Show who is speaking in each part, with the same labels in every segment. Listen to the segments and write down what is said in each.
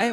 Speaker 1: 哎，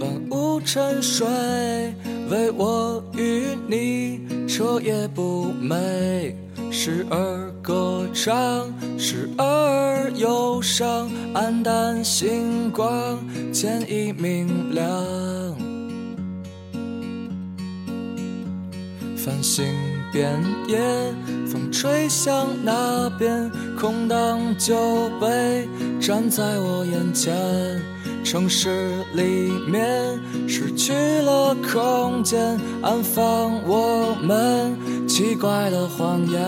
Speaker 2: 万物沉睡，唯我与你彻夜不寐。时而歌唱，时而忧伤，黯淡星光渐已明亮。繁星遍野，风吹向那边，空荡酒杯站在我眼前。城市里面失去了空间，安放我们奇怪的谎言。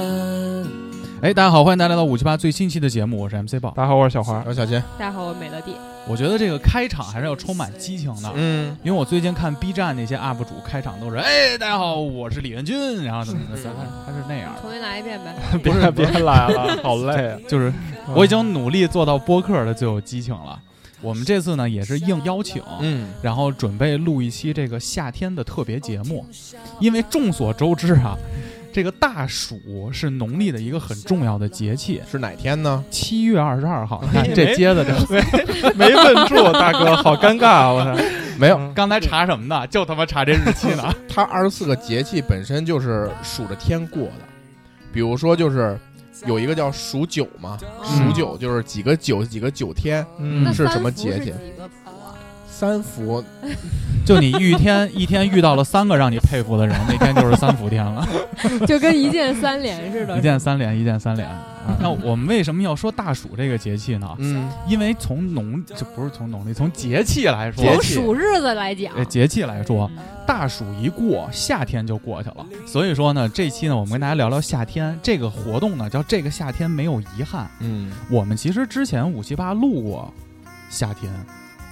Speaker 3: 哎，大家好，欢迎大家来到五七八最新期的节目，我是 MC 豹。
Speaker 4: 大家好，我是小花。
Speaker 5: 有小杰，
Speaker 6: 大家好，我美乐蒂。
Speaker 7: 啊
Speaker 3: 我觉得这个开场还是要充满激情的，
Speaker 5: 嗯，
Speaker 3: 因为我最近看 B 站那些 UP 主开场都是，哎，大家好，我是李元军，然后怎么怎么怎么，他是那样的，
Speaker 6: 重新来一遍呗。
Speaker 4: 别 别来了，好累啊！
Speaker 3: 就是我已经努力做到播客的最有激情了。我们这次呢也是应邀请，
Speaker 5: 嗯，
Speaker 3: 然后准备录一期这个夏天的特别节目，因为众所周知啊，这个大暑是农历的一个很重要的节气，
Speaker 5: 是哪天呢？
Speaker 3: 七月二十二号。你看这接的这，
Speaker 4: 哎没问住，大哥，好尴尬啊！我操，
Speaker 5: 没有，
Speaker 4: 嗯
Speaker 3: 刚才查什么呢？就他妈查这日期 呢。
Speaker 5: 它二十四个节气本身就是数着天过的，比如说就是有一个叫数九嘛，
Speaker 6: 嗯
Speaker 5: 数九就是几个九几个九天，
Speaker 6: 那
Speaker 4: 嗯，
Speaker 5: 是
Speaker 6: 三
Speaker 5: 什么
Speaker 6: 伏
Speaker 5: 节
Speaker 6: 是
Speaker 5: 气
Speaker 6: 几个伏啊？
Speaker 5: 三伏，
Speaker 3: 就你遇天一天遇到了三个让你佩服的人，那天就是三伏天了，
Speaker 6: 就跟一键三连 似的。
Speaker 3: 一键三连，一键三连。啊那我们为什么要说大暑这个节气呢？
Speaker 5: 啊嗯，
Speaker 3: 因为从农就不是从农历，从 节气来说，
Speaker 5: 节
Speaker 6: 从
Speaker 5: 气
Speaker 6: 数日子来讲，
Speaker 3: 呃，节气来说，大暑一过，夏天就过去了。所以说呢，这期呢，我们跟大家聊聊夏天这个活动呢，叫这个夏天没有遗憾。
Speaker 5: 嗯，
Speaker 3: 我们其实之前五七八录过夏天，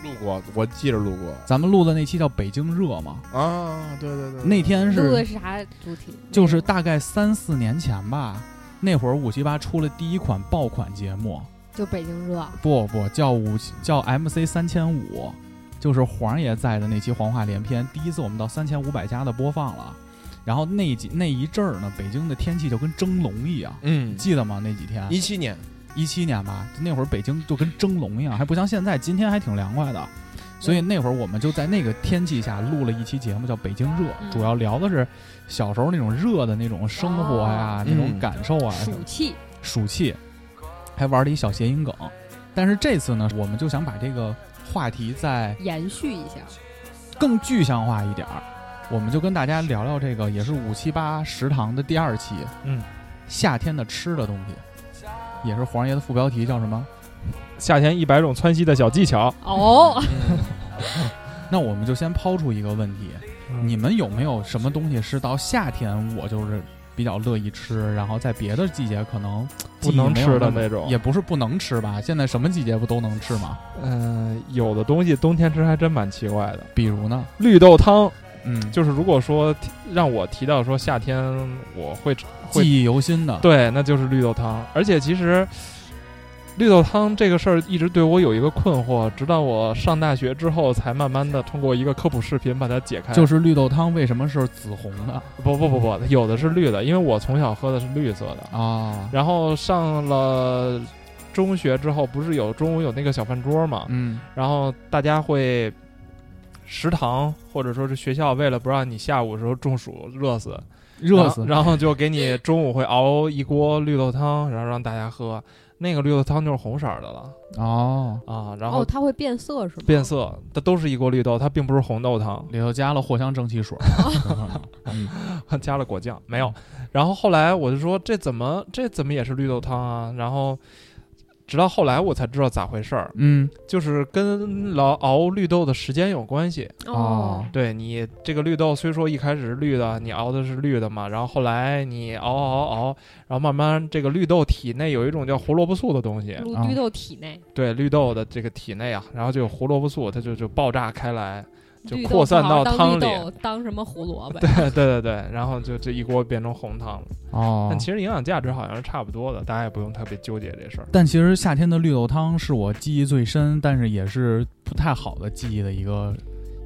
Speaker 5: 路过，我记着路过
Speaker 3: 咱们录的那期叫北京热嘛，
Speaker 5: 啊，对对对，
Speaker 3: 那天
Speaker 6: 录
Speaker 3: 是
Speaker 6: 的是啥主题？
Speaker 3: 就是大概三四年前吧，那会儿五七八出了第一款爆款节目，
Speaker 6: 就北京热，
Speaker 3: 不不叫五叫 MC 三千五，就是黄儿爷在的那期黄话连篇，第一次我们到三千五百家的播放了。然后那几那一阵儿呢，北京的天气就跟蒸笼一样，
Speaker 5: 嗯，
Speaker 3: 记得吗？那几天
Speaker 5: 一七年，
Speaker 3: 一七年吧，那会儿北京就跟蒸笼一样，还不像现在，今天还挺凉快的。所以那会儿我们就在那个天气下录了一期节目，叫《北京热》，
Speaker 6: 嗯
Speaker 3: 主要聊的是小时候那种热的那种生活呀、
Speaker 5: 哦
Speaker 3: 那种
Speaker 5: 嗯
Speaker 3: 感受啊什么的
Speaker 6: 暑气。
Speaker 3: 暑气，还玩了一小谐音梗。但是这次呢，我们就想把这个话题再
Speaker 6: 延续一下，
Speaker 3: 更具象化一点儿，我们就跟大家聊聊这个，也是五七八食堂的第二期，
Speaker 4: 嗯，
Speaker 3: 夏天的吃的东西，也是黄爷的副标题叫什么？
Speaker 4: 夏天一百种窜稀的小技巧，
Speaker 6: 哦，
Speaker 3: 那我们就先抛出一个问题，
Speaker 4: 嗯
Speaker 3: 你们有没有什么东西是到夏天我就是比较乐意吃，然后在别的季节可能
Speaker 4: 不能
Speaker 3: 记忆没有
Speaker 4: 吃的
Speaker 3: 那么
Speaker 4: 那种
Speaker 3: 也不是不能吃吧？现在什么季节不都能吃吗？
Speaker 4: 嗯，有的东西冬天吃还真蛮奇怪的。
Speaker 3: 比如呢，
Speaker 4: 绿豆汤
Speaker 3: 嗯，
Speaker 4: 就是，如果说提让我提到说夏天我会吃
Speaker 3: 记忆犹新的，
Speaker 4: 对，那就是绿豆汤。而且其实绿豆汤这个事儿一直对我有一个困惑，直到我上大学之后，才慢慢的通过一个科普视频把它解开。
Speaker 3: 就是绿豆汤为什么是紫红的
Speaker 4: 不不不不，有的是绿的，因为我从小喝的是绿色的。
Speaker 3: 啊？
Speaker 4: 然后上了中学之后，不是有中午有那个小饭桌嘛，
Speaker 3: 嗯
Speaker 4: 然后大家会。食堂或者说是学校，为了不让你下午的时候中暑热死，
Speaker 3: 热死，
Speaker 4: 然后然后就给你中午会熬一锅绿豆汤，然后让大家喝。那个绿豆汤就是红色儿的了
Speaker 3: 哦，
Speaker 4: 啊，然
Speaker 6: 哦，
Speaker 4: 后
Speaker 6: 它会变色是吗？
Speaker 4: 变色，它都是一锅绿豆，它并不是红豆汤，
Speaker 3: 里头加了藿香正气 水，嗯
Speaker 4: 加了果酱没有。然后后来我就说这怎么这怎么也是绿豆汤啊？然后直到后来我才知道咋回事儿，
Speaker 3: 嗯
Speaker 4: 就是跟老熬绿豆的时间有关系。
Speaker 6: 哦，
Speaker 4: 对你这个绿豆虽说一开始是绿的，你熬的是绿的嘛，然后后来你熬熬熬，然后慢慢这个绿豆体内有一种叫胡萝卜素的东西，
Speaker 6: 绿
Speaker 3: 啊
Speaker 6: 绿豆体内
Speaker 4: 对绿豆的这个体内啊，然后就有胡萝卜素，它就就爆炸开来， 就
Speaker 6: 绿豆
Speaker 4: 扩散
Speaker 6: 不好
Speaker 4: 到汤
Speaker 6: 当绿
Speaker 4: 里
Speaker 6: 豆当什么胡萝卜？
Speaker 4: 对对对，然后就这一锅变成红汤了。
Speaker 3: 哦
Speaker 4: 但其实营养价值好像是差不多的，大家也不用特别纠结这事儿。
Speaker 3: 但其实夏天的绿豆汤是我记忆最深，但是也是不太好的记忆的一个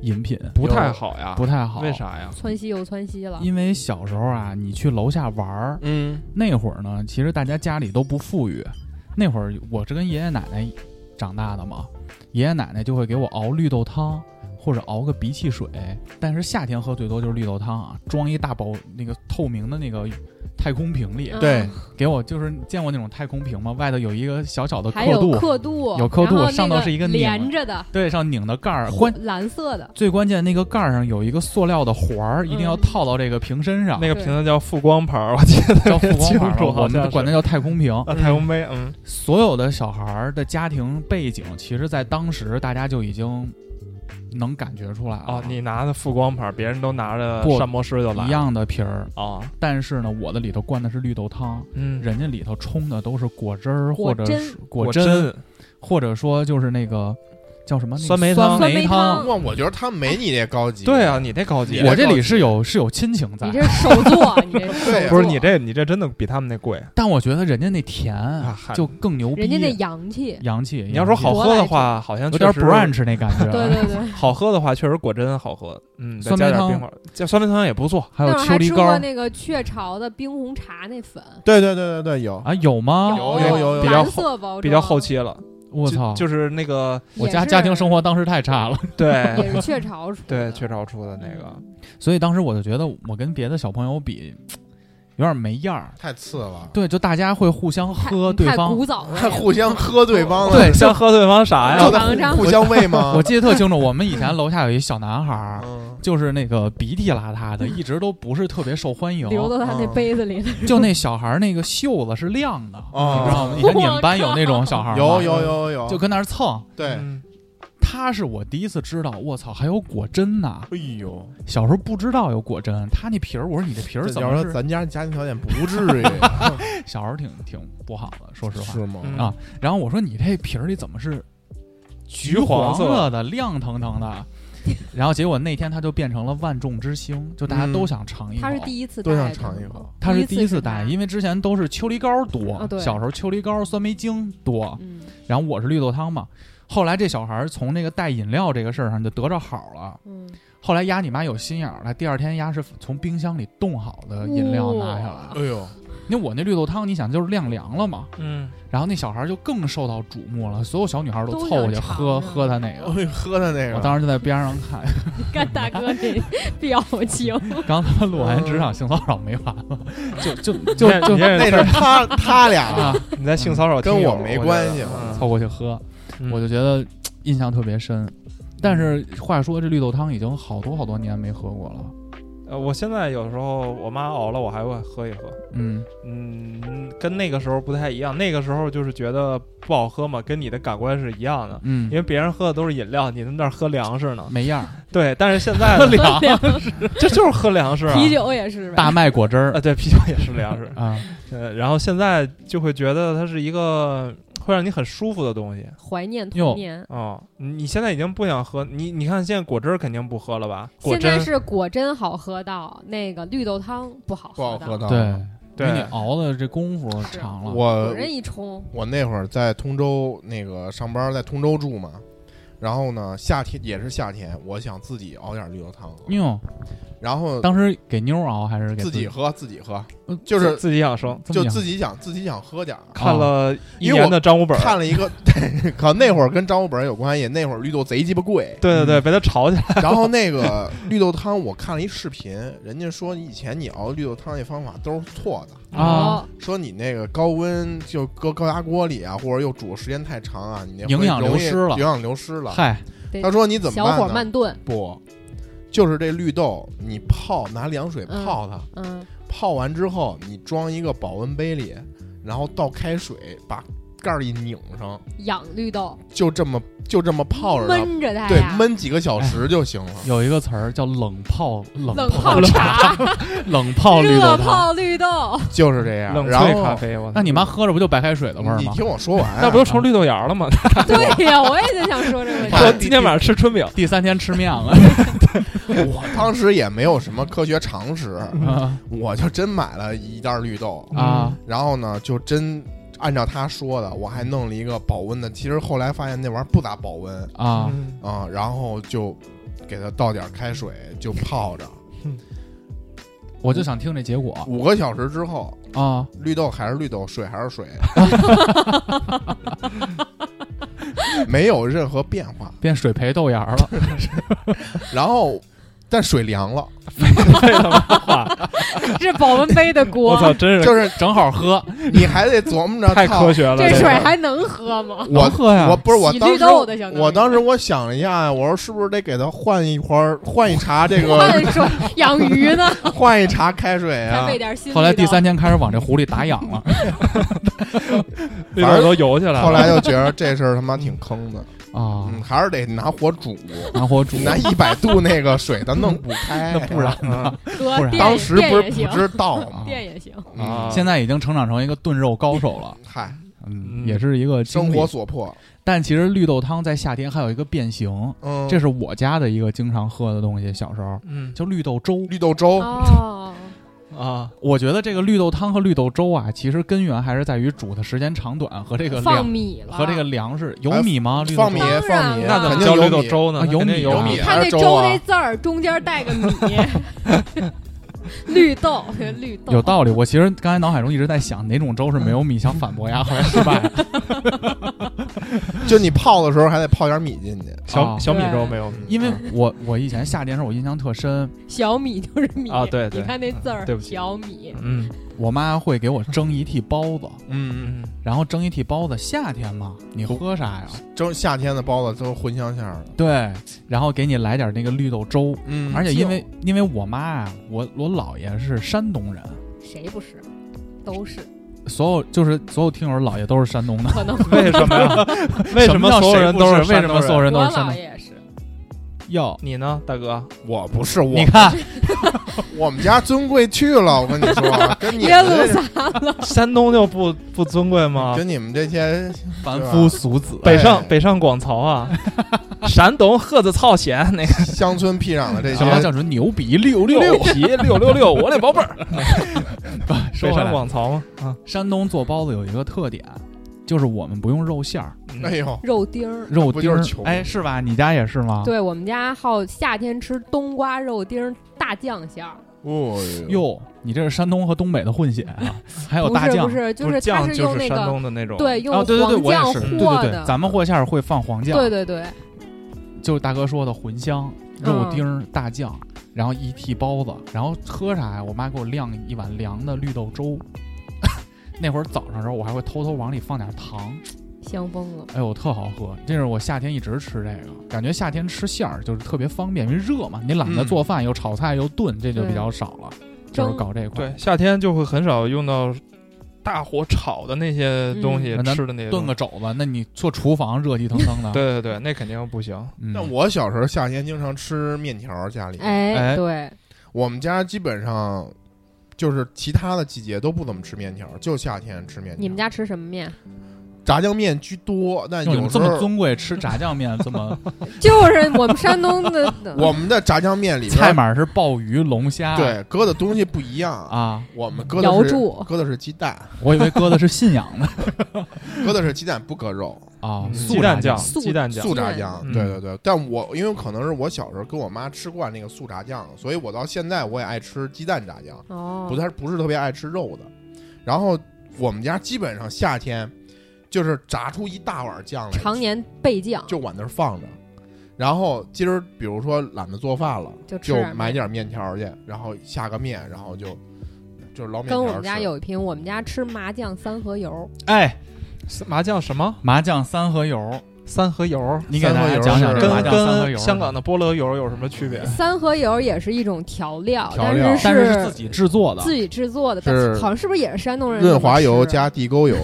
Speaker 3: 饮品，
Speaker 4: 不太
Speaker 3: 有，
Speaker 4: 好呀，
Speaker 3: 不太好。
Speaker 4: 为？啥呀？
Speaker 6: 窜稀又窜稀了，
Speaker 3: 因为小时候啊，你去楼下玩儿，
Speaker 5: 嗯，
Speaker 3: 那会儿呢，其实大家家里都不富裕，那会儿我是跟爷爷奶奶长大的嘛，爷爷奶奶就会给我熬绿豆汤。或者熬个鼻汽水，但是夏天喝最多就是绿豆汤啊，装一大包那个透明的那个太空瓶里，
Speaker 6: 嗯
Speaker 5: 对，
Speaker 3: 给我就是见过那种太空瓶吗？外头有一个小小的
Speaker 6: 还
Speaker 3: 刻
Speaker 6: 有
Speaker 3: 度，
Speaker 6: 刻度，
Speaker 3: 有刻度
Speaker 6: 然后那
Speaker 3: 上头是一个拧
Speaker 6: 连着的
Speaker 3: 对，上拧的盖儿，关
Speaker 6: 蓝色的，
Speaker 3: 最关键那个盖儿上有一个塑料的环儿，一定要
Speaker 6: 嗯
Speaker 3: 套到这个瓶身上，
Speaker 4: 那个
Speaker 6: 对
Speaker 4: 瓶子叫富光牌儿，我 记得
Speaker 3: 叫复光
Speaker 4: 清
Speaker 3: 盘儿
Speaker 4: 楚
Speaker 3: 吧，我
Speaker 4: 好像
Speaker 3: 们管它
Speaker 4: 是
Speaker 3: 叫太空瓶。
Speaker 4: 啊太空杯，嗯，
Speaker 3: 所有的小孩儿的家庭背景，其实在当时大家就已经能感觉出来啊了。
Speaker 4: 哦，你拿的富光牌儿，别人都拿着
Speaker 3: 不
Speaker 4: 膳魔师就来
Speaker 3: 一
Speaker 4: 了
Speaker 3: 样的瓶儿，
Speaker 4: 哦，
Speaker 3: 但是呢，我的里头灌的是绿豆汤，
Speaker 4: 嗯，
Speaker 3: 人家里头冲的都是果汁儿
Speaker 6: 果
Speaker 3: 或者
Speaker 6: 珍
Speaker 3: 是
Speaker 4: 果
Speaker 3: 果针，或者说就是那个叫什么那个
Speaker 4: 酸梅
Speaker 3: 酸
Speaker 4: 汤
Speaker 6: 酸梅
Speaker 3: 梅
Speaker 6: 汤
Speaker 5: 哇，我觉得他没你这高级。
Speaker 4: 对啊，，你这高级，
Speaker 5: 你
Speaker 3: 我
Speaker 5: 这
Speaker 3: 这
Speaker 5: 高
Speaker 3: 里
Speaker 5: 级
Speaker 3: 是有是有亲情在
Speaker 6: 你，这是手作，你这是
Speaker 5: 对
Speaker 6: 手
Speaker 5: 啊
Speaker 6: 作
Speaker 4: 不是你，这你这真的比他们那贵。
Speaker 3: 但我觉得人家那甜啊
Speaker 4: 啊嗨
Speaker 3: 就更牛逼，
Speaker 6: 人家那洋气，
Speaker 3: 洋气。
Speaker 4: 你要说好
Speaker 6: 国
Speaker 4: 喝的
Speaker 6: 外
Speaker 4: 话，好像
Speaker 3: 有点
Speaker 4: 确实
Speaker 3: brunch 那感觉，啊
Speaker 6: 对对对。
Speaker 4: 好喝的话，确实果真好喝。嗯，再
Speaker 3: 酸
Speaker 4: 加
Speaker 3: 梅
Speaker 4: 点
Speaker 3: 汤
Speaker 4: 冰块儿，加酸梅汤也不错。
Speaker 3: 还有
Speaker 6: 那会儿
Speaker 3: 秋
Speaker 6: 还
Speaker 3: 梨
Speaker 6: 吃
Speaker 3: 膏
Speaker 6: 过
Speaker 3: 儿
Speaker 6: 那个雀巢的冰红茶那粉，
Speaker 5: 对对对对对，有。
Speaker 3: 啊，有吗？
Speaker 5: 有有有有
Speaker 4: 比较
Speaker 6: 蓝
Speaker 4: 后
Speaker 6: 色包装，
Speaker 4: 比较后，期了，
Speaker 3: 我
Speaker 4: 就
Speaker 3: 操！
Speaker 4: 就是那个
Speaker 3: 我
Speaker 6: 也
Speaker 3: 家
Speaker 6: 是
Speaker 3: 家庭生活当时太差了，
Speaker 4: 对
Speaker 6: 也是雀巢出
Speaker 4: 对
Speaker 6: 的，
Speaker 4: 雀巢出的那个，
Speaker 3: 所以当时我就觉得我跟别的小朋友比，有点没样儿。
Speaker 5: 太次了，
Speaker 3: 对，就大家会互相
Speaker 6: 太
Speaker 3: 喝对
Speaker 6: 太
Speaker 3: 方
Speaker 6: 古，早了
Speaker 5: 还，互相喝对方 了，
Speaker 4: 对，像喝对方啥呀
Speaker 5: 这？
Speaker 6: 王章
Speaker 5: 能互相喂吗？
Speaker 3: 我记得特清楚。我们以前楼下有一小男孩儿，
Speaker 5: 嗯
Speaker 3: 就是那个鼻涕邋遢的，一直都不是特别受欢迎。
Speaker 6: 流到他那杯子里了。
Speaker 3: 就那小孩儿那个袖子是亮的，你知
Speaker 5: 哦，
Speaker 3: 道吗？以前你们班有那种小孩儿吗
Speaker 5: 有有，有有，
Speaker 3: 就跟那儿蹭。
Speaker 5: 对，哎
Speaker 4: 嗯
Speaker 3: 他是我第一次知道，我操，还有果珍呐、
Speaker 5: 呦，
Speaker 3: 小时候不知道有果珍，他那瓶儿，我说你这瓶儿
Speaker 5: 这
Speaker 3: 怎
Speaker 5: 要
Speaker 3: 么
Speaker 5: 说
Speaker 3: 是？
Speaker 5: 咱家家庭条件不至于，
Speaker 3: 小时候挺挺不好的，说实话。
Speaker 5: 是
Speaker 4: 嗯
Speaker 5: 吗？
Speaker 3: 啊然后我说你这瓶儿里怎么是
Speaker 4: 橘
Speaker 3: 黄
Speaker 4: 黄色，
Speaker 3: 的、亮腾腾的？ 然后结果那天它就变成了万众之星，就大家都想尝一
Speaker 6: 嗯
Speaker 3: 口。
Speaker 6: 他是第一次
Speaker 5: 都想
Speaker 6: 带的
Speaker 5: 尝一口，嗯
Speaker 3: 他是第一次
Speaker 6: 带
Speaker 3: 带，，因为之前都是秋梨膏多，
Speaker 6: 啊对
Speaker 3: 小时候秋梨膏、酸梅精多，
Speaker 6: 嗯
Speaker 3: 然后我是绿豆汤嘛。后来这小孩儿从那个带饮料这个事儿上就得着好了。
Speaker 6: 嗯，
Speaker 3: 后来丫你妈有心眼儿了，第二天丫是从冰箱里冻好的饮料拿下来
Speaker 6: 哇
Speaker 3: 了。
Speaker 5: 哎 呦，
Speaker 3: 那我那绿豆汤，你想就是晾凉了嘛，
Speaker 4: 嗯，
Speaker 3: 然后那小孩儿就更受到瞩目了，所有小女孩儿
Speaker 6: 都
Speaker 3: 都凑过去
Speaker 6: 想尝
Speaker 3: 喝
Speaker 6: 尝
Speaker 3: 喝他那
Speaker 4: 哦
Speaker 3: 个。
Speaker 5: 哎呦喝的那
Speaker 4: 啊
Speaker 3: 我
Speaker 5: 个，
Speaker 3: 当时就在边上 看，
Speaker 6: 干大哥这表情，
Speaker 3: 刚他妈录完职场性骚扰没完了，就 就就就
Speaker 4: 你这
Speaker 5: 那是 他他俩，
Speaker 3: 啊，
Speaker 4: 你在性骚扰
Speaker 5: 跟
Speaker 4: 听友
Speaker 5: 我没关系
Speaker 4: 觉得
Speaker 5: 我
Speaker 3: 凑过去喝，
Speaker 4: 嗯
Speaker 3: 我就觉得嘖印象特别深。但是话说，这绿豆汤已经好多好多年没喝过了。
Speaker 4: 呃，我现在有时候我妈熬了，我还会喝一喝。
Speaker 3: 嗯，
Speaker 4: 嗯，跟那个时候不太一样，那个时候就是觉得不好喝嘛，跟你的感官是一样的。
Speaker 3: 嗯
Speaker 4: 因为别人喝的都是饮料，你在那儿喝粮食 呢。
Speaker 3: 没样儿，
Speaker 4: 对，但是现在呢 这哎就是喝粮食啊，
Speaker 6: 啤酒也是
Speaker 3: 大
Speaker 6: 呗，
Speaker 3: 麦果汁
Speaker 4: 啊，
Speaker 3: 儿
Speaker 4: 对，啤酒也是粮食。
Speaker 3: 啊，
Speaker 4: 呃，然后现在就会觉得它是一个会让你很舒服的东西。
Speaker 6: 怀念
Speaker 3: 哟
Speaker 6: 童年。
Speaker 4: 哦，你现在已经不想喝，你你看现在果汁儿肯定不喝了吧？果
Speaker 6: 现在
Speaker 4: 汁
Speaker 6: 是果真好喝到，那个绿豆汤不好
Speaker 5: 不好喝
Speaker 6: 到，
Speaker 5: 的。
Speaker 3: 对，啊因为
Speaker 4: 哦对
Speaker 5: 嗯
Speaker 3: 你，熬的这功夫长了。
Speaker 6: 果
Speaker 5: 我
Speaker 6: 仁一冲，
Speaker 5: 我那会儿在通州那个上班，在通州住嘛，然后呢，夏天也是夏天，我想自己熬点绿豆汤喝，
Speaker 3: 妞，
Speaker 5: 然后
Speaker 3: 当时给妞儿熬还是给
Speaker 5: 自己
Speaker 3: 己？
Speaker 5: 喝自己喝，
Speaker 3: 嗯
Speaker 5: 就是
Speaker 4: 自己养生。
Speaker 3: 这么
Speaker 5: 就
Speaker 3: 讲
Speaker 5: 自己想自己想喝点儿。
Speaker 4: 看了一
Speaker 5: 因为我
Speaker 4: 年的张五本儿，，
Speaker 5: 看了一个， 靠那会儿跟张五本儿有关系，那会儿绿豆贼鸡巴贵
Speaker 4: 对对对，
Speaker 5: 嗯
Speaker 4: 被他吵起来。
Speaker 5: 然后那个绿豆汤我看了一视频，人家说以前你熬绿豆汤那方法都是错的，
Speaker 6: 哦
Speaker 4: 哦
Speaker 3: 啊，
Speaker 5: 说你那个高温就搁高压锅里啊，或者又煮时间太长啊，你那会
Speaker 3: 营养
Speaker 5: 容易
Speaker 3: 流失了
Speaker 5: 营养流失了。
Speaker 3: 嗨，
Speaker 5: 他说你怎么
Speaker 6: 小
Speaker 5: 办
Speaker 6: 火
Speaker 5: 呢？
Speaker 6: 慢炖，
Speaker 5: 不，就是这绿豆，你泡拿凉水
Speaker 6: 嗯
Speaker 5: 泡它，
Speaker 6: 嗯，
Speaker 5: 泡完之后你装一个保温杯里，然后倒开水，把盖儿一拧上，
Speaker 6: 养绿豆，
Speaker 5: 就这么就这么泡着它，
Speaker 6: 闷着它
Speaker 5: 对，
Speaker 6: 哎呀，
Speaker 5: 焖几个小时就行
Speaker 4: 哎
Speaker 5: 了。
Speaker 3: 有一个词儿叫冷泡冷
Speaker 6: 冷
Speaker 3: 泡
Speaker 6: 泡茶，
Speaker 3: 冷泡绿豆
Speaker 6: 热
Speaker 3: 汤。
Speaker 6: 泡绿豆，
Speaker 5: 就是这样。
Speaker 4: 冷
Speaker 5: 然
Speaker 4: 萃咖
Speaker 5: 后
Speaker 4: 啡，我操
Speaker 3: 那你妈喝着不就白开水的味儿
Speaker 5: 你
Speaker 3: 吗？
Speaker 5: 听我说完，啊
Speaker 4: 那不就成绿豆芽了吗？
Speaker 6: 对呀，我也就想说这个问
Speaker 5: 啊
Speaker 4: 说
Speaker 6: 题。
Speaker 4: 今天晚上吃春饼，
Speaker 3: 第三天吃面了，
Speaker 5: 我当时也没有什么科学常识，
Speaker 4: 嗯
Speaker 3: 啊
Speaker 5: 我就真买了一袋绿豆，
Speaker 3: 啊
Speaker 5: 然后呢，就真按照他说的，我还弄了一个保温的。其实后来发现那玩意儿不咋保温
Speaker 3: 啊！
Speaker 4: 嗯
Speaker 5: 啊、然后就给它倒点开水就泡着，
Speaker 3: 我就想听这结果
Speaker 5: 五个小时之后，
Speaker 3: 啊！
Speaker 5: 绿豆还是绿豆，水还是 水，没有任何变化。
Speaker 3: 变水培豆芽儿了，
Speaker 5: 然后，但水凉了，
Speaker 4: 这他妈话，
Speaker 6: 这保温杯的
Speaker 4: 我
Speaker 6: 锅，
Speaker 4: 操，真 是
Speaker 5: 就是
Speaker 3: 正好喝。
Speaker 5: 你还得琢磨着
Speaker 4: 太
Speaker 5: 靠
Speaker 4: 科学了，
Speaker 6: 这
Speaker 4: 个
Speaker 6: 水还能喝吗？
Speaker 5: 我
Speaker 3: 能喝呀
Speaker 5: 我不是我
Speaker 6: 洗
Speaker 5: 当
Speaker 6: 绿
Speaker 5: 时
Speaker 6: 豆的相当于
Speaker 5: 我当时我想了一下，我说是不是得给他换一块儿换一茬这
Speaker 6: 那
Speaker 5: 个
Speaker 6: 你说养鱼呢，
Speaker 5: 换一茬开水
Speaker 6: 再
Speaker 5: 啊
Speaker 6: 喂？点新。
Speaker 3: 后来第，三天开始往这壶里打氧了，
Speaker 4: 绿豆都游起来了。
Speaker 5: 后来就觉得这事儿他妈挺坑的，
Speaker 3: 啊，
Speaker 5: 嗯，还是得拿火煮，
Speaker 3: 拿火煮，
Speaker 5: 拿一百度那个水它 弄不开，
Speaker 3: 那不然
Speaker 5: 呢？
Speaker 6: 喝
Speaker 3: 不然
Speaker 6: 电
Speaker 5: 当时
Speaker 6: 电
Speaker 5: 不是
Speaker 6: 也
Speaker 5: 不
Speaker 6: 行，
Speaker 5: 知道 吗？
Speaker 6: 电也行。
Speaker 5: 嗯
Speaker 4: 啊
Speaker 3: 现在已经成长成一个炖肉高手了，
Speaker 5: 嗨，
Speaker 3: 嗯，
Speaker 4: 嗯
Speaker 3: 也是一个经历
Speaker 5: 生活。所迫，
Speaker 3: 但其实绿豆汤在夏天还有一个变形，
Speaker 5: 嗯，
Speaker 3: 这是我家的一个经常喝的东西，小时候
Speaker 4: 嗯
Speaker 3: 叫绿豆粥。
Speaker 5: 绿豆粥，
Speaker 6: 哦，
Speaker 5: 嗯
Speaker 4: 啊，
Speaker 3: 我觉得这个绿豆汤和绿豆粥啊，其实根源还是在于煮的时间长短和这个
Speaker 6: 放
Speaker 3: 粮
Speaker 6: 米了
Speaker 3: 和这个粮食有
Speaker 5: 哎
Speaker 3: 米吗？绿豆
Speaker 5: 放
Speaker 3: 粥
Speaker 5: 米
Speaker 6: 当
Speaker 5: 放
Speaker 6: 然
Speaker 5: 米，
Speaker 6: 了
Speaker 5: 啊
Speaker 6: 那
Speaker 4: 怎
Speaker 5: 肯
Speaker 4: 么
Speaker 5: 定
Speaker 4: 叫绿
Speaker 5: 有
Speaker 4: 豆
Speaker 5: 米？
Speaker 4: 粥呢
Speaker 3: 啊？有
Speaker 4: 肯定
Speaker 3: 米
Speaker 4: 有
Speaker 3: 啊
Speaker 4: 米
Speaker 5: 米
Speaker 6: 它
Speaker 5: 还
Speaker 6: 那
Speaker 5: 是
Speaker 6: 粥
Speaker 5: 啊
Speaker 6: 那？字儿中间带个米，绿豆，绿豆
Speaker 3: 有道理。我其实刚才脑海中一直在想哪种粥是没有米，想反驳呀，后来失败了。
Speaker 5: 就你泡的时候还得泡点米进去，
Speaker 4: 小
Speaker 3: 啊
Speaker 4: 小米粥没有米，
Speaker 3: 因为我我以前夏天时候我印象特深，
Speaker 6: 小米就是米
Speaker 4: 啊对对
Speaker 6: 你看那字儿，
Speaker 4: 对不起
Speaker 6: 小米，
Speaker 4: 嗯
Speaker 3: 我妈会给我蒸一屉包子，
Speaker 5: 嗯，
Speaker 4: 嗯，
Speaker 3: 然后蒸一屉包子。夏天嘛，你喝啥呀？
Speaker 5: 蒸夏天的包子都茴香馅儿的，
Speaker 3: 对，然后给你来点那个绿豆粥。
Speaker 5: 嗯
Speaker 3: 而且因为因为我妈啊，我我姥爷是山东人，
Speaker 6: 谁不是？都是，
Speaker 3: 所有就是所有听友姥爷都是山东的。
Speaker 6: 可能
Speaker 4: 为什么 呀？为什么
Speaker 3: 叫
Speaker 4: 所有
Speaker 3: 谁
Speaker 4: 人
Speaker 3: 不
Speaker 4: 都
Speaker 3: 是
Speaker 4: 是
Speaker 3: 为什么所有
Speaker 4: 人？
Speaker 3: 人都
Speaker 6: 我
Speaker 3: 是山
Speaker 6: 姥
Speaker 3: 东？
Speaker 6: 爷也是。
Speaker 3: 哟，
Speaker 4: 你呢，大哥？
Speaker 5: 我不是我
Speaker 3: 你，看
Speaker 5: 我们家尊贵去了，我跟你 说，跟你
Speaker 6: 耶
Speaker 5: 们
Speaker 6: 路
Speaker 5: 这
Speaker 6: 撒
Speaker 4: 山东就不不尊贵吗？
Speaker 5: 跟你们这些哎
Speaker 3: 凡夫俗子，
Speaker 4: 北上
Speaker 5: 对
Speaker 4: 北上广曹 啊，山东喝子操咸那个
Speaker 5: 乡村僻壤的这
Speaker 3: 小王叫什
Speaker 5: 些，
Speaker 3: 么哎牛逼六六
Speaker 4: 六
Speaker 3: 六？
Speaker 4: 皮六六 六，我的宝贝儿，
Speaker 3: 说
Speaker 4: 北
Speaker 3: 回
Speaker 4: 上
Speaker 3: 来，
Speaker 4: 广曹嘛啊，
Speaker 3: 山东做包子有一个特点，就是我们不用肉馅儿、
Speaker 4: 嗯
Speaker 5: 哎呦，
Speaker 6: 肉丁儿。
Speaker 3: 肉
Speaker 5: 不
Speaker 3: 丁
Speaker 5: 就
Speaker 3: 儿
Speaker 5: 是穷，
Speaker 3: 哎，是吧？你家也是吗？
Speaker 6: 对我们家好夏天吃冬瓜肉丁儿大酱馅儿，
Speaker 5: 哦哟，
Speaker 3: 哟，你这是山东和东北的混血啊，还有
Speaker 6: 不
Speaker 3: 大
Speaker 6: 是
Speaker 3: 酱
Speaker 6: 不。是，就
Speaker 4: 不
Speaker 6: 是它
Speaker 4: 酱
Speaker 6: 是
Speaker 4: 就
Speaker 6: 用
Speaker 4: 是
Speaker 6: 那
Speaker 4: 山
Speaker 6: 个
Speaker 4: 东的那种，
Speaker 6: 对用
Speaker 3: 啊，对对对，
Speaker 6: 黄
Speaker 3: 我也
Speaker 6: 酱
Speaker 3: 是，对
Speaker 6: 和
Speaker 3: 对对，
Speaker 6: 的，
Speaker 3: 咱们和馅儿会放黄酱，
Speaker 6: 对对对，
Speaker 3: 就是大哥说的茴香、
Speaker 6: 嗯
Speaker 3: 肉丁儿、大酱，然后一屉包子，然后喝啥呀？我妈给我晾一碗凉的绿豆粥。 那会儿早上的时候，我还会偷偷往里放点糖，
Speaker 6: 香疯了。
Speaker 3: 哎呦，特好喝！这是我夏天一直吃这个，感觉夏天吃馅儿就是特别方便，因为热嘛，你懒得
Speaker 5: 嗯
Speaker 3: 做饭，又炒菜又炖，这就比
Speaker 6: 对
Speaker 3: 较少了，就是
Speaker 6: 蒸
Speaker 3: 搞这块儿
Speaker 4: 对，，夏天就会很少用到大火炒的那些东西
Speaker 3: 嗯，
Speaker 4: 吃的那些东
Speaker 3: 炖
Speaker 4: 西
Speaker 3: 个肘子，那你做厨房热气腾腾的，
Speaker 4: 对对对，那肯定不行。
Speaker 3: 嗯，
Speaker 5: 但我小时候夏天经常吃面条，家里，
Speaker 4: 哎
Speaker 6: 哎，对，
Speaker 5: 我们家基本上就是其他的季节都不怎么吃面条，就夏天吃面条。
Speaker 6: 你们家吃什么面？
Speaker 5: 炸酱面居多，但
Speaker 3: 哟你
Speaker 5: 有
Speaker 3: 们
Speaker 5: 时
Speaker 3: 这么
Speaker 5: 候
Speaker 3: 尊贵，吃炸酱面这么
Speaker 6: 就是我们山东的
Speaker 5: 我们的炸酱 面里边
Speaker 3: 菜码是鲍鱼、龙虾，
Speaker 5: 对搁的东西不一样，
Speaker 3: 啊，
Speaker 5: 我们搁
Speaker 6: 瑶
Speaker 5: 的是
Speaker 6: 柱
Speaker 5: 搁的是鸡蛋，
Speaker 3: 我以为搁的是信仰呢
Speaker 5: 搁的是鸡蛋不搁肉。
Speaker 3: 啊，
Speaker 4: 嗯
Speaker 3: 素
Speaker 4: 鸡蛋
Speaker 3: 炸
Speaker 4: 酱，
Speaker 3: 酱
Speaker 6: 素
Speaker 4: 鸡蛋酱，
Speaker 5: 素炸酱，
Speaker 4: 嗯
Speaker 5: 对对对。但我因为可能是我小时候跟我妈吃惯那个素炸酱，所以我到现在我也爱吃鸡蛋炸酱，
Speaker 6: 哦，
Speaker 5: 不太不是特别爱吃肉的。然后我们家基本上夏天就是炸出一大碗酱来，
Speaker 6: 常年备酱，
Speaker 5: 就往那儿放着。然后今儿比如说懒得做饭了，
Speaker 6: 就
Speaker 5: 就
Speaker 6: 吃点面
Speaker 5: 买点面条去，然后下个面，然后就就是捞面条
Speaker 6: 跟我们家
Speaker 5: 吃
Speaker 6: 有一拼，我们家吃麻酱三合油，
Speaker 3: 哎，
Speaker 4: 麻酱什么
Speaker 3: 麻酱三合油，
Speaker 4: 三合油，
Speaker 3: 你给
Speaker 5: 三
Speaker 3: 大
Speaker 5: 合
Speaker 3: 家
Speaker 5: 油
Speaker 3: 讲讲
Speaker 5: 是
Speaker 3: 这
Speaker 4: 跟
Speaker 3: 麻酱三合
Speaker 4: 跟
Speaker 3: 油，
Speaker 4: 香港的菠萝油有什么区别？
Speaker 6: 三合油也是一种调料，
Speaker 5: 调料
Speaker 6: 但
Speaker 3: 但
Speaker 6: 是
Speaker 3: 是是自己制作的，
Speaker 6: 自己制作的，
Speaker 5: 是
Speaker 6: 但好像是不是也是山东人啊
Speaker 5: 润滑油
Speaker 6: 这么吃
Speaker 5: 加地沟油，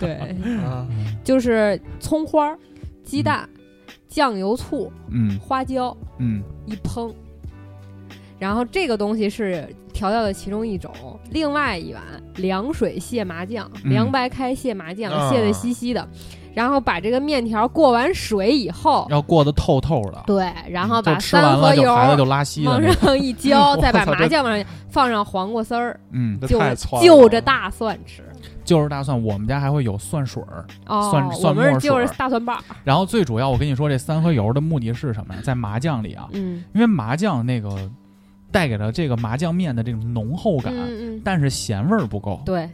Speaker 6: 对，
Speaker 4: 嗯
Speaker 1: 啊，
Speaker 6: 就是葱花儿、鸡蛋、酱油、醋、
Speaker 7: 嗯
Speaker 6: 花椒
Speaker 7: 嗯
Speaker 6: 一烹。然后这个东西是调料的其中一种，另外一碗凉水蟹麻酱，
Speaker 7: 嗯
Speaker 6: 凉白开蟹麻酱，
Speaker 5: 啊
Speaker 6: 蟹的稀稀的，然后把这个面条过完水以后，
Speaker 3: 要过得透透的，
Speaker 6: 对，然后把
Speaker 3: 嗯就吃完
Speaker 6: 三合
Speaker 3: 了
Speaker 6: 油
Speaker 3: 就孩子就拉稀了
Speaker 6: 往
Speaker 3: 那种。
Speaker 6: 上一浇，再把
Speaker 4: 我操
Speaker 6: 麻
Speaker 4: 这
Speaker 6: 酱往上放上黄瓜丝儿，
Speaker 7: 嗯，
Speaker 4: 这
Speaker 6: 就
Speaker 4: 太窜了
Speaker 6: 就着大蒜吃。
Speaker 3: 就是大蒜，我们家还会有蒜水儿。
Speaker 6: 哦，
Speaker 3: 蒜蒜
Speaker 6: 我们
Speaker 3: 末
Speaker 6: 是就是
Speaker 3: 水儿
Speaker 6: 大蒜瓣儿，
Speaker 3: 然后最主要，我跟你说，这三合油的目的是什么呀？在麻酱里啊，
Speaker 6: 嗯，
Speaker 3: 因为麻酱那个带给了这个麻酱面的这种浓厚感，
Speaker 6: 嗯嗯，
Speaker 3: 但是咸味儿不够。
Speaker 6: 对，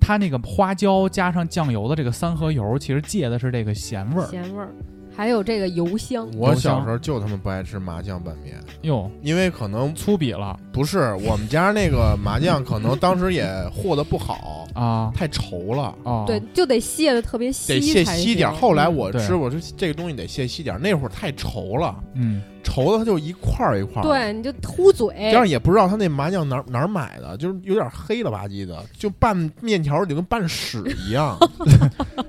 Speaker 3: 它那个花椒加上酱油的这个三合油，其实借的是这个咸味儿。哦
Speaker 6: 咸味儿，还有这个油香，
Speaker 5: 我小时候就他妈不爱吃麻酱拌面，
Speaker 3: 哟，
Speaker 5: 因为可能
Speaker 3: 粗鄙了
Speaker 5: 不是我们家那个麻酱，可能当时也和的不好，
Speaker 3: 啊
Speaker 5: 太稠了。
Speaker 3: 啊！
Speaker 6: 对，，就得卸的特别
Speaker 5: 得
Speaker 6: 稀才
Speaker 5: 卸
Speaker 6: 行，
Speaker 5: 稀点儿，后来我
Speaker 3: 嗯对
Speaker 5: 吃，我说这个东西得卸稀点儿。那会儿太稠了，
Speaker 3: 嗯，
Speaker 5: 稠的它就一块儿一块儿。，
Speaker 6: 对，你就糊嘴
Speaker 5: 加，上也不知道他那麻酱哪儿哪儿买的，就是有点黑了吧唧的，就拌面条就跟拌屎一 样，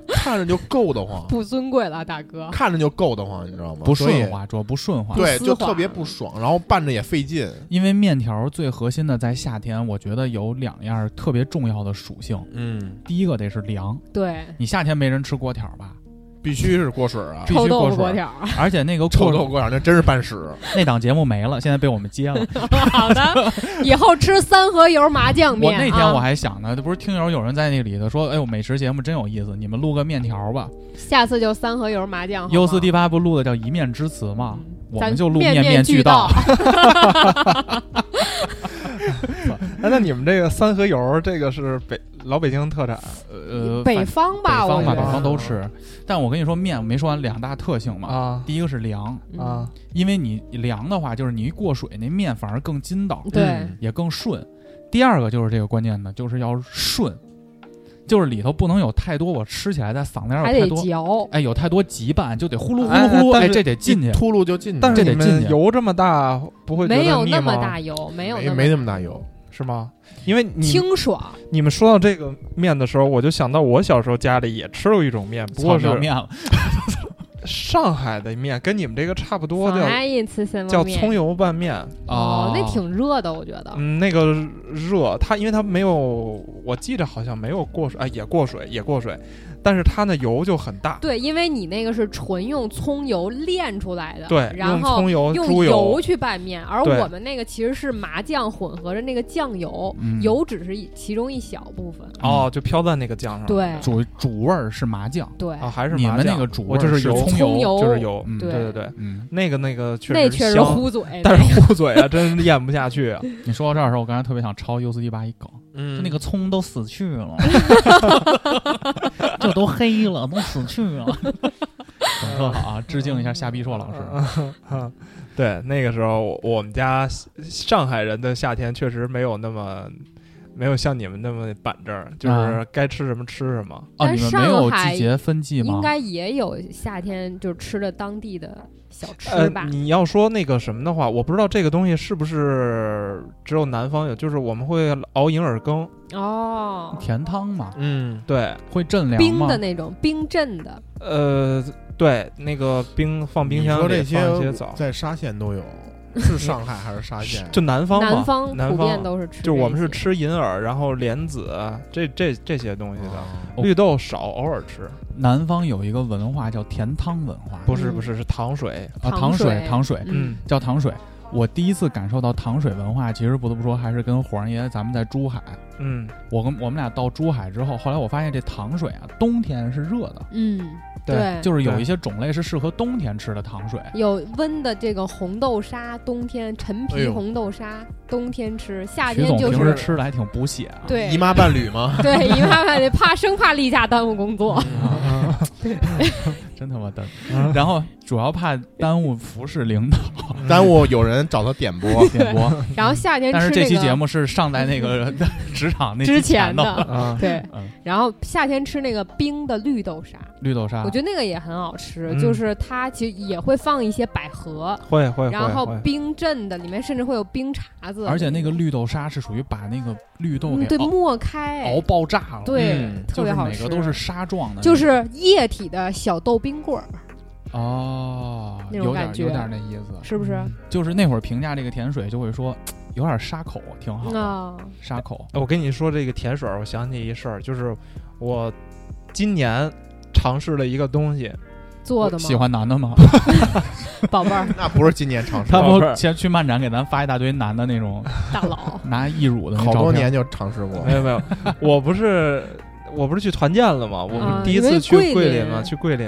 Speaker 5: 看着就够得慌，
Speaker 6: 不尊贵了，大哥。
Speaker 5: 看着就够得慌，你知道吗？
Speaker 3: 不
Speaker 5: 所以
Speaker 3: 顺滑，主要不顺滑。
Speaker 5: 对，
Speaker 6: 不丝
Speaker 5: 就
Speaker 6: 滑
Speaker 5: 特别不爽，然后拌着也费劲。
Speaker 3: 因为面条最核心的在夏天，我觉得有两样特别重要的属性。
Speaker 5: 嗯，
Speaker 3: 第一个得是凉，
Speaker 6: 对，
Speaker 3: 你夏天没人吃锅条吧？
Speaker 5: 必须是锅水啊
Speaker 3: 必，须
Speaker 6: 臭豆
Speaker 3: 过
Speaker 6: 腐
Speaker 3: 水
Speaker 6: 粿
Speaker 3: 儿
Speaker 6: 条儿。
Speaker 3: 而且那个
Speaker 5: 臭
Speaker 3: 锅
Speaker 5: 豆腐锅那真是拌屎。
Speaker 3: 那档节目没了，现在被我们接了。
Speaker 6: 好的，以后吃三合油麻酱
Speaker 3: 我
Speaker 6: 面。啊
Speaker 3: 那天我、还想呢，不是听友有人在那里头说，哎呦，美食节目真有意思，你们录个面条
Speaker 6: 啊、
Speaker 3: 吧。
Speaker 6: 下次就三合油麻酱。
Speaker 3: 优四 D 八不录的叫一面之词
Speaker 6: 好
Speaker 3: 吗
Speaker 6: 吗？
Speaker 3: 啊我
Speaker 6: 咱
Speaker 3: 们就录
Speaker 6: 面
Speaker 3: 面
Speaker 6: 俱
Speaker 3: 俱到。
Speaker 4: 哎，那你们这个三合油，这个是北老北京特产，
Speaker 3: 呃，
Speaker 6: 北
Speaker 3: 反
Speaker 6: 方吧，
Speaker 3: 北方吧，
Speaker 6: 我
Speaker 3: 北
Speaker 6: 觉得
Speaker 3: 方都吃。但我跟你说，面我没说完两大特性嘛。
Speaker 4: 啊
Speaker 3: 第一个是凉，
Speaker 6: 嗯
Speaker 4: 啊，
Speaker 3: 因为你凉的话，就是你一过水，那面反而更筋道，
Speaker 6: 对、
Speaker 5: 嗯
Speaker 3: 也更顺。第二个就是这个关键的，就是要顺，就是里头不能有太多，我吃起来在嗓子眼儿
Speaker 6: 还
Speaker 3: 有太
Speaker 6: 得
Speaker 3: 多，
Speaker 6: 嚼。
Speaker 3: 哎，有太多羁绊，就得呼噜呼
Speaker 4: 哎
Speaker 3: 噜呼噜，
Speaker 4: 但
Speaker 3: 哎，
Speaker 4: 是
Speaker 3: 这得进去。
Speaker 5: 秃噜就进去，
Speaker 4: 但
Speaker 3: 这
Speaker 4: 是
Speaker 3: 得
Speaker 4: 你
Speaker 3: 进
Speaker 4: 们
Speaker 3: 去
Speaker 4: 油这么大，不会觉得
Speaker 6: 没有
Speaker 4: 腻
Speaker 6: 那么
Speaker 4: 吗
Speaker 6: 大油，没有
Speaker 5: 没
Speaker 6: 那
Speaker 5: 没那么大油。
Speaker 4: 是吗？因为你
Speaker 6: 清爽，
Speaker 4: 你们说到这个面的时候，我就想到我小时候家里也吃过一种面，不过
Speaker 3: 炒
Speaker 4: 是
Speaker 3: 面了，
Speaker 4: 上海的面，跟你们这个差不多，
Speaker 6: 上
Speaker 4: 叫
Speaker 6: 海人吃什么
Speaker 4: 叫
Speaker 6: 面
Speaker 4: 葱油拌面。
Speaker 3: 啊
Speaker 6: 哦，那挺热的，我觉得。
Speaker 4: 嗯，那个热，它因为它没有，我记着好像没有过水，哎，也过水，也过水，但是它那油就很大。
Speaker 6: 对，因为你那个是纯用葱油炼出来的，
Speaker 4: 对，
Speaker 6: 然
Speaker 4: 用
Speaker 6: 后
Speaker 4: 葱油、
Speaker 6: 用
Speaker 4: 猪
Speaker 6: 油去拌面，而
Speaker 4: 对
Speaker 6: 我们那个其实是麻酱混合着那个酱油，
Speaker 3: 嗯
Speaker 6: 油只是一其中一小部分。
Speaker 4: 哦，就飘在那个酱上。
Speaker 6: 对
Speaker 3: 主主味儿是麻酱，
Speaker 6: 对，
Speaker 4: 啊，还是
Speaker 3: 你
Speaker 4: 麻
Speaker 3: 们
Speaker 4: 酱
Speaker 3: 那个主
Speaker 4: 我
Speaker 3: 味
Speaker 4: 就
Speaker 3: 儿是
Speaker 4: 油，
Speaker 3: 葱
Speaker 6: 油油
Speaker 4: 就是油。
Speaker 3: 嗯
Speaker 4: 对对对，
Speaker 3: 嗯，
Speaker 4: 那个那个确
Speaker 6: 那
Speaker 4: 实
Speaker 6: 确实
Speaker 4: 香，
Speaker 6: 糊嘴。
Speaker 4: 但是糊嘴啊，真咽不下 去啊。
Speaker 3: 你说到这儿的时候，我刚才特别想抄 U 四 D 八一梗，就
Speaker 5: 嗯
Speaker 3: 那个葱都死去了，就都黑了，都死去 了，梗特好啊！致敬一下夏碧硕老师。
Speaker 4: 嗯， 对，那个时候我我们家上海人的夏天确实没有那么没有像你们那么板正儿，就是
Speaker 3: 啊
Speaker 4: 该吃什么吃什么。
Speaker 3: 哦，
Speaker 6: 但
Speaker 3: 你
Speaker 6: 是
Speaker 3: 们没有
Speaker 6: 上海
Speaker 3: 季节分季吗
Speaker 6: 应？该也有夏天就吃的当地的小吃
Speaker 4: 呃
Speaker 6: 吧，？
Speaker 4: 你要说那个什么的话，我不知道这个东西是不是只有南方有，就是我们会熬银耳羹，
Speaker 6: 哦，
Speaker 3: 甜汤嘛，
Speaker 5: 嗯，
Speaker 4: 对，
Speaker 3: 会镇凉
Speaker 6: 冰
Speaker 3: 吗
Speaker 6: 的？那种冰镇的，
Speaker 4: 呃，对，那个冰放冰
Speaker 5: 你
Speaker 4: 箱
Speaker 5: 说
Speaker 4: 里
Speaker 5: 这
Speaker 4: 放一些枣，
Speaker 5: 在沙县 都有，是上海还是沙
Speaker 4: 是
Speaker 5: 县？
Speaker 4: 就南方嘛，
Speaker 6: 南
Speaker 4: 南
Speaker 6: 方普遍都是吃这些，
Speaker 4: 就是我们是吃银耳，然后莲子啊这这这些东西的。
Speaker 5: 啊
Speaker 3: 哦
Speaker 4: 绿豆少，偶尔吃，
Speaker 3: 南方有一个文化叫甜汤文化，
Speaker 4: 不是
Speaker 6: 嗯
Speaker 4: 不是是糖水，
Speaker 3: 啊，
Speaker 6: 糖
Speaker 3: 糖
Speaker 6: 水
Speaker 3: 糖水
Speaker 4: 嗯，
Speaker 3: 叫糖水。我第一次感受到糖水文化，其实不得不说，还是跟黄爷咱们在珠海，
Speaker 4: 嗯，
Speaker 3: 我跟我们俩到珠海之后，后来我发现这糖水啊，冬天是热的，
Speaker 6: 嗯，
Speaker 4: 对
Speaker 6: 对，
Speaker 3: 就是有一些种类是适合冬天吃的糖水。
Speaker 6: 有温的这个红豆沙，冬天陈
Speaker 5: 哎
Speaker 6: 皮
Speaker 5: 呦
Speaker 6: 红豆沙，冬天吃，夏
Speaker 3: 徐
Speaker 6: 天
Speaker 3: 总
Speaker 6: 就
Speaker 3: 平
Speaker 6: 是
Speaker 3: 时吃的还挺补血啊。
Speaker 6: 对
Speaker 5: 姨妈伴侣吗？
Speaker 6: 对，姨妈妈得怕生怕例假耽误工作，
Speaker 3: 真他妈的。然后主要怕耽误服侍领导。
Speaker 4: 嗯
Speaker 5: 耽误有人找他嗯点播
Speaker 3: 点播。
Speaker 6: 然后夏天吃
Speaker 3: 嗯但是这
Speaker 6: 那
Speaker 3: 期
Speaker 6: 个
Speaker 3: 节目是上在 那个职场那期
Speaker 6: 之前
Speaker 3: 的
Speaker 6: 的，
Speaker 4: 啊，
Speaker 6: 对
Speaker 3: 嗯，
Speaker 6: 然后夏天吃那个冰的绿豆沙，
Speaker 3: 绿豆沙
Speaker 6: 我，觉得那个也很好吃，
Speaker 4: 嗯
Speaker 6: 就是它其实也会放一些百合，
Speaker 4: 会会
Speaker 6: 然后
Speaker 4: 会会，
Speaker 6: 冰镇的里面甚至会有冰碴子，
Speaker 3: 而且那个绿豆沙是属于把那个绿豆
Speaker 6: 嗯
Speaker 3: 给
Speaker 6: 对
Speaker 3: 熬
Speaker 6: 磨开
Speaker 3: 熬，爆炸了，
Speaker 6: 对
Speaker 5: 嗯，
Speaker 6: 特
Speaker 3: 就
Speaker 6: 别
Speaker 3: 是
Speaker 6: 好
Speaker 3: 每
Speaker 6: 吃，
Speaker 3: 个都是沙状的那种，
Speaker 6: 就是液体的小豆冰棍儿，
Speaker 3: 哦，
Speaker 6: 那种
Speaker 3: 有点
Speaker 6: 感觉
Speaker 3: 有点那意思，
Speaker 6: 是不是？
Speaker 4: 嗯
Speaker 3: 就是那会儿评价这个甜水就会说有点沙口，挺好的，
Speaker 6: 啊，
Speaker 3: 沙口
Speaker 4: 我跟你说这个甜水儿，我想起一事儿，就是我今年尝试了一个东西，
Speaker 6: 做的吗？
Speaker 3: 喜欢男的吗？
Speaker 6: 宝贝儿
Speaker 5: 那不是今年尝 试
Speaker 3: 他
Speaker 4: 他
Speaker 5: 过，
Speaker 3: 不
Speaker 4: 不是
Speaker 3: 先去漫展给咱发一大堆男的那种
Speaker 6: 大 佬，
Speaker 3: 拿义乳的那
Speaker 5: 好
Speaker 3: 照
Speaker 5: 多
Speaker 3: 片，
Speaker 5: 年就尝试过
Speaker 4: 没。有没 有，我不是我不是去团建了吗？我
Speaker 6: 啊
Speaker 4: 们第一
Speaker 6: 你们
Speaker 4: 次
Speaker 6: 去
Speaker 4: 去
Speaker 6: 桂
Speaker 4: 桂
Speaker 6: 林
Speaker 4: 林嘛，去桂林。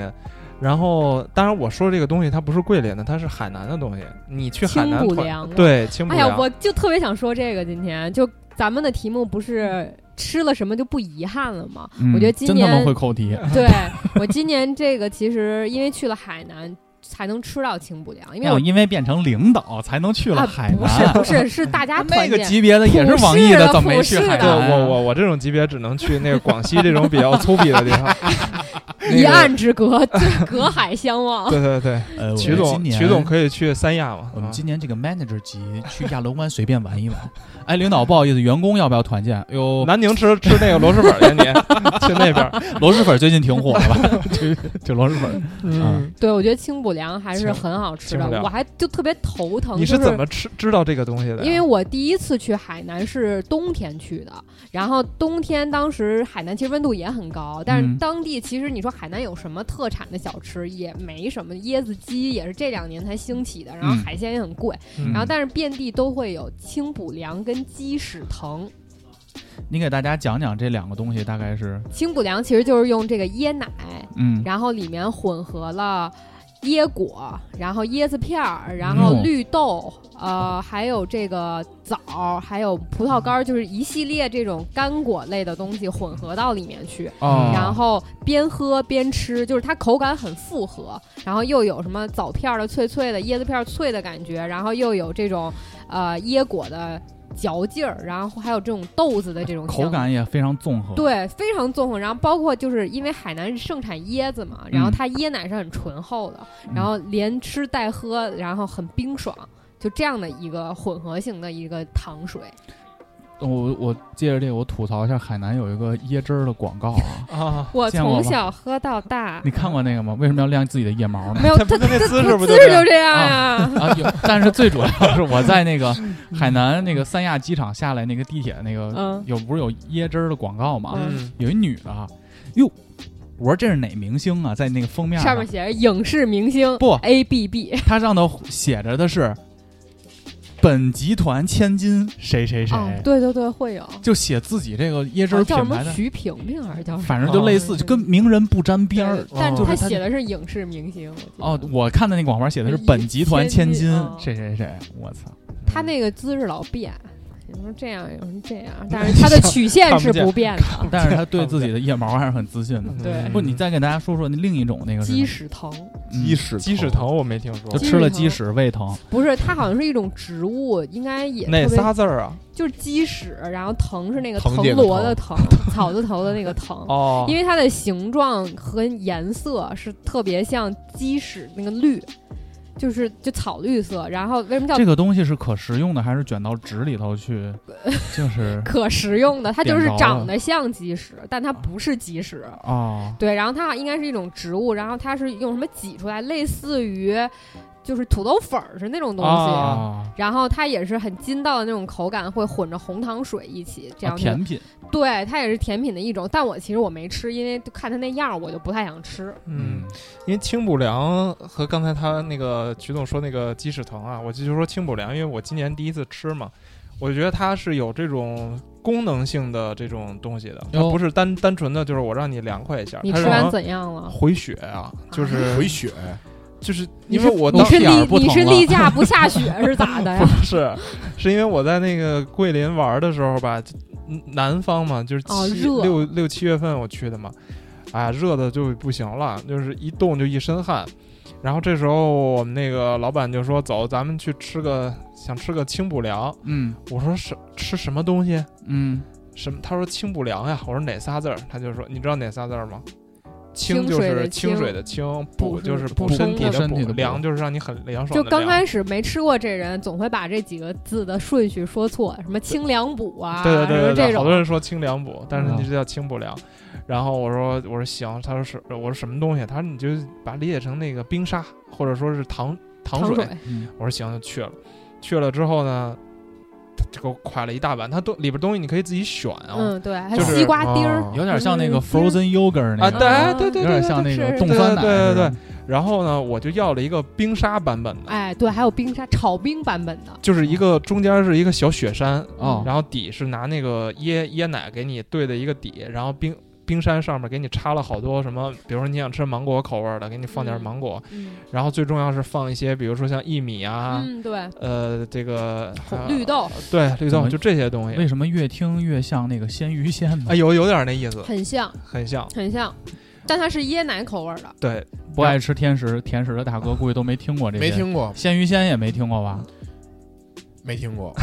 Speaker 4: 然后，当然我说这个东西它不是桂林的，它是海南的东西。你去海
Speaker 6: 清
Speaker 4: 南
Speaker 6: 补
Speaker 4: 团
Speaker 6: 凉。，
Speaker 4: 对清补
Speaker 6: 哎
Speaker 4: 凉
Speaker 3: 啊
Speaker 6: 呀，，我就特别想说这个，今天就咱们的题目不是吃了什么就不遗憾了 吗？
Speaker 3: 嗯
Speaker 6: 我觉得今
Speaker 3: 真他妈
Speaker 6: 年
Speaker 3: 会扣题，
Speaker 6: 对我今年这个其实因为去了海南才能吃到清补凉，因为
Speaker 3: 要
Speaker 6: 我
Speaker 3: 因为变成领导才能哎去了
Speaker 6: 啊
Speaker 3: 海
Speaker 6: 不是
Speaker 3: 南，
Speaker 6: 不是是大家团
Speaker 3: 那个
Speaker 6: 建。
Speaker 3: 级别的也是网易怎么没去海
Speaker 6: 普世
Speaker 4: 对
Speaker 6: 的
Speaker 3: 南？
Speaker 4: 我我我这种级别只能去那个广西这种比较粗鄙的地方。那
Speaker 6: 一
Speaker 4: 个
Speaker 6: 岸之隔，对隔海相 望。
Speaker 4: 对对对，
Speaker 3: 呃，我
Speaker 4: 曲
Speaker 3: 今
Speaker 4: 总
Speaker 3: 年
Speaker 4: 曲总。可以去三亚嘛？
Speaker 3: 我
Speaker 4: 啊
Speaker 3: 们今年这个 manager 级去亚龙湾随便玩一玩。哎，领导不好意思，员工要不要团建？哎呦，
Speaker 4: 南宁吃吃那个螺蛳粉去，你 去那边儿。
Speaker 3: 螺蛳粉最近挺火的吧？ 去去螺蛳粉，嗯，
Speaker 6: 对，我觉得清补凉还是
Speaker 4: 清
Speaker 6: 很好吃
Speaker 4: 清补
Speaker 6: 的，
Speaker 4: 凉
Speaker 6: 我还就特别头疼。
Speaker 4: 你
Speaker 6: 哦就是
Speaker 4: 怎么吃知道这个东西
Speaker 3: 啊
Speaker 4: 的呀？
Speaker 6: 因为我第一次去海南是冬天去的，然后冬天当时海南其实温度也很高，但
Speaker 3: 嗯
Speaker 6: 是当地其实你说海南有什么特产的小吃也没什么，椰子鸡也是这两年才兴起的，然后
Speaker 3: 嗯
Speaker 6: 海鲜也很贵，
Speaker 4: 嗯
Speaker 6: 然后但是遍地都会有清补凉跟鸡屎藤。
Speaker 3: 嗯你给大家讲讲这两个东西大概是，
Speaker 6: 清补凉其实就是用这个椰奶，
Speaker 3: 嗯，
Speaker 6: 然后里面混合了。椰果，然后椰子片儿，然后
Speaker 3: 嗯
Speaker 6: 绿豆，呃，还有这个枣，还有葡萄干儿，就是一系列这种干果类的东西混合到里面去，
Speaker 3: 哦
Speaker 6: 然后边喝边吃，就是它口感很复合，然后又有什么枣片儿的脆脆的，椰子片儿脆的感觉，然后又有这种呃椰果的嚼劲儿，然后还有这种豆子的这种
Speaker 3: 口
Speaker 6: 香
Speaker 3: 感也非常综合。，
Speaker 6: 对，非常综合。然后包括就是因为海南盛产椰子嘛，然后
Speaker 3: 嗯
Speaker 6: 它椰奶是很醇厚的，
Speaker 3: 嗯
Speaker 6: 然后连吃带喝，然后很冰爽，就这样的一个混合型的一个糖水。
Speaker 3: 我我借着这个我吐槽一下，海南有一个椰汁儿的广告 啊，
Speaker 4: 啊，
Speaker 6: 我
Speaker 3: 见过
Speaker 6: 从
Speaker 3: 吧
Speaker 6: 小喝到大
Speaker 3: 你，看过那个吗？为什么要晾自己的腋毛呢？
Speaker 6: 没有
Speaker 4: 他
Speaker 6: 它
Speaker 4: 他那姿势不
Speaker 6: 姿
Speaker 4: 就
Speaker 6: 势
Speaker 4: 这
Speaker 6: 就
Speaker 4: 样
Speaker 6: 这样呀、
Speaker 3: 啊，有，但是最主要是我在那个海南那个三亚机场下来，那个地铁那个、
Speaker 6: 嗯
Speaker 3: 有不是有椰汁儿的广告吗？
Speaker 4: 嗯，
Speaker 3: 有一女的啊，哟，我说这是哪明星啊？在那个封面
Speaker 6: 上面写着影视明星
Speaker 3: 不
Speaker 6: A B B，
Speaker 3: 它上头写着的是本集团千金谁谁谁，
Speaker 6: 哦，对对对，会有，
Speaker 3: 就写自己这个椰汁
Speaker 6: 啊
Speaker 3: 儿
Speaker 6: 叫什
Speaker 3: 品
Speaker 6: 么
Speaker 3: 牌的，
Speaker 6: 徐萍萍还是哦叫什么？
Speaker 3: 反正就类似，就跟名人不沾边儿。哦
Speaker 6: 但
Speaker 4: 就是
Speaker 6: 他
Speaker 3: 它
Speaker 6: 写的是影视明星。我记得
Speaker 3: 哦，，我看的那广告写的是本集团千金谁谁谁，我操！
Speaker 6: 他那个姿势老变，有时候这样，有时候这样，但 是它的曲线是不变的。
Speaker 3: 但 是他对自己的腋毛还是很自信的。
Speaker 6: 对
Speaker 3: 不，你再给大家说说那另一种那个是
Speaker 6: 鸡屎藤
Speaker 5: 鸡
Speaker 3: 屎，
Speaker 5: 屎
Speaker 4: 鸡屎藤我没听说
Speaker 3: 就
Speaker 6: 鸡屎
Speaker 3: 吃了
Speaker 6: 疼
Speaker 3: 鸡屎胃疼，
Speaker 6: 不是，它好像是一种植物，应该也
Speaker 4: 哪
Speaker 6: 特别
Speaker 4: 仨字儿啊？
Speaker 6: 就是鸡屎，然后藤是那个
Speaker 5: 藤
Speaker 6: 藤
Speaker 5: 姐的
Speaker 6: 萝的藤，草字头的那个藤。
Speaker 4: 哦，
Speaker 6: 因为它的形状和颜色是特别像鸡屎那个绿，就是就草绿色。然后为什么叫
Speaker 3: 这个东西是可食用的，还是卷到纸里头去？就是
Speaker 6: 可食用的？它就是
Speaker 3: 点着了
Speaker 6: 长得像鸡屎，但它不是鸡屎。
Speaker 3: 哦，
Speaker 6: 对，然后它应该是一种植物，然后它是用什么挤出来，类似于就是土豆粉儿是那种东西，
Speaker 4: 啊
Speaker 3: 啊，
Speaker 6: 然后它也是很筋道的那种口感，会混着红糖水一起这样、
Speaker 4: 啊
Speaker 6: 子。
Speaker 3: 甜品
Speaker 6: 对，它也是甜品的一种，但我其实我没吃，因为就看它那样儿，我就不太想吃。
Speaker 4: 嗯，因为清补凉和刚才他那个曲总说那个鸡屎藤啊，我就说清补凉，因为我今年第一次吃嘛，我觉得它是有这种功能性的这种东西的，它
Speaker 3: 哟
Speaker 4: 不是单单纯的就是我让你凉快一下，
Speaker 6: 哦你
Speaker 4: 它
Speaker 6: 吃
Speaker 4: 是
Speaker 6: 完
Speaker 4: 能
Speaker 6: 怎样 了？
Speaker 4: 回血啊，就是
Speaker 5: 回血，
Speaker 4: 就是
Speaker 6: 你
Speaker 4: 因
Speaker 6: 是
Speaker 4: 为我
Speaker 6: 你
Speaker 4: 当
Speaker 6: 是
Speaker 3: 眼儿
Speaker 6: 例
Speaker 3: 不
Speaker 6: 你
Speaker 3: 疼
Speaker 6: 是
Speaker 3: 了
Speaker 6: 例 假不下雪是咋的呀？
Speaker 4: 是是因为我在那个桂林玩的时候吧，就嗯南方嘛，就是
Speaker 6: 哦
Speaker 4: 七、
Speaker 6: 热
Speaker 4: 六六哎七月份我去的嘛，啊，热的就不行了，就是一冻就一身汗。然后这时候我们那个老板就说：“走，咱们去吃个想吃个清补凉。
Speaker 3: 嗯”
Speaker 4: 我说：“什吃什么东西？
Speaker 3: 嗯，
Speaker 4: 什么？”他说：“清补凉呀。”我说：“哪仨字儿？”他就说：“你知道哪仨字儿吗？”清
Speaker 6: 清
Speaker 4: 就
Speaker 6: 水
Speaker 4: 是
Speaker 6: 的
Speaker 4: 清
Speaker 6: 清
Speaker 4: 水的清，补
Speaker 6: 补
Speaker 4: 就是
Speaker 6: 是
Speaker 4: 补
Speaker 6: 补
Speaker 4: 身
Speaker 6: 充
Speaker 4: 体
Speaker 6: 的
Speaker 3: 补
Speaker 4: 的
Speaker 3: 身体的补
Speaker 4: 凉就是让你很凉爽
Speaker 6: 就
Speaker 4: 的凉。
Speaker 6: 刚开始没吃过这人，总会把这几个字的顺序说错，什么清凉补啊，
Speaker 4: 对对对对
Speaker 6: 什么这
Speaker 4: 对，好多
Speaker 6: 种，
Speaker 4: 人说清凉补，但是
Speaker 3: 嗯
Speaker 4: 你这叫清补凉。然后我说我说行，他说是，我说什么东西？他说你就把理解成那个冰沙，或者说是糖糖
Speaker 6: 糖
Speaker 4: 水。
Speaker 6: 水
Speaker 4: 我说行，就去了。去了之后呢，他就给我挎了一大碗，他东里边东西你可以自己选啊。
Speaker 6: 嗯，对，还
Speaker 4: 就是
Speaker 6: 西瓜丁儿，
Speaker 5: 哦
Speaker 3: 有点像那个
Speaker 6: 嗯
Speaker 3: frozen yogurt 那
Speaker 4: 啊，
Speaker 3: 个，
Speaker 4: 对哎对对
Speaker 3: 有
Speaker 4: 对，
Speaker 3: 点
Speaker 4: 对
Speaker 3: 像
Speaker 4: 对
Speaker 3: 那个
Speaker 6: 是
Speaker 3: 冻酸奶，
Speaker 4: 对对对
Speaker 3: 是吧，
Speaker 4: 然后呢，我就要了一个冰沙版本的，
Speaker 6: 哎，对，还有冰沙炒冰版本的，
Speaker 4: 就是一个中间是一个小雪山，
Speaker 3: 哦
Speaker 4: 然后底是拿那个椰椰奶给你兑的一个底，然后冰冰山上面给你插了好多什么，比如说你想吃芒果口味儿的，给你放点
Speaker 6: 嗯
Speaker 4: 芒果，
Speaker 6: 嗯
Speaker 4: 然后最重要是放一些，比如说像薏米啊，
Speaker 6: 嗯，对，
Speaker 4: 呃，这个还有
Speaker 6: 绿豆
Speaker 4: 对绿
Speaker 3: 怎
Speaker 4: 豆
Speaker 3: 么
Speaker 4: 就这些东西，
Speaker 3: 为什么越听越像那个鲜鱼鲜呢
Speaker 4: 哎，？有有点那意思，
Speaker 6: 很像，
Speaker 4: 很像，
Speaker 6: 很像，但它是椰奶口味儿的，
Speaker 4: 对，
Speaker 3: 不爱吃甜食甜食的大哥估计都没听过这些，
Speaker 5: 没听过，
Speaker 3: 鲜鱼鲜也没听过吧？
Speaker 5: 没听过。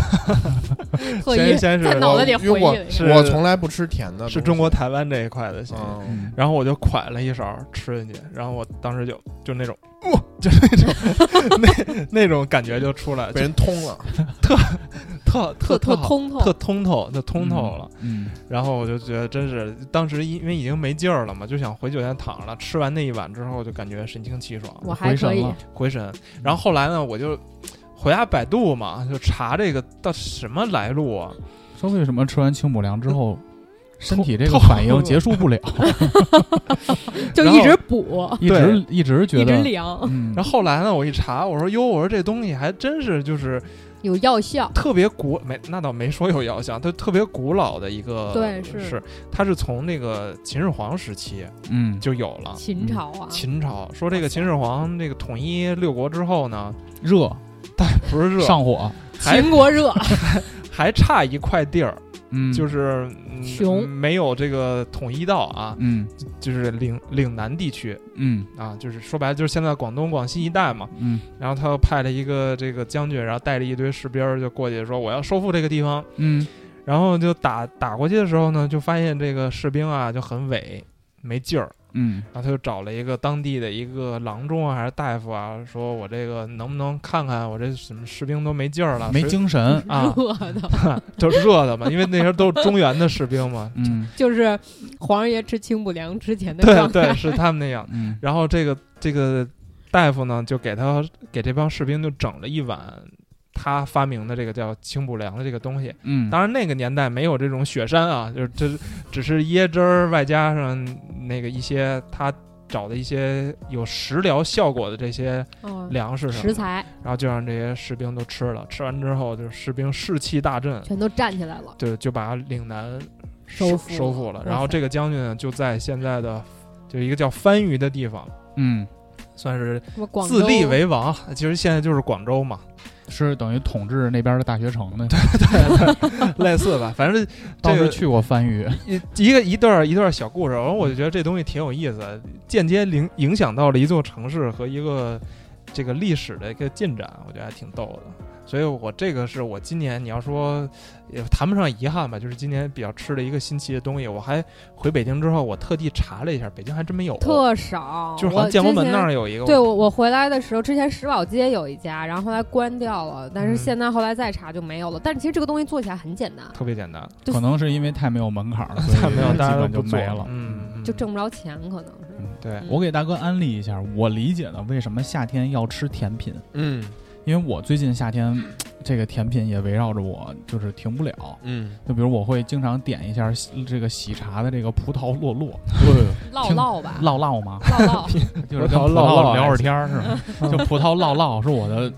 Speaker 6: 特
Speaker 4: 嗯先
Speaker 6: 意
Speaker 4: 先是
Speaker 6: 在脑子里回忆
Speaker 5: 我
Speaker 6: 了一下。
Speaker 4: 是
Speaker 5: 我从来不吃甜的，
Speaker 4: 是中国。台湾这一块的先
Speaker 5: 嗯，
Speaker 3: 嗯，
Speaker 4: 然后我就㧟了一勺吃进去，然后我当时就就 那种，哇，就那种 那那种感觉就出来，
Speaker 5: 被
Speaker 4: 就
Speaker 5: 人通了。
Speaker 4: 特特
Speaker 6: 特特
Speaker 4: 好
Speaker 6: 通透，
Speaker 4: 特通透，就通透了。
Speaker 3: 嗯，
Speaker 4: 然后我就觉得真是，当时因因为已经没劲儿了嘛，就想回酒店躺着了。吃完那一碗之后，就感觉神清气爽，
Speaker 6: 我还
Speaker 3: 回
Speaker 6: 可
Speaker 3: 神
Speaker 6: 以，
Speaker 3: 了，
Speaker 4: 回神。然后后来呢，我就回家百度嘛，就查这个到底什么来路啊。
Speaker 3: 说为什么吃完清补凉之后，身体这个
Speaker 4: 痛
Speaker 3: 反应结束不了，
Speaker 6: 就
Speaker 4: 然
Speaker 6: 一
Speaker 4: 后
Speaker 6: 直补，
Speaker 3: 一直一直觉
Speaker 6: 一直
Speaker 3: 得，
Speaker 6: 凉，
Speaker 3: 嗯，
Speaker 4: 然后后来呢，我一查，我说哟，我说这东西还真是就是
Speaker 6: 有药效，
Speaker 4: 特别古没那倒没说有药效，它特别古老的一个
Speaker 6: 对是
Speaker 4: 是它是从那个秦始皇时期
Speaker 3: 嗯，
Speaker 4: 就有了。
Speaker 6: 秦朝啊，
Speaker 4: 嗯秦朝说这个秦始皇这个统一六国之后呢，
Speaker 3: 热
Speaker 4: 但不是热，
Speaker 3: 上火，
Speaker 4: 还
Speaker 6: 秦国热，
Speaker 4: 还差一块地儿，
Speaker 3: 嗯，
Speaker 4: 就，是嗯
Speaker 6: 熊
Speaker 4: 没有这个统一到啊，
Speaker 3: 嗯
Speaker 4: 就是岭岭南地区
Speaker 3: 嗯
Speaker 4: 啊，就是说白了就是现在广东广西一带嘛。
Speaker 3: 嗯
Speaker 4: 然后他又派了一个这个将军，然后带着一堆士兵儿就过去说我要收复这个地方，
Speaker 3: 嗯，
Speaker 4: 然后就打打过去的时候呢，就发现这个士兵啊就很萎，没劲儿。
Speaker 3: 嗯
Speaker 4: 然后他就找了一个当地的一个郎中啊，还是大夫啊，说我这个能不能看看我这什么士兵都没劲儿了，
Speaker 3: 没
Speaker 4: 谁，
Speaker 3: 精神，。
Speaker 4: 啊
Speaker 6: 热的，
Speaker 4: 就热的嘛，因为那时候都是中原的士 兵嘛
Speaker 3: 嗯
Speaker 6: 就是皇爷吃清补凉之前的
Speaker 4: 对
Speaker 6: 状态。
Speaker 4: 对，是他们那样。
Speaker 3: 嗯
Speaker 4: 然后这个这个大夫呢，就给他给这帮士兵就整了一碗他发明的这个叫清补凉的这个东西。
Speaker 3: 嗯，
Speaker 4: 当然那个年代没有这种雪山啊，就是这只是椰汁儿外加上那个一些他找的一些有食疗效果的这些
Speaker 6: 嗯
Speaker 4: 粮食什么的
Speaker 6: 食，材
Speaker 4: 然后就让这些士兵都吃了。吃完之后，就是士兵士气大振，
Speaker 6: 全都站起来了，
Speaker 4: 对，就把岭南
Speaker 6: 收复
Speaker 4: 收复了。然后
Speaker 6: 哇塞
Speaker 4: 这个将军呢，就在现在的就一个叫番禺的地方，
Speaker 3: 嗯
Speaker 4: 算是
Speaker 6: 什么广州
Speaker 4: 自立为王。其实现在就是广州嘛，
Speaker 3: 是等于统治那边的大学城的，
Speaker 4: 类似吧。反正
Speaker 3: 倒
Speaker 4: 这
Speaker 3: 是
Speaker 4: 个
Speaker 3: 去过番禺，
Speaker 4: 一一个一段儿一段儿小故事，然后我就觉得这东西挺有意思的，间接影影响到了一座城市和一个这个历史的一个进展，我觉得还挺逗的。所以我这个是我今年你要说也谈不上遗憾吧，就是今年比较吃了一个新奇的东西。我还回北京之后，我特地查了一下，北京还真没有，
Speaker 6: 特少，
Speaker 4: 就是好像
Speaker 6: 我
Speaker 4: 建国门
Speaker 6: 之前
Speaker 4: 那儿有一个，
Speaker 6: 对我，我回来的时候，之前石宝街有一家，然后后来关掉了，但
Speaker 4: 嗯
Speaker 6: 是现在后来再查就没有了。但是其实这个东西做起来很简单，
Speaker 4: 特别简单，
Speaker 6: 就
Speaker 3: 可能是因为太没有门槛了，所以
Speaker 4: 但 没有
Speaker 3: 基
Speaker 4: 大家都
Speaker 3: 本
Speaker 4: 不
Speaker 3: 就
Speaker 4: 做
Speaker 3: 没了。
Speaker 4: 嗯，嗯
Speaker 6: 就挣不着钱，可能是。
Speaker 4: 对，
Speaker 3: 我给大哥安利一下，我理解的为什么夏天要吃甜品，
Speaker 5: 嗯
Speaker 3: 因为我最近夏天这个甜品也围绕着我，就是停不了。
Speaker 5: 嗯，
Speaker 3: 就比如我会经常点一下喜这个喜茶的这个葡萄洛洛
Speaker 6: 唠
Speaker 3: 挺
Speaker 6: 唠吧，
Speaker 3: 唠唠嘛，
Speaker 6: 唠唠，
Speaker 3: 就是跟葡
Speaker 4: 葡萄烙烙
Speaker 3: 聊会儿天儿是吧？就葡萄唠唠是我的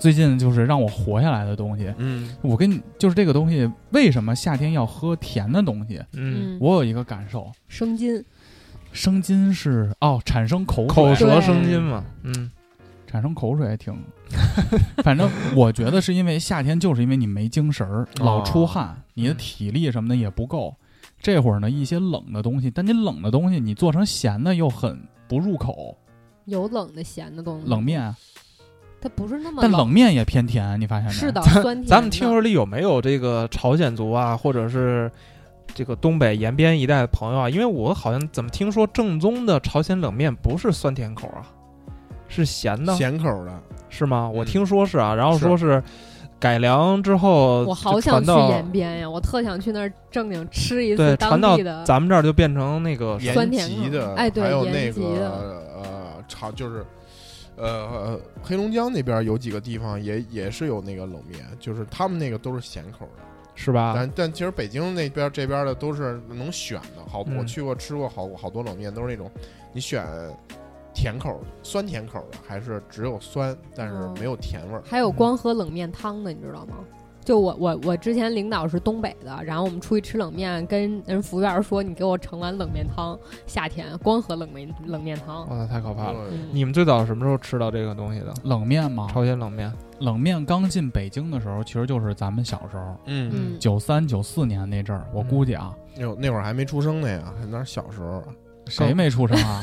Speaker 3: 最近就是让我活下来的东西。
Speaker 5: 嗯
Speaker 3: 我跟你就是这个东西，为什么夏天要喝甜的东西？
Speaker 4: 嗯，
Speaker 6: 嗯，
Speaker 3: 我有一个感受，
Speaker 6: 生津，
Speaker 3: 生津是哦，产生口水
Speaker 4: 口舌
Speaker 6: 对
Speaker 4: 生津嘛，嗯，
Speaker 3: 产生口水也挺，反正我觉得是因为夏天，就是因为你没精神儿，老出汗，你的体力什么的也不够。这会儿呢，一些冷的东西，但你冷的东西你做成咸的又很不入口，
Speaker 6: 有冷的、咸的东西。
Speaker 3: 冷，面，啊
Speaker 6: 它不是那么
Speaker 3: 但冷面也偏甜，你发现没？
Speaker 6: 是的，， 酸甜的。
Speaker 4: 咱们听说里有没有这个朝鲜族啊，或者是这个东北延边一带的朋友啊？因为我好像怎么听说正宗的朝鲜冷面不是酸甜口啊，是咸的，
Speaker 5: 咸口的，
Speaker 4: 是吗？我
Speaker 5: 嗯
Speaker 4: 听说是啊，然后说是改良之后，
Speaker 6: 我好
Speaker 4: 就
Speaker 6: 想
Speaker 4: 传
Speaker 6: 去
Speaker 4: 到
Speaker 6: 延边呀，我特想去那儿正经吃一次
Speaker 4: 对
Speaker 6: 当
Speaker 4: 传到
Speaker 6: 地的。
Speaker 4: 咱们这儿就变成那个
Speaker 6: 酸
Speaker 5: 延
Speaker 6: 甜
Speaker 5: 吉
Speaker 6: 口
Speaker 5: 的，
Speaker 6: 哎对
Speaker 5: 还有
Speaker 6: 延
Speaker 5: 那
Speaker 6: 吉
Speaker 5: 个
Speaker 6: 的
Speaker 5: 呃朝就是。呃，黑龙江那边有几个地方也也是有那个冷面，就是他们那个都是咸口的，
Speaker 4: 是吧？
Speaker 5: 但但其实北京那边这边的都是能选的，好，
Speaker 4: 嗯
Speaker 5: 我去过吃过好好多冷面，都是那种你选甜口的、酸甜口的，还是只有酸但是
Speaker 6: 哦
Speaker 5: 没有甜味儿。
Speaker 6: 还有光喝冷面汤的，你知道吗？就我我我之前领导是东北的，然后我们出去吃冷面，跟人服务员说：“你给我盛碗冷面汤。”夏天光喝冷面冷面汤。
Speaker 4: 哇，太可怕了！
Speaker 5: 嗯
Speaker 6: 嗯，
Speaker 4: 哦你们最早什么时候吃到这个东西的？
Speaker 3: 冷面嘛，
Speaker 4: 朝鲜冷面，
Speaker 3: 冷面刚进北京的时候，其实就是咱们小时候，
Speaker 5: 嗯，
Speaker 6: 嗯，
Speaker 3: 九三九四年那
Speaker 4: 嗯
Speaker 3: 阵儿，我估计啊，
Speaker 5: 那会儿那会儿还没出生呢呀，还哪儿小时候啊？
Speaker 3: 谁没出生 啊？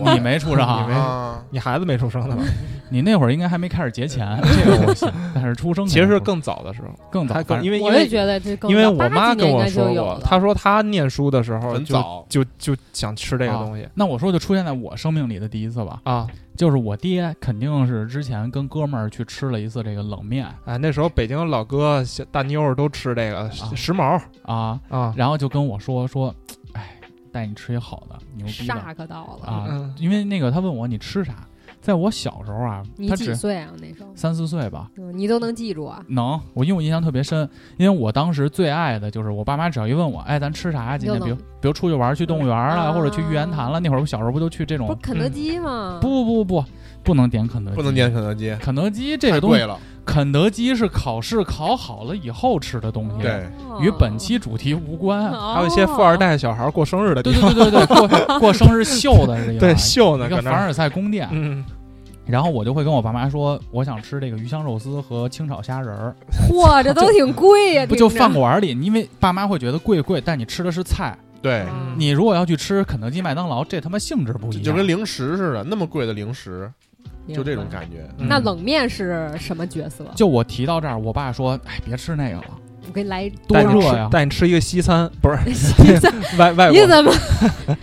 Speaker 5: 我
Speaker 3: 你没出生
Speaker 4: 你没
Speaker 3: 啊？
Speaker 5: 啊？
Speaker 4: 你孩子没出生呢吧？
Speaker 3: 你那会儿应该还没开始节前，这个我信。 但是出生
Speaker 4: 嗯其实
Speaker 3: 肯定
Speaker 4: 是
Speaker 3: 不
Speaker 4: 更早的时候，
Speaker 3: 更早
Speaker 4: 还，更
Speaker 3: 反正
Speaker 4: 因为因
Speaker 6: 我也
Speaker 4: 为
Speaker 6: 觉得这更
Speaker 4: 因为
Speaker 6: 早
Speaker 4: 我
Speaker 6: 八
Speaker 4: 妈
Speaker 6: 几
Speaker 4: 跟
Speaker 6: 年应
Speaker 4: 我
Speaker 6: 该就
Speaker 4: 说
Speaker 6: 有
Speaker 4: 过，
Speaker 6: 了
Speaker 4: 她说她念书的时候
Speaker 5: 很
Speaker 4: 就
Speaker 5: 早，
Speaker 4: 就就想吃这个东西
Speaker 3: 那我说就出现在我生命里的第一次吧，
Speaker 4: 啊！
Speaker 3: 就是我爹肯定是之前跟哥们儿去吃了一次这个冷面
Speaker 4: 哎，那时候北京老哥、小大妞儿都吃这个时时髦
Speaker 3: 啊，
Speaker 4: 啊，
Speaker 3: 然后就跟我说说，哎，带你吃一好的，牛逼的
Speaker 6: 煞可到了。
Speaker 3: 啊
Speaker 4: 嗯，
Speaker 3: 因为那个他问我你吃啥，在我小时候啊，
Speaker 6: 你
Speaker 3: 他
Speaker 6: 几
Speaker 3: 只
Speaker 6: 岁啊？那时候
Speaker 3: 三四岁吧，
Speaker 6: 嗯你都能记住啊？
Speaker 3: 能，我因为我印象特别深，因为我当时最爱的就是我爸妈只要一问我，哎，咱吃啥呀？今天
Speaker 6: 就
Speaker 3: 比如
Speaker 6: 冷啊
Speaker 3: 比如出去玩儿去动物园儿了，或者去玉渊潭了，那会儿我小时候不就去这
Speaker 4: 哦
Speaker 6: 不是
Speaker 3: 种？
Speaker 4: 嗯
Speaker 6: 肯德基吗？哦
Speaker 3: 不不不不，不能点肯德基，
Speaker 5: 不能点肯德基，
Speaker 3: 肯德基这
Speaker 5: 太
Speaker 3: 个东
Speaker 5: 贵
Speaker 3: 西，
Speaker 5: 了。
Speaker 3: 肯德基是考试考好了以后吃的东西，
Speaker 5: 对
Speaker 6: 哦
Speaker 3: 与本期主题无关。
Speaker 4: 啊还有一些富二。代小孩儿过生日的地
Speaker 3: 对
Speaker 4: 方，
Speaker 3: 对对对对，过过生日秀的这个啊
Speaker 4: 对秀呢，
Speaker 3: 一
Speaker 4: 搁
Speaker 3: 个
Speaker 4: 那
Speaker 3: 凡
Speaker 4: 儿，
Speaker 3: 尔赛宫殿，
Speaker 4: 嗯，
Speaker 3: 然后我就会跟我爸妈说，我想吃这个鱼香肉丝和清炒虾仁儿，
Speaker 6: 嚯，这都挺贵呀！
Speaker 3: 不就
Speaker 6: 听着
Speaker 3: 饭馆里，因为爸妈会觉得贵贵，但你吃的是菜。
Speaker 5: 对，
Speaker 6: 嗯
Speaker 3: 你如果要去吃肯德基、麦当劳，这他妈性质不
Speaker 5: 就
Speaker 3: 一
Speaker 5: 就跟
Speaker 3: 样。
Speaker 5: 零食似的，那么贵的零食，就这种。感觉。
Speaker 6: 那
Speaker 4: 嗯
Speaker 6: 冷面是什么角色？
Speaker 3: 就我提到这儿，我爸说：“哎，别吃那个了，
Speaker 6: 我给你来一
Speaker 3: 多
Speaker 4: 带你
Speaker 3: 热
Speaker 4: 吃
Speaker 3: 呀！
Speaker 4: 带你吃一个西餐，不是
Speaker 6: 西餐。
Speaker 4: 外外
Speaker 6: 你
Speaker 4: 国
Speaker 6: 怎么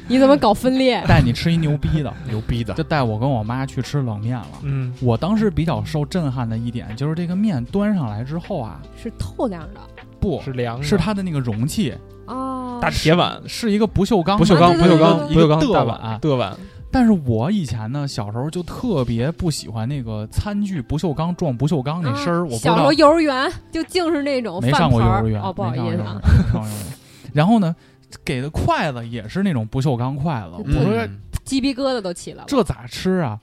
Speaker 6: 你怎么搞分裂？
Speaker 3: 带你吃一牛逼的。
Speaker 5: 牛逼的”
Speaker 3: 就带我跟我妈去吃冷面了。
Speaker 4: 嗯，
Speaker 3: 我当时比较受震撼的一点就是这个面端上来之后啊，
Speaker 6: 是透亮的
Speaker 3: 不
Speaker 4: 是凉的，
Speaker 3: 是它的那个容器，
Speaker 6: 哦，
Speaker 4: 大铁碗，
Speaker 3: 是一个不锈钢
Speaker 4: 不锈
Speaker 3: 的
Speaker 4: 钢，
Speaker 6: 对对
Speaker 4: 不锈
Speaker 6: 对
Speaker 4: 钢，
Speaker 3: 一
Speaker 4: 不
Speaker 3: 个
Speaker 4: 锈钢
Speaker 3: 一
Speaker 4: 大
Speaker 3: 个
Speaker 4: 碗，
Speaker 3: 碗。
Speaker 4: 的碗，
Speaker 3: 但是我以前呢，小时候就特别不喜欢那个餐具不锈钢撞不锈钢那声儿，我不
Speaker 6: 嗯
Speaker 3: 知
Speaker 6: 小时
Speaker 3: 道
Speaker 6: 候幼儿园就净是那种
Speaker 3: 没
Speaker 6: 饭
Speaker 3: 上过幼
Speaker 6: 盆儿
Speaker 3: 儿园，
Speaker 6: 哦，不好
Speaker 3: 没
Speaker 6: 意
Speaker 3: 上过
Speaker 6: 思
Speaker 3: 幼儿
Speaker 6: 啊，
Speaker 3: 园没上过幼儿园。然后呢，给的筷子也是那种不锈钢筷子，我
Speaker 5: 嗯
Speaker 3: 说
Speaker 6: 鸡皮疙瘩都起来了。
Speaker 3: 这咋吃啊？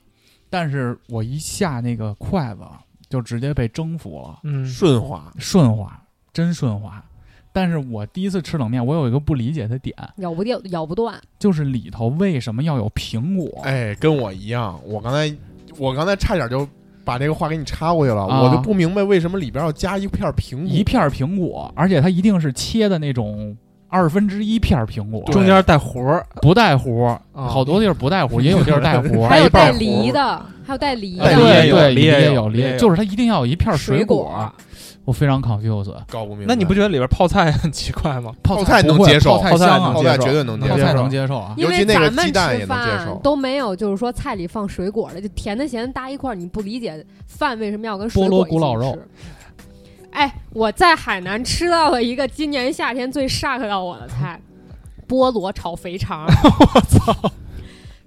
Speaker 3: 但是我一下那个筷子就直接被征服了，
Speaker 4: 嗯，
Speaker 5: 顺滑，
Speaker 3: 顺滑，真顺滑。但是我第一次吃冷面，我有一个不理解的点，
Speaker 6: 咬不掉，咬不断，
Speaker 3: 就是里头为什么要有苹果？
Speaker 5: 哎，跟我一样，我刚才我刚才差点就把这个话给你插过去了，
Speaker 3: 啊
Speaker 5: 我就不明白为什么里边要加一片苹
Speaker 3: 一
Speaker 5: 果。
Speaker 3: 片苹果，而且它一定是切的那种二分之一片苹果，
Speaker 4: 中间带核儿，
Speaker 3: 不带核，
Speaker 4: 啊
Speaker 3: 好多地儿不带核，嗯也有地儿带 核。
Speaker 6: 还有带
Speaker 5: 半壶
Speaker 6: 梨的，还有带梨
Speaker 5: 带梨
Speaker 6: 的
Speaker 5: 也
Speaker 3: 对
Speaker 5: 有
Speaker 3: 对，
Speaker 4: 梨
Speaker 3: 梨
Speaker 4: 也
Speaker 3: 也
Speaker 4: 有
Speaker 3: 有
Speaker 4: 梨也有
Speaker 3: 就是它一定要有一片水
Speaker 6: 果。
Speaker 3: 我非常 confused，
Speaker 5: 搞不明白，
Speaker 4: 那你不觉得里边泡菜 很奇怪吗？
Speaker 3: 泡
Speaker 5: 泡菜能
Speaker 3: 不会
Speaker 5: 接受
Speaker 3: 泡菜
Speaker 4: 泡菜
Speaker 3: 香
Speaker 4: 能
Speaker 3: 啊
Speaker 5: 泡
Speaker 4: 接，
Speaker 5: 菜
Speaker 4: 受
Speaker 5: 绝对能接
Speaker 3: 泡
Speaker 5: 受，
Speaker 3: 菜能接受啊。
Speaker 6: 因
Speaker 5: 尤
Speaker 6: 为
Speaker 5: 其那个
Speaker 6: 咱们
Speaker 5: 鸡蛋
Speaker 6: 吃
Speaker 5: 也能接受
Speaker 6: 饭都没有，就是说菜里放水果的，就甜的咸的搭一块儿，你不理解饭为什么要跟水
Speaker 3: 菠
Speaker 6: 果
Speaker 3: 萝
Speaker 6: 一
Speaker 3: 古老
Speaker 6: 起
Speaker 3: 肉
Speaker 6: 吃。哎，我在海南吃到了一个今年夏天最 shock 到我的菜——菠萝炒肥肠。我操！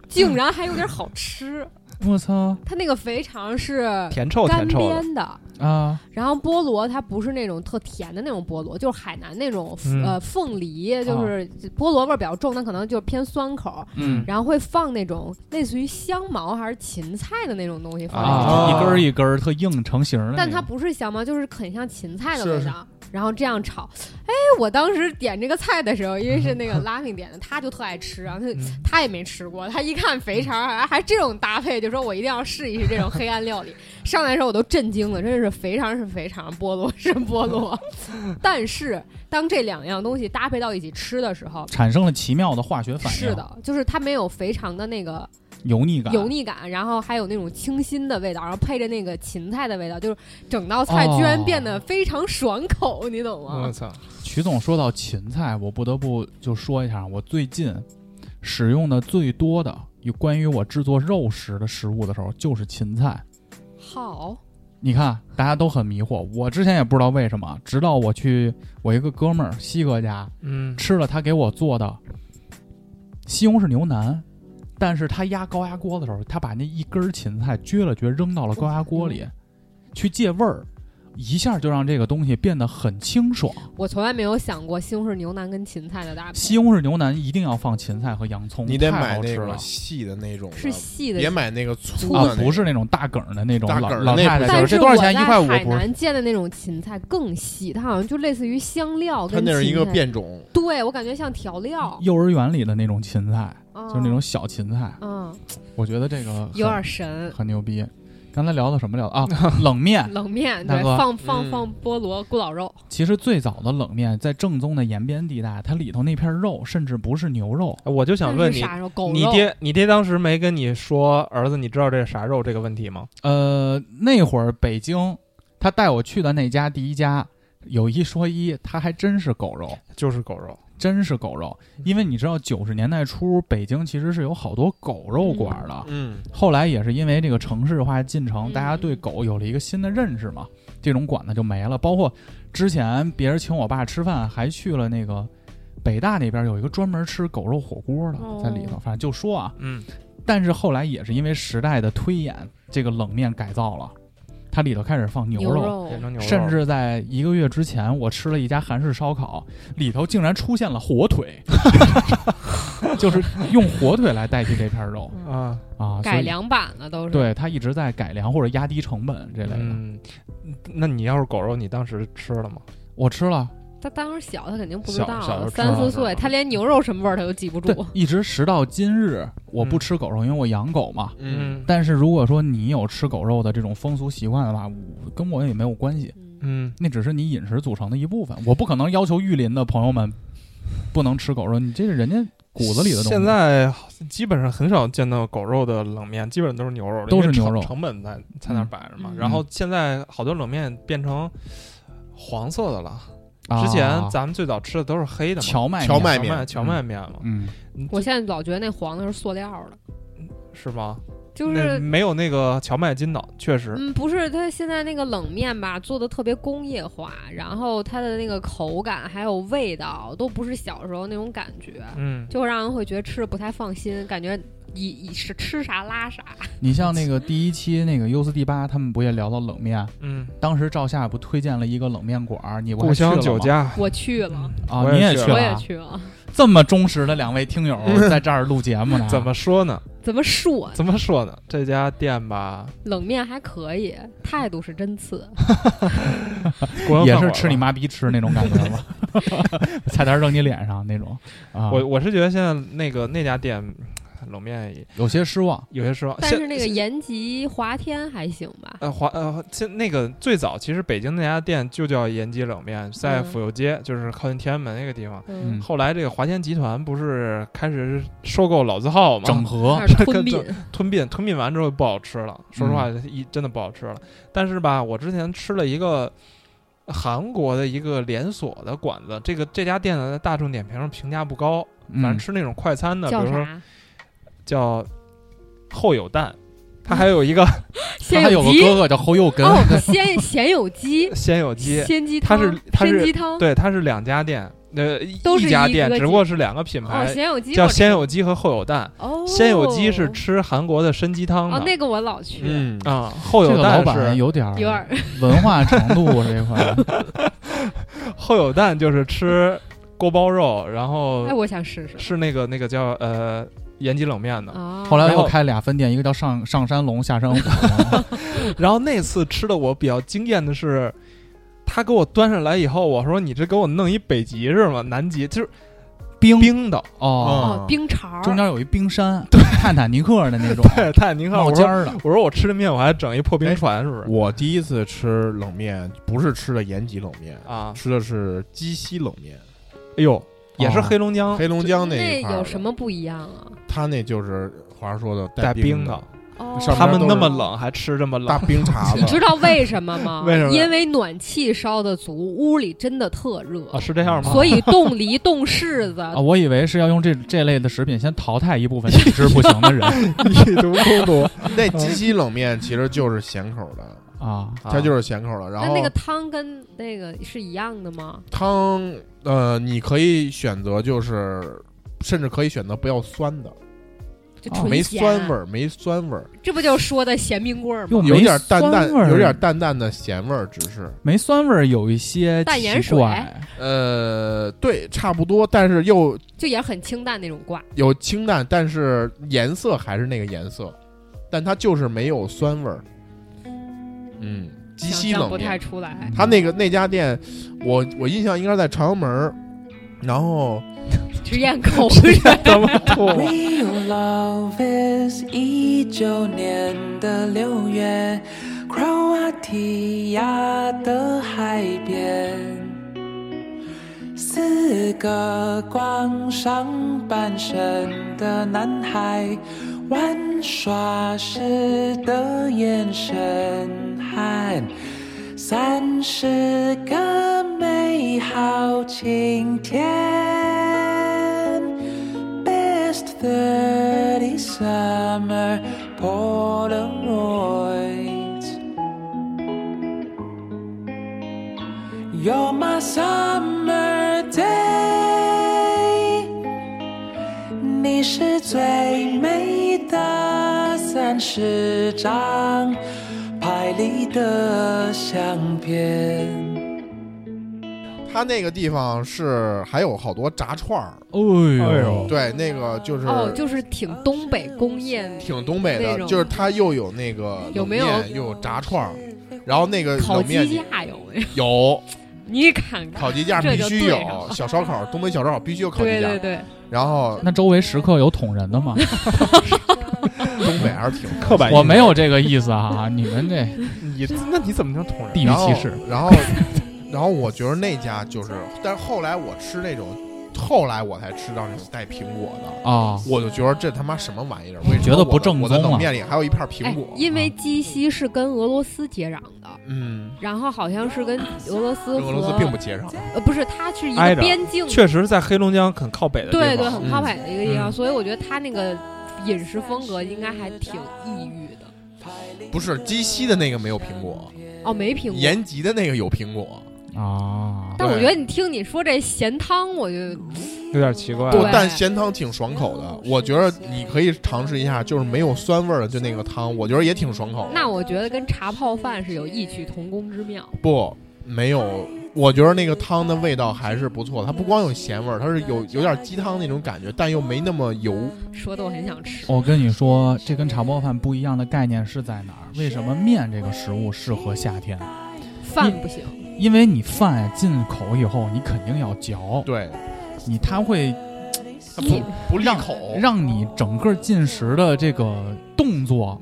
Speaker 6: 竟然还有点好吃，
Speaker 3: 我操
Speaker 6: 它那个肥肠是
Speaker 4: 甜臭
Speaker 6: 干
Speaker 4: 甜臭的，
Speaker 6: 煸的，
Speaker 3: 啊！
Speaker 6: 然后菠萝它不是那种特甜的那种菠萝，就是海南那种、
Speaker 4: 嗯
Speaker 6: 呃凤梨，就是菠萝味儿比较重，它可能就是偏酸口，
Speaker 3: 嗯
Speaker 6: 然后会放那种类似于香茅还是芹菜的那种东西放进去，
Speaker 4: 啊
Speaker 3: 一根儿一根儿特硬成型儿的那种。
Speaker 6: 但它不是香茅，就是很像芹菜的
Speaker 5: 是
Speaker 6: 味道。然后这样炒，哎，我当时点这个菜的时候，因为是那个拉面点的，他就特爱吃，然后他就
Speaker 4: 嗯
Speaker 6: 他也没吃过，他一看肥肠啊还还这种搭配，就说我一定要试一试这种黑暗料理。 上来的时候我都震惊了，真是肥肠是肥肠，菠萝是菠萝。 但是当这两样东西搭配到一起吃的时候，
Speaker 3: 产生了奇妙的化学反应。
Speaker 6: 是，的，就是它没有肥肠的那个
Speaker 3: 油腻感，
Speaker 6: 油腻感，然后还有那种清新的味道，然后配着那个芹菜的味道，就是整道菜居
Speaker 3: 哦
Speaker 6: 然变得非常爽口，你懂
Speaker 4: 我
Speaker 6: 吗？
Speaker 3: 嗯
Speaker 4: 操，
Speaker 3: 曲总说到芹菜，我不得不就说一下，我最近使用的最多的有关于我制作肉食的食物的时候，就是芹菜。
Speaker 6: 好，
Speaker 3: 你看，大家都很迷惑，我之前也不知道为什么，直到我去我一个哥们儿西哥家
Speaker 4: 嗯，
Speaker 3: 吃了他给我做的西红柿牛腩，但是他压高压锅的时候，他把那一根芹菜撅了撅，扔到了高压锅里，去借味儿，一下就让这个东西变得很清爽。
Speaker 6: 我从来没有想过西红柿牛腩跟芹菜的搭配，
Speaker 3: 西红柿牛腩一定要放芹菜和洋葱，
Speaker 5: 你得
Speaker 3: 太
Speaker 5: 买
Speaker 3: 好
Speaker 5: 那
Speaker 3: 吃
Speaker 5: 个
Speaker 3: 了
Speaker 5: 细的那种的，
Speaker 6: 是细的
Speaker 5: 别。买那个粗的、
Speaker 3: 啊，不是那种大梗儿的那种
Speaker 5: 大
Speaker 3: 老
Speaker 5: 梗儿的
Speaker 3: 老
Speaker 5: 那
Speaker 3: 太
Speaker 5: 不
Speaker 3: 太
Speaker 6: 但
Speaker 3: 就是
Speaker 6: 我
Speaker 3: 这多少钱一
Speaker 6: 在
Speaker 3: 块五？
Speaker 6: 海
Speaker 3: 不是，
Speaker 6: 南见的那种芹菜更细，它好像就类似于香料
Speaker 5: 它
Speaker 6: 跟芹菜。
Speaker 5: 那是一个变种，
Speaker 6: 对我感觉像调料，
Speaker 3: 幼儿园里的那种芹菜，
Speaker 6: 就
Speaker 3: 就是那种小芹菜。
Speaker 6: 嗯，
Speaker 3: 我觉得这个
Speaker 6: 有
Speaker 3: 很
Speaker 6: 点神。
Speaker 3: 很牛逼。刚才聊到什么聊的 啊？冷面。
Speaker 6: 冷面
Speaker 3: 大
Speaker 6: 对，
Speaker 3: 哥
Speaker 6: 放放
Speaker 5: 嗯
Speaker 6: 放菠萝、咕老肉，
Speaker 3: 其实最早的冷面在正宗的延边地带，它里头那片肉甚至不是牛肉，
Speaker 4: 我就
Speaker 6: 那
Speaker 4: 想
Speaker 6: 是
Speaker 4: 问你，
Speaker 6: 啥肉？狗
Speaker 4: 你
Speaker 6: 肉。
Speaker 4: 爹你爹当时没跟你说儿子，你知道这是啥肉这个问题吗？
Speaker 3: 呃，那会儿北京，他带我去的那家第一家，有一说一，他还真是狗肉，
Speaker 4: 就是狗肉，
Speaker 3: 真是狗肉。
Speaker 6: 嗯
Speaker 3: 因为你知道，九十年代初北京其实是有好多狗肉馆的，
Speaker 5: 嗯，
Speaker 3: 后来也是因为这个城市化进程，
Speaker 6: 嗯
Speaker 3: 大家对狗有了一个新的认识嘛，这种馆子就没了。包括之前别人请我爸吃饭，还去了那个北大那边有一个专门吃狗肉火锅的
Speaker 6: 哦，
Speaker 3: 在里头，反正就说啊。
Speaker 4: 嗯，
Speaker 3: 但是后来也是因为时代的推演，这个冷面改造了，它里头开始放
Speaker 6: 牛
Speaker 3: 肉。
Speaker 4: 变成牛肉，
Speaker 3: 甚至在一个月之前，我吃了一家韩式烧烤，里头竟然出现了火 腿，就是用火腿来代替这片肉
Speaker 4: 啊，
Speaker 3: 啊，所
Speaker 6: 改
Speaker 3: 以
Speaker 6: 良版了都是。
Speaker 3: 对，它一直在改良或者压低成本这类的。
Speaker 4: 嗯，那你要是狗肉，你当时吃了吗？
Speaker 3: 我吃了，
Speaker 6: 他当时小，他肯定不知
Speaker 5: 小
Speaker 6: 道
Speaker 5: 小时
Speaker 6: 啊，
Speaker 5: 候吃
Speaker 6: 三
Speaker 3: 不
Speaker 6: 四
Speaker 5: 知道
Speaker 6: 岁，他连牛肉什么味儿他都记不
Speaker 3: 对
Speaker 6: 住。，
Speaker 3: 一直时到今日，我不
Speaker 4: 嗯
Speaker 3: 吃狗肉，因为我养狗嘛。
Speaker 5: 嗯，
Speaker 3: 但是如果说你有吃狗肉的这种风俗习惯的话，我跟我也没有关系，
Speaker 6: 嗯
Speaker 4: 嗯，
Speaker 3: 那只是你饮食组成的一部分。我不可能要求玉林的朋友们不能吃狗肉，你这是人家骨子里的东西。
Speaker 4: 现在基本上很少见到狗肉的冷面，基本都是牛肉的，
Speaker 3: 都是
Speaker 4: 因为成
Speaker 3: 牛肉
Speaker 4: 成本在在那儿摆着嘛。
Speaker 6: 嗯
Speaker 4: 然后现在好多冷面变成黄色的了，之
Speaker 3: 啊
Speaker 4: 前咱们最早吃的都是黑的嘛，
Speaker 3: 荞麦
Speaker 5: 荞
Speaker 3: 面
Speaker 5: 麦面
Speaker 4: 面荞麦面嘛，
Speaker 3: 嗯，
Speaker 6: 我现在老觉得那黄的是塑料的，
Speaker 4: 是吗？
Speaker 6: 就
Speaker 4: 那
Speaker 6: 是
Speaker 4: 没有那个荞麦筋道，确实，
Speaker 6: 嗯，不是它现在那个冷面吧，做的特别工业化，然后它的那个口感还有味道都不是小时候那种感觉，
Speaker 4: 嗯，
Speaker 6: 就让人会觉得吃着不太放心，感觉以以是吃啥拉啥。
Speaker 3: 你像那个第一期那个 U 四 D 八，他们不也聊到冷面？啊
Speaker 4: 嗯，
Speaker 3: 当时赵夏不推荐了一个冷面馆儿，你不还
Speaker 4: 故乡
Speaker 3: 去了
Speaker 4: 酒
Speaker 3: 吗
Speaker 4: 家，
Speaker 6: 我去了，
Speaker 3: 啊，
Speaker 4: 我
Speaker 3: 你
Speaker 4: 也
Speaker 3: 也
Speaker 4: 去
Speaker 3: 去
Speaker 4: 了
Speaker 6: 我
Speaker 3: 了
Speaker 6: 也
Speaker 3: 啊，
Speaker 6: 去了，
Speaker 3: 这么忠实的两位听友在这儿录节目呢，
Speaker 4: 怎么说呢？
Speaker 6: 怎么说
Speaker 4: 怎么说呢？这家店吧，
Speaker 6: 冷面还可以，态度是真次。
Speaker 4: 国营
Speaker 3: 也
Speaker 4: 饭
Speaker 3: 是
Speaker 4: 馆
Speaker 3: 吃你
Speaker 4: 吧。
Speaker 3: 妈逼吃那种感觉吧？ 菜单扔你脸上那种啊，
Speaker 4: 我我是觉得现在那个那家店嗯冷面也
Speaker 3: 有些失望。
Speaker 4: 有些失望，
Speaker 6: 但
Speaker 4: 现
Speaker 6: 是那个延吉华天还行吧，
Speaker 4: 呃华呃现那个最早其实北京那家店就叫延吉冷面，在
Speaker 6: 嗯
Speaker 4: 府右街，就是靠近天安门那个地方。
Speaker 6: 嗯
Speaker 3: 嗯，
Speaker 4: 后来这个华天集团不是开始收购老字号嘛，
Speaker 3: 整合
Speaker 6: 开始
Speaker 4: 这
Speaker 6: 吞
Speaker 4: 哦跟
Speaker 6: 并
Speaker 4: 这。吞并，吞并完之后不好吃了。
Speaker 3: 嗯
Speaker 4: 说实话，一、真的不好吃了。但是吧，我之前吃了一个韩国的一个连锁的馆子，这个这家店呢，在大众点评上评价不高，
Speaker 3: 嗯
Speaker 4: 反正吃那种快餐的，
Speaker 6: 叫
Speaker 4: 比如说
Speaker 6: 啥？
Speaker 4: 叫后有蛋，
Speaker 6: 嗯
Speaker 4: 它还有一个
Speaker 3: 他
Speaker 6: 鲜
Speaker 3: 还有
Speaker 6: 有
Speaker 3: 个
Speaker 6: 鸡
Speaker 3: 哥哥叫侯佑根，
Speaker 6: 哦，鲜鲜有鸡，
Speaker 4: 鲜有鸡，
Speaker 6: 鲜鸡
Speaker 4: 它
Speaker 6: 汤，
Speaker 4: 是它是
Speaker 6: 参鸡汤，
Speaker 4: 对，它是两家店，呃，一
Speaker 6: 都是
Speaker 4: 一家
Speaker 6: 一
Speaker 4: 店
Speaker 6: 个，
Speaker 4: 只不
Speaker 6: 鸡
Speaker 4: 过是两个品
Speaker 6: 哦，
Speaker 4: 牌，
Speaker 6: 鲜有鸡
Speaker 4: 叫
Speaker 6: 我知
Speaker 4: 鲜有鸡和后有蛋。
Speaker 6: 哦，
Speaker 4: 鲜有鸡是吃韩国的参鸡汤的，
Speaker 6: 哦，那个我老去，
Speaker 5: 嗯，
Speaker 4: 啊，后
Speaker 3: 这
Speaker 4: 有
Speaker 3: 个老
Speaker 4: 蛋
Speaker 3: 板
Speaker 4: 是
Speaker 3: 有点儿
Speaker 6: 有点儿
Speaker 3: 文化程度这块 儿
Speaker 4: 后有蛋就是吃锅包肉，然后
Speaker 6: 哎，我想试试
Speaker 4: 是那个那个叫呃延吉冷面的。
Speaker 6: 啊。
Speaker 3: 后来
Speaker 4: 然
Speaker 3: 又
Speaker 4: 后
Speaker 3: 开俩分店，一个叫上上山龙， 下山虎嘛。
Speaker 6: 嗯
Speaker 4: 然后那次吃的我比较惊艳的是，他给我端上来以后，我说你这给我弄一北极是吗？南极就是
Speaker 3: 冰
Speaker 4: 冰的，
Speaker 3: 哦，
Speaker 4: 嗯
Speaker 6: 哦，冰碴儿，
Speaker 5: 嗯
Speaker 3: 中间有一冰山，对，泰坦尼克的那种
Speaker 4: 对，太你看
Speaker 3: 冒
Speaker 4: 我
Speaker 3: 尖
Speaker 4: 说
Speaker 3: 儿的。
Speaker 4: 我说我吃的面我还整一破冰船是不是？
Speaker 5: 我第一次吃冷面不是吃的延吉冷面，
Speaker 4: 啊，
Speaker 5: 吃的是鸡西冷面，
Speaker 4: 哎呦，也是黑龙江，
Speaker 5: 黑龙江一
Speaker 6: 那
Speaker 5: 块儿的
Speaker 6: 有什么不一样啊？
Speaker 5: 他那就是华说的
Speaker 4: 带
Speaker 5: 冰
Speaker 4: 冰的，
Speaker 6: 哦
Speaker 5: 上
Speaker 4: 他
Speaker 5: 面
Speaker 4: 们
Speaker 5: 都
Speaker 4: 那
Speaker 5: 是
Speaker 4: 么冷还吃这么 冷
Speaker 5: 大，冰碴
Speaker 6: 你知
Speaker 5: 子，
Speaker 6: 道为什么吗？
Speaker 4: 为什么
Speaker 6: 因为暖气烧的足，屋里真的特热，
Speaker 4: 啊，是这样吗？哦
Speaker 6: 所以冻 梨、冻柿子，
Speaker 3: 啊，我以为是要用这这类的食品先淘汰一 部分体质不行的人
Speaker 4: 以毒攻毒，
Speaker 5: 那鸡西冷面其实就是咸口的，
Speaker 3: 啊。
Speaker 5: 它就是咸口的。然
Speaker 6: 那
Speaker 5: 后
Speaker 6: 那
Speaker 4: 哦
Speaker 6: 个汤跟那个是一样的吗？
Speaker 5: 汤，呃，你可以选择就是，甚至可以选择不要酸的，
Speaker 6: 就
Speaker 4: 哦
Speaker 6: 纯
Speaker 5: 没
Speaker 6: 咸
Speaker 5: 酸味儿，没酸味儿，
Speaker 6: 这不就说的咸冰棍儿吗？
Speaker 3: 又
Speaker 5: 有
Speaker 3: 哦没
Speaker 5: 点淡淡
Speaker 3: 酸味，儿
Speaker 5: 有点淡淡的咸味儿，只是
Speaker 3: 没酸味儿，有一些
Speaker 6: 淡盐
Speaker 3: 奇
Speaker 6: 水
Speaker 5: 哎
Speaker 3: 怪
Speaker 5: 呃，对，差不多，但是又
Speaker 6: 就也很清淡那种挂。
Speaker 5: 有清淡，但是颜色还是那个颜色，但它就是没有酸味儿。嗯，鸡
Speaker 6: 想
Speaker 5: 西
Speaker 6: 象
Speaker 5: 冷
Speaker 6: 不太
Speaker 5: 面，
Speaker 6: 出来。
Speaker 5: 他那个那家店，我我印象应该是在朝阳门儿，然后
Speaker 6: 直咽 口水。
Speaker 2: Real Love is 一九年的六月，克罗地亚的海边，四个光上半身的男孩，玩耍时的眼神和三十个美好晴天。Best thirty summer Polaroids. You're my summer day. 你是最美的三十张拍立得相片。
Speaker 5: 他那个地方是还有好多炸串儿，
Speaker 3: 哎呦，
Speaker 4: 哎呦
Speaker 5: 对，那个就是
Speaker 6: 哦，就是挺东北工业
Speaker 5: 挺东北
Speaker 6: 那
Speaker 5: 的，
Speaker 6: 种
Speaker 5: 就是它又有那个
Speaker 6: 有
Speaker 5: 冷
Speaker 6: 没有
Speaker 5: 面又有炸串儿，然后那个
Speaker 6: 烤
Speaker 5: 冷面
Speaker 6: 鸡架有没有？
Speaker 5: 有
Speaker 6: 你看看，
Speaker 5: 烤鸡架
Speaker 6: 这
Speaker 5: 必
Speaker 6: 就
Speaker 5: 须
Speaker 6: 对
Speaker 5: 有
Speaker 6: 上，
Speaker 5: 小烧烤东北小烧烤必须有烤
Speaker 6: 对
Speaker 5: 鸡
Speaker 6: 对
Speaker 5: 架，
Speaker 6: 对，
Speaker 5: 然后
Speaker 3: 那周围食客有捅人的吗？
Speaker 5: 东北还是挺
Speaker 4: 刻板印象
Speaker 3: 我没有这个意思啊， 你们这
Speaker 4: 你，那你怎么能捅人？
Speaker 3: 地域
Speaker 5: 然后
Speaker 3: 歧视。
Speaker 5: 然后，然后我觉得那家就是，但是后来我吃那种，后来我才吃到那种带苹果的，
Speaker 3: 啊
Speaker 5: 我就觉得这他妈什么玩意儿？为什么
Speaker 3: 觉得
Speaker 5: 我
Speaker 3: 不正
Speaker 5: 我的
Speaker 3: 宗
Speaker 5: 冷
Speaker 3: 啊
Speaker 5: 面里还有一片
Speaker 6: 哎
Speaker 5: 苹果，，啊
Speaker 6: 因为鸡西是跟俄罗斯接壤的，
Speaker 5: 嗯，
Speaker 6: 然后好像是跟俄罗斯
Speaker 5: 跟
Speaker 6: 和
Speaker 5: 俄罗斯并不接壤。
Speaker 6: 呃不是，它是一
Speaker 4: 挨
Speaker 6: 个
Speaker 4: 着
Speaker 6: 边境，
Speaker 4: 确实，在黑龙江很靠北的地方，
Speaker 6: 对对，很靠
Speaker 5: 嗯
Speaker 6: 北的一个地方，
Speaker 4: 嗯
Speaker 6: 所以我觉得它那个饮食风格应该还挺异域的。
Speaker 5: 不是鸡西的那个没有苹果，
Speaker 6: 哦，没苹果。
Speaker 5: 延吉的那个有苹果，
Speaker 3: 啊！
Speaker 6: 但我
Speaker 5: 对
Speaker 6: 觉得你听你说这咸汤，我就
Speaker 4: 有点奇怪。
Speaker 6: 对
Speaker 5: 不但咸汤挺爽口的。我觉得你可以尝试一下，就是没有酸味儿的，就那个汤，我觉得也挺爽口的。
Speaker 6: 那我觉得跟茶泡饭是有异曲同工之妙。
Speaker 5: 不，没有。我觉得那个汤的味道还是不错，它不光有咸味儿，它是有有点鸡汤那种感觉，但又没那么油。
Speaker 6: 说的我很想吃。
Speaker 3: 我跟你说，这跟茶包饭不一样的概念是在哪儿？为什么面这个食物适合夏天？
Speaker 6: 饭不行，
Speaker 3: 因为你饭进口以后，你肯定要嚼，
Speaker 5: 对，
Speaker 3: 你它会
Speaker 5: 它不不利
Speaker 3: 让
Speaker 5: 口，
Speaker 3: 让你整个进食的这个动作，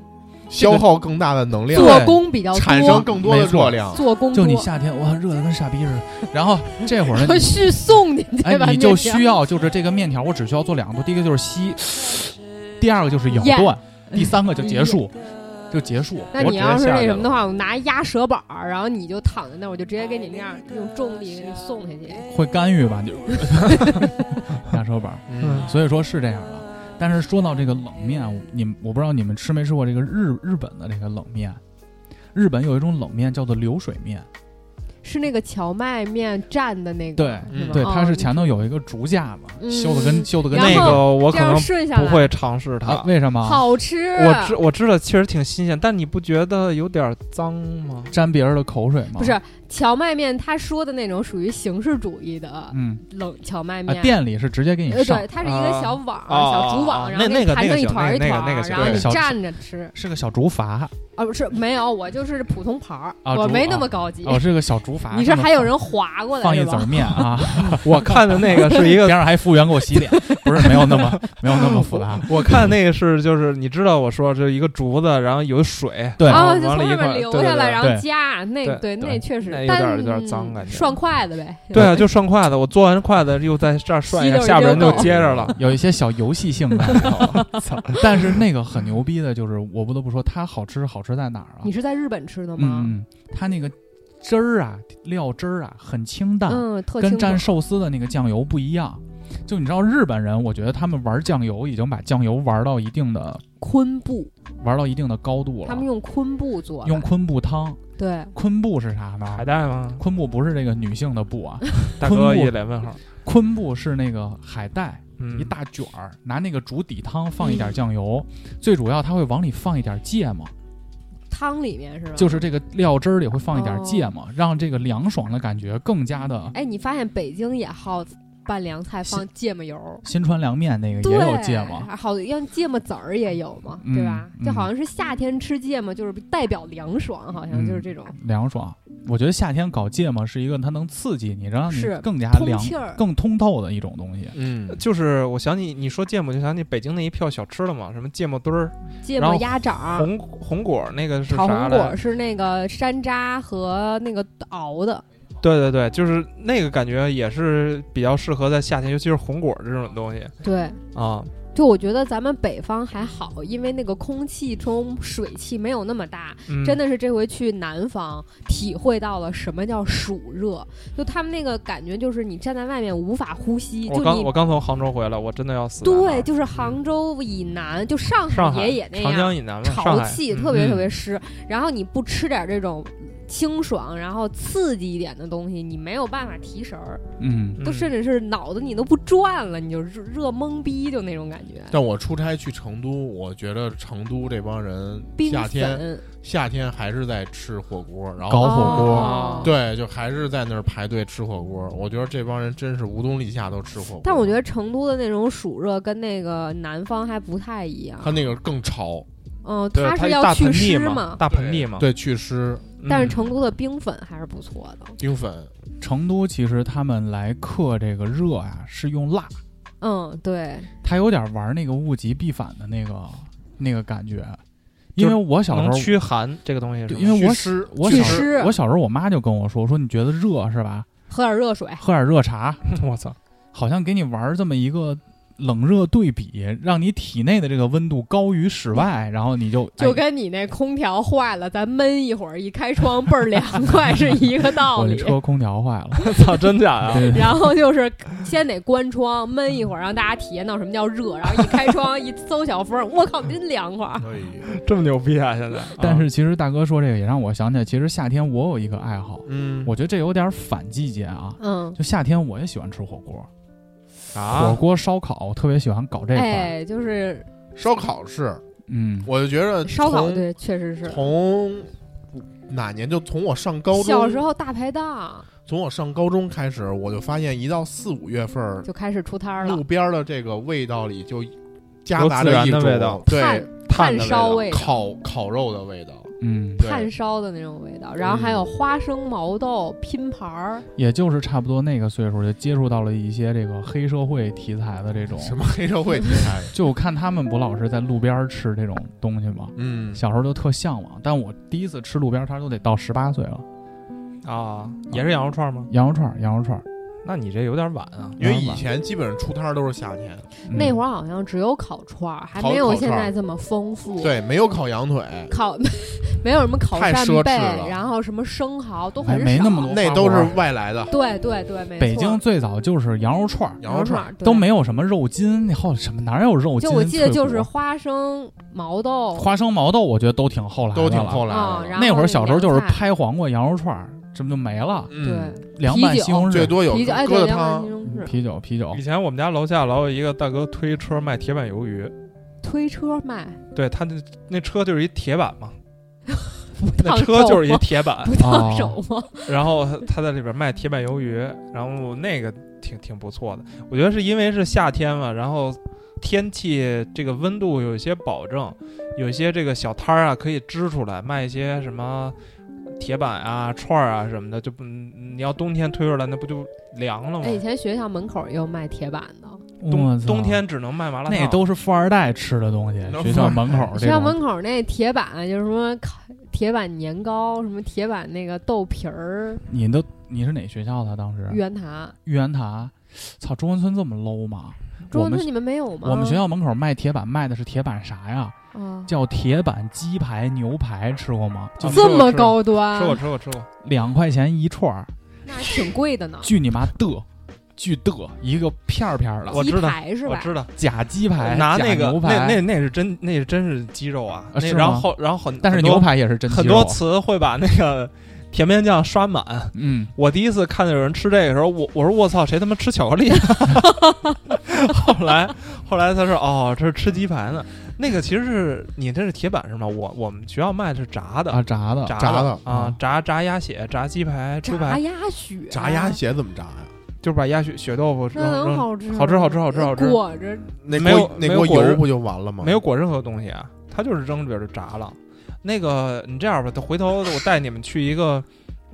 Speaker 5: 消耗更大的能量，哎
Speaker 6: 做工比较
Speaker 5: 产生
Speaker 6: 多，
Speaker 5: 更多的
Speaker 3: 没错
Speaker 5: 热量。
Speaker 6: 做工
Speaker 3: 就你
Speaker 6: 多
Speaker 3: 夏天哇热的跟傻逼似的，然后这会儿呢
Speaker 6: 然后，续送你
Speaker 3: 哎
Speaker 6: 对吧？，
Speaker 3: 你就
Speaker 6: 面条
Speaker 3: 需要就是这个面条，我只需要做两个动作，第一个就是吸，第二个就是咬
Speaker 6: 咽
Speaker 3: 断，第三个就结 束，就结束。
Speaker 6: 那
Speaker 4: 我
Speaker 6: 你
Speaker 4: 直接
Speaker 6: 要是
Speaker 4: 下
Speaker 6: 那
Speaker 4: 去
Speaker 6: 什么的
Speaker 4: 了
Speaker 6: 话，我拿压舌板儿，然后你就躺在那儿，我就直接给你那样用重力给你送下去。
Speaker 3: 会干预吧，就 压手板儿，
Speaker 5: 嗯，
Speaker 3: 所以说是这样的。但是说到这个冷面，你们我不知道你们吃没吃过这个日日本的这个冷面。日本有一种冷面叫做流水面，
Speaker 6: 是那个荞麦面蘸的那个，
Speaker 3: 对
Speaker 6: 是吧
Speaker 3: 对，
Speaker 6: 哦
Speaker 3: 它是前头有一个竹架
Speaker 6: 嗯
Speaker 3: 子，修的跟修的跟
Speaker 6: 然
Speaker 4: 嗯那
Speaker 3: 那个
Speaker 4: 个我
Speaker 6: 这
Speaker 4: 可
Speaker 6: 样
Speaker 4: 能
Speaker 6: 顺下来
Speaker 4: 不会尝试它
Speaker 3: 啊，。为什么
Speaker 6: 好吃。
Speaker 4: 我知我知道，确实挺新鲜，但你不觉得有点脏 吗？
Speaker 3: 沾别人的口水吗？
Speaker 6: 不是，荞麦面，他说的那种属于形式主义的
Speaker 3: 嗯，
Speaker 6: 冷荞麦
Speaker 3: 啊
Speaker 6: 面。，
Speaker 3: 店里是直接给你
Speaker 6: 呃，
Speaker 3: 上
Speaker 6: 对，，它是一个
Speaker 4: 啊
Speaker 6: 小网儿、
Speaker 4: 哦
Speaker 6: 小竹
Speaker 4: 哦
Speaker 6: 网，
Speaker 4: 哦
Speaker 6: 然后
Speaker 4: 那那个
Speaker 6: 盘成
Speaker 4: 那个
Speaker 6: 一
Speaker 4: 行
Speaker 6: 团儿一
Speaker 4: 那
Speaker 6: 团
Speaker 4: 个
Speaker 6: 儿，
Speaker 4: 那个行
Speaker 6: 然后你
Speaker 3: 对小
Speaker 6: 蘸着吃。
Speaker 3: 是个小竹筏，
Speaker 6: 啊，不是，没有，我就是普通盘儿，
Speaker 3: 啊
Speaker 6: 我
Speaker 3: 竹
Speaker 6: 没
Speaker 3: 啊
Speaker 6: 那么高级。
Speaker 3: 哦，是个小竹筏。
Speaker 6: 你是
Speaker 3: 上面
Speaker 6: 还有人划过
Speaker 3: 放
Speaker 6: 来
Speaker 3: 放一
Speaker 6: 是
Speaker 3: 籽儿
Speaker 6: 吧？
Speaker 3: 面啊？
Speaker 4: 我 看的那个是一个
Speaker 3: 边 上还服务员给我洗脸，不是没有那么没有那么复 杂。
Speaker 4: 我看那个是就是你知道我说这一个竹子，然后有水，
Speaker 3: 对
Speaker 4: 然后
Speaker 6: 啊，就
Speaker 4: 往
Speaker 6: 从
Speaker 4: 里一
Speaker 6: 上
Speaker 4: 块
Speaker 6: 面
Speaker 4: 儿
Speaker 6: 流
Speaker 4: 对对
Speaker 6: 下来，
Speaker 4: 对
Speaker 6: 然后
Speaker 3: 对
Speaker 6: 加那
Speaker 4: 对
Speaker 6: 对，那
Speaker 3: 对
Speaker 6: 确实
Speaker 4: 那有
Speaker 6: 但
Speaker 4: 点儿有点儿脏感觉。
Speaker 6: 涮筷子呗，
Speaker 4: 对啊，就涮筷子，我做完筷子又在这儿涮一下，
Speaker 6: 吸溜儿
Speaker 4: 下边人
Speaker 6: 就
Speaker 4: 就
Speaker 6: 够
Speaker 4: 接着了。
Speaker 3: 有一些小游戏 性在里头操但是那个很牛逼的，就是我不得不说，它好吃好吃在哪儿啊
Speaker 6: 你？是在日本吃的吗？
Speaker 3: 嗯，嗯它那个汁儿啊，料汁儿啊，很清淡，
Speaker 6: 嗯，特
Speaker 3: 跟
Speaker 6: 清
Speaker 3: 蘸
Speaker 6: 楚
Speaker 3: 寿司的那个酱油不一样。就你知道日本人，我觉得他们玩酱油已经把酱油玩到一定的
Speaker 6: 昆布，
Speaker 3: 玩到一定的高度
Speaker 6: 他
Speaker 3: 了
Speaker 6: 们。用昆布做的，
Speaker 3: 用昆布汤，
Speaker 6: 对，
Speaker 3: 昆布是啥呢？
Speaker 4: 海带吗？
Speaker 3: 昆布不是这个女性的布啊，
Speaker 4: 大
Speaker 3: 昆布
Speaker 4: 哥一脸问号。
Speaker 3: 昆布是那个海带，
Speaker 4: 嗯
Speaker 3: 一大卷儿，拿那个煮底汤放一点酱油，
Speaker 6: 嗯
Speaker 3: 最主要它会往里放一点芥末，
Speaker 6: 汤里面是吧？
Speaker 3: 就是这个料汁儿里会放一点芥末，让这个凉爽的感觉更加的。
Speaker 6: 哦哎，你发现北京也好拌凉菜放芥末油，
Speaker 3: 新川凉面那个
Speaker 6: 对，
Speaker 3: 也有芥末，
Speaker 6: 好像芥末籽儿也有嘛，对吧？
Speaker 3: 嗯
Speaker 6: 就好像是夏天吃芥末，就是代表凉爽，好像
Speaker 3: 嗯
Speaker 6: 就是这种。
Speaker 3: 凉爽。我觉得夏天搞芥末是一个它能刺激你，让你
Speaker 6: 是
Speaker 3: 更加
Speaker 6: 通
Speaker 3: 凉
Speaker 6: 气儿、
Speaker 3: 更通透的一种东西。
Speaker 5: 嗯，
Speaker 4: 就是我想起你说芥末，就想起北京那一票小吃了嘛，什么芥末墩儿、
Speaker 6: 芥
Speaker 4: 然
Speaker 6: 末
Speaker 4: 后
Speaker 6: 鸭
Speaker 3: 啊
Speaker 6: 掌、
Speaker 4: 红红果儿那个是
Speaker 6: 炒
Speaker 4: 啥
Speaker 6: 红
Speaker 4: 来
Speaker 6: 果
Speaker 4: 着？
Speaker 6: 是那个山楂和那个熬的，
Speaker 4: 对对对，就是那个感觉也是比较适合在夏天，尤其是红果儿这种东西
Speaker 6: 对。
Speaker 4: 啊。
Speaker 6: 就我觉得咱们北方还好，因为那个空气中水汽没有那么大，
Speaker 4: 嗯、
Speaker 6: 真的是这回去南方体会到了什么叫暑热，就他们那个感觉就是你站在外面无法呼吸，
Speaker 4: 我
Speaker 6: 就
Speaker 4: 刚
Speaker 6: 你
Speaker 4: 我刚从杭州回来，我真的要死在那儿。
Speaker 6: 对，就是杭州以南，就上
Speaker 4: 嗯上海
Speaker 6: 海也也那
Speaker 4: 长江
Speaker 6: 样，
Speaker 4: 以南嘛，上
Speaker 6: 潮
Speaker 4: 海
Speaker 6: 气
Speaker 4: 嗯
Speaker 6: 特别特别湿。然后你不吃点这种清爽，然后刺激一点的东西，你没有办法提神儿，
Speaker 3: 嗯，
Speaker 4: 嗯
Speaker 6: 都甚至是脑子你都不转了，你就热热懵逼，就那种感觉。
Speaker 5: 但我出差去成都，我觉得成都这帮人
Speaker 6: 冰
Speaker 5: 夏天
Speaker 6: 粉
Speaker 5: 夏天还是在吃火锅，然
Speaker 3: 搞
Speaker 5: 后
Speaker 3: 火锅
Speaker 6: 哦
Speaker 5: 对，就还是在那儿排队吃火锅。我觉得这帮人真是无冬立夏都吃火锅，
Speaker 6: 但我觉得成都的那种暑热跟那个南方还不太一样
Speaker 5: 他，那个更潮，
Speaker 6: 嗯，
Speaker 4: 对
Speaker 6: 它
Speaker 4: 它
Speaker 6: 是
Speaker 4: 一
Speaker 6: 要
Speaker 4: 大
Speaker 6: 祛
Speaker 4: 盆地
Speaker 6: 湿
Speaker 4: 嘛，，大盆地嘛。
Speaker 5: 对，祛湿
Speaker 4: 嗯，
Speaker 6: 但是成都的冰粉还是不错的，
Speaker 5: 冰粉，
Speaker 3: 成都其实他们来克这个热啊，是用辣，
Speaker 6: 嗯，对，
Speaker 3: 它有点玩那个物极必反的那个那个感觉。因为
Speaker 4: 就
Speaker 3: 我小时
Speaker 4: 能
Speaker 3: 候
Speaker 4: 驱寒这个东西是
Speaker 3: 对
Speaker 4: 吗，
Speaker 3: 因为我
Speaker 5: 祛湿
Speaker 3: 我
Speaker 6: 祛
Speaker 3: 小
Speaker 6: 湿
Speaker 3: 时候我小时候我妈就跟我说说你觉得热是吧？
Speaker 6: 喝点热水，
Speaker 3: 喝点热茶，
Speaker 4: 我操，
Speaker 3: 好像给你玩这么一个冷热对比，让你体内的这个温度高于室外，然后你就
Speaker 6: 嗯就
Speaker 3: 哎
Speaker 6: 跟你那空调坏了，咱闷一会儿，一开窗倍儿 凉快是一个道
Speaker 3: 我这
Speaker 6: 理。
Speaker 3: 车空调坏了，
Speaker 4: 操，真假呀？
Speaker 3: 对
Speaker 6: 然后就是先得关窗闷一会儿，让大家体验到什么叫热。然后一开窗一搜小风，我靠，真凉 快！
Speaker 4: 啊这么牛逼啊！现在，
Speaker 3: 但是其实大哥说这个也让我想起来，其实夏天我有一个爱好，
Speaker 4: 嗯，
Speaker 3: 我觉得这有点反季节啊。
Speaker 6: 嗯，
Speaker 3: 就夏天我也喜欢吃火锅，火
Speaker 4: 啊，
Speaker 3: 锅烧烤，我特别喜欢搞这块。
Speaker 6: 哎，就是
Speaker 5: 烧烤是，
Speaker 3: 嗯，
Speaker 5: 我就觉得
Speaker 6: 烧烤，
Speaker 5: 从
Speaker 6: 对，确实是。
Speaker 5: 从哪年就从我上高中，
Speaker 6: 小时候大排档
Speaker 5: 从我上高中开始，我就发现一到四五月份儿，
Speaker 6: 就开始出摊儿
Speaker 5: 路
Speaker 6: 了，
Speaker 5: 边儿的这个味道里就夹
Speaker 4: 有
Speaker 5: 杂
Speaker 4: 孜
Speaker 5: 着
Speaker 4: 然
Speaker 5: 一
Speaker 4: 的
Speaker 5: 种
Speaker 4: 味道
Speaker 5: 对
Speaker 6: 炭炭
Speaker 4: 炭的味
Speaker 6: 烧
Speaker 4: 道
Speaker 6: 味道，
Speaker 5: 烤烤肉的味道，
Speaker 3: 嗯，
Speaker 5: 对嗯
Speaker 6: 炭烧的那种味道，然后还有花生毛豆拼盘儿，
Speaker 3: 也就是差不多那个岁数就接触到了一些这个黑社会题材的这种，
Speaker 5: 什么黑社 会题材，
Speaker 3: 就看他们不老是在路边儿吃这种东西吗？
Speaker 5: 嗯，
Speaker 3: 小时候就特向往，但我第一次吃路边摊儿都得到十八岁了。
Speaker 4: 啊，也是羊肉串吗？
Speaker 3: 羊肉串儿，羊肉串儿，
Speaker 4: 那你这有点晚啊。
Speaker 5: 因为以前基本上出摊儿都是夏天，
Speaker 6: 那会
Speaker 3: 儿
Speaker 6: 儿好像只有烤串儿，还
Speaker 5: 嗯烤
Speaker 6: 没有
Speaker 5: 烤
Speaker 6: 现
Speaker 5: 串儿
Speaker 6: 在这么丰富。，
Speaker 4: 嗯
Speaker 5: 对，没有烤羊腿，
Speaker 6: 烤 没有什么烤
Speaker 5: 太
Speaker 6: 扇
Speaker 5: 奢侈
Speaker 6: 贝
Speaker 5: 了，
Speaker 6: 然后什么生蚝都
Speaker 3: 哎
Speaker 6: 很少。
Speaker 3: 没那么多，
Speaker 5: 那都是。外来的
Speaker 6: 对对对，没错。
Speaker 3: 北京最早就是羊肉串儿，
Speaker 5: 羊肉串儿，
Speaker 6: 儿
Speaker 3: 都。没有什么肉筋，你后什么哪有肉
Speaker 6: 对
Speaker 3: 筋？
Speaker 6: 就我记得
Speaker 3: 脆骨啊
Speaker 6: 就是花生毛豆
Speaker 3: 花生毛豆，我觉得都挺后来的
Speaker 5: 都挺
Speaker 3: 了
Speaker 5: 后来
Speaker 6: 啊，
Speaker 5: 的，
Speaker 6: 然后
Speaker 3: 那会儿小时候就是
Speaker 6: 凉菜
Speaker 3: 拍黄瓜、羊肉串儿，这不就没了？
Speaker 5: 嗯，
Speaker 6: 对
Speaker 3: 凉拌西红柿、
Speaker 5: 最多有
Speaker 6: 啤酒哎
Speaker 5: 疙
Speaker 6: 对
Speaker 5: 瘩
Speaker 6: 凉拌
Speaker 5: 汤
Speaker 6: 西，红柿
Speaker 3: 啤酒、啤酒
Speaker 4: 以。前我们家楼下老有一个大哥推车卖铁板鱿鱼，
Speaker 6: 推车卖
Speaker 4: 对他那那车就是一铁板嘛，
Speaker 6: 不
Speaker 4: 那
Speaker 6: 烫
Speaker 4: 车
Speaker 6: 手
Speaker 4: 就是一
Speaker 6: 吗
Speaker 4: 铁板，
Speaker 6: 不
Speaker 3: 哦
Speaker 6: 烫手吗？
Speaker 4: 然后他他在里边卖铁板鱿鱼，然后那个挺挺不错的，我觉得是因为是夏天嘛，然后天气这个温度有一些保证，有一些这个小摊儿啊可以支出来卖一些什么铁板啊、串儿啊什么的，就不你要冬天推出来那不就凉了吗
Speaker 3: 哦
Speaker 6: 哎，？以前学校门口也有卖铁板的，
Speaker 3: 我
Speaker 4: 冬
Speaker 3: 操
Speaker 4: 冬天只能卖麻辣烫，
Speaker 3: 那都是富二代吃的东西，学校门口儿这
Speaker 6: 啊学
Speaker 3: 种啊
Speaker 6: 校门口那铁板就是什么烤铁板年糕，什么铁板那个豆皮儿、
Speaker 3: 你都你是哪学校的？当时
Speaker 6: 玉渊塔。
Speaker 3: 玉渊塔，操，中关村这么 low 吗？
Speaker 6: 中
Speaker 3: 我
Speaker 6: 关
Speaker 3: 们
Speaker 6: 村你们没有吗？
Speaker 3: 我们学校门口卖铁板，卖的是铁板啥呀？
Speaker 6: 啊，
Speaker 3: 叫铁板鸡排、牛排，吃过吗？就
Speaker 4: 啊
Speaker 6: 这么高端
Speaker 4: 吃，过吃过吃过，
Speaker 3: 两块钱一串儿，
Speaker 6: 那还挺贵的呢。
Speaker 3: 巨你妈的，巨的，一个片儿片儿的
Speaker 4: 我
Speaker 6: 鸡
Speaker 4: 知道
Speaker 6: 排是
Speaker 4: 我
Speaker 6: 吧？
Speaker 4: 知道，
Speaker 3: 假鸡排，
Speaker 4: 拿
Speaker 3: 假
Speaker 4: 那个
Speaker 3: 牛
Speaker 4: 那那
Speaker 3: 排，
Speaker 4: 那是真那是真是鸡肉啊，
Speaker 3: 啊
Speaker 4: 那
Speaker 3: 是
Speaker 4: 然
Speaker 3: 吗
Speaker 4: 后后然后很
Speaker 3: 但是
Speaker 4: 很多
Speaker 3: 牛排也是真哦
Speaker 4: 很
Speaker 3: 鸡肉
Speaker 4: 多词会把那个甜面酱刷满。
Speaker 3: 嗯，
Speaker 4: 我第一次看到有人吃这个时候，我我说我操，谁他妈吃巧克力？啊 后来后来他说哦，这是吃鸡排呢。那个其实是你这是铁板是吗？我我们学校卖的是炸的，
Speaker 3: 啊炸的，
Speaker 4: 炸
Speaker 5: 炸
Speaker 4: 的
Speaker 5: 的
Speaker 4: 啊
Speaker 3: 嗯，
Speaker 4: 炸炸鸭血、炸鸡排、猪
Speaker 6: 炸
Speaker 4: 排，
Speaker 6: 鸭血，
Speaker 5: 炸鸭血怎么炸呀？
Speaker 4: 就是把鸭血血豆腐
Speaker 6: 那
Speaker 4: 扔
Speaker 6: 能
Speaker 4: 扔，
Speaker 6: 好吃吗？
Speaker 4: 好吃好吃好吃好吃
Speaker 6: 裹着
Speaker 5: 那
Speaker 4: 没有
Speaker 5: 锅那
Speaker 4: 没有
Speaker 5: 锅
Speaker 4: 果
Speaker 5: 油
Speaker 4: 肉
Speaker 5: 不就完了
Speaker 3: 嗯
Speaker 5: 吗？
Speaker 4: 没有裹任何东西啊，它就是扔里边就炸了。那个你这样吧，回头我带你们去一个。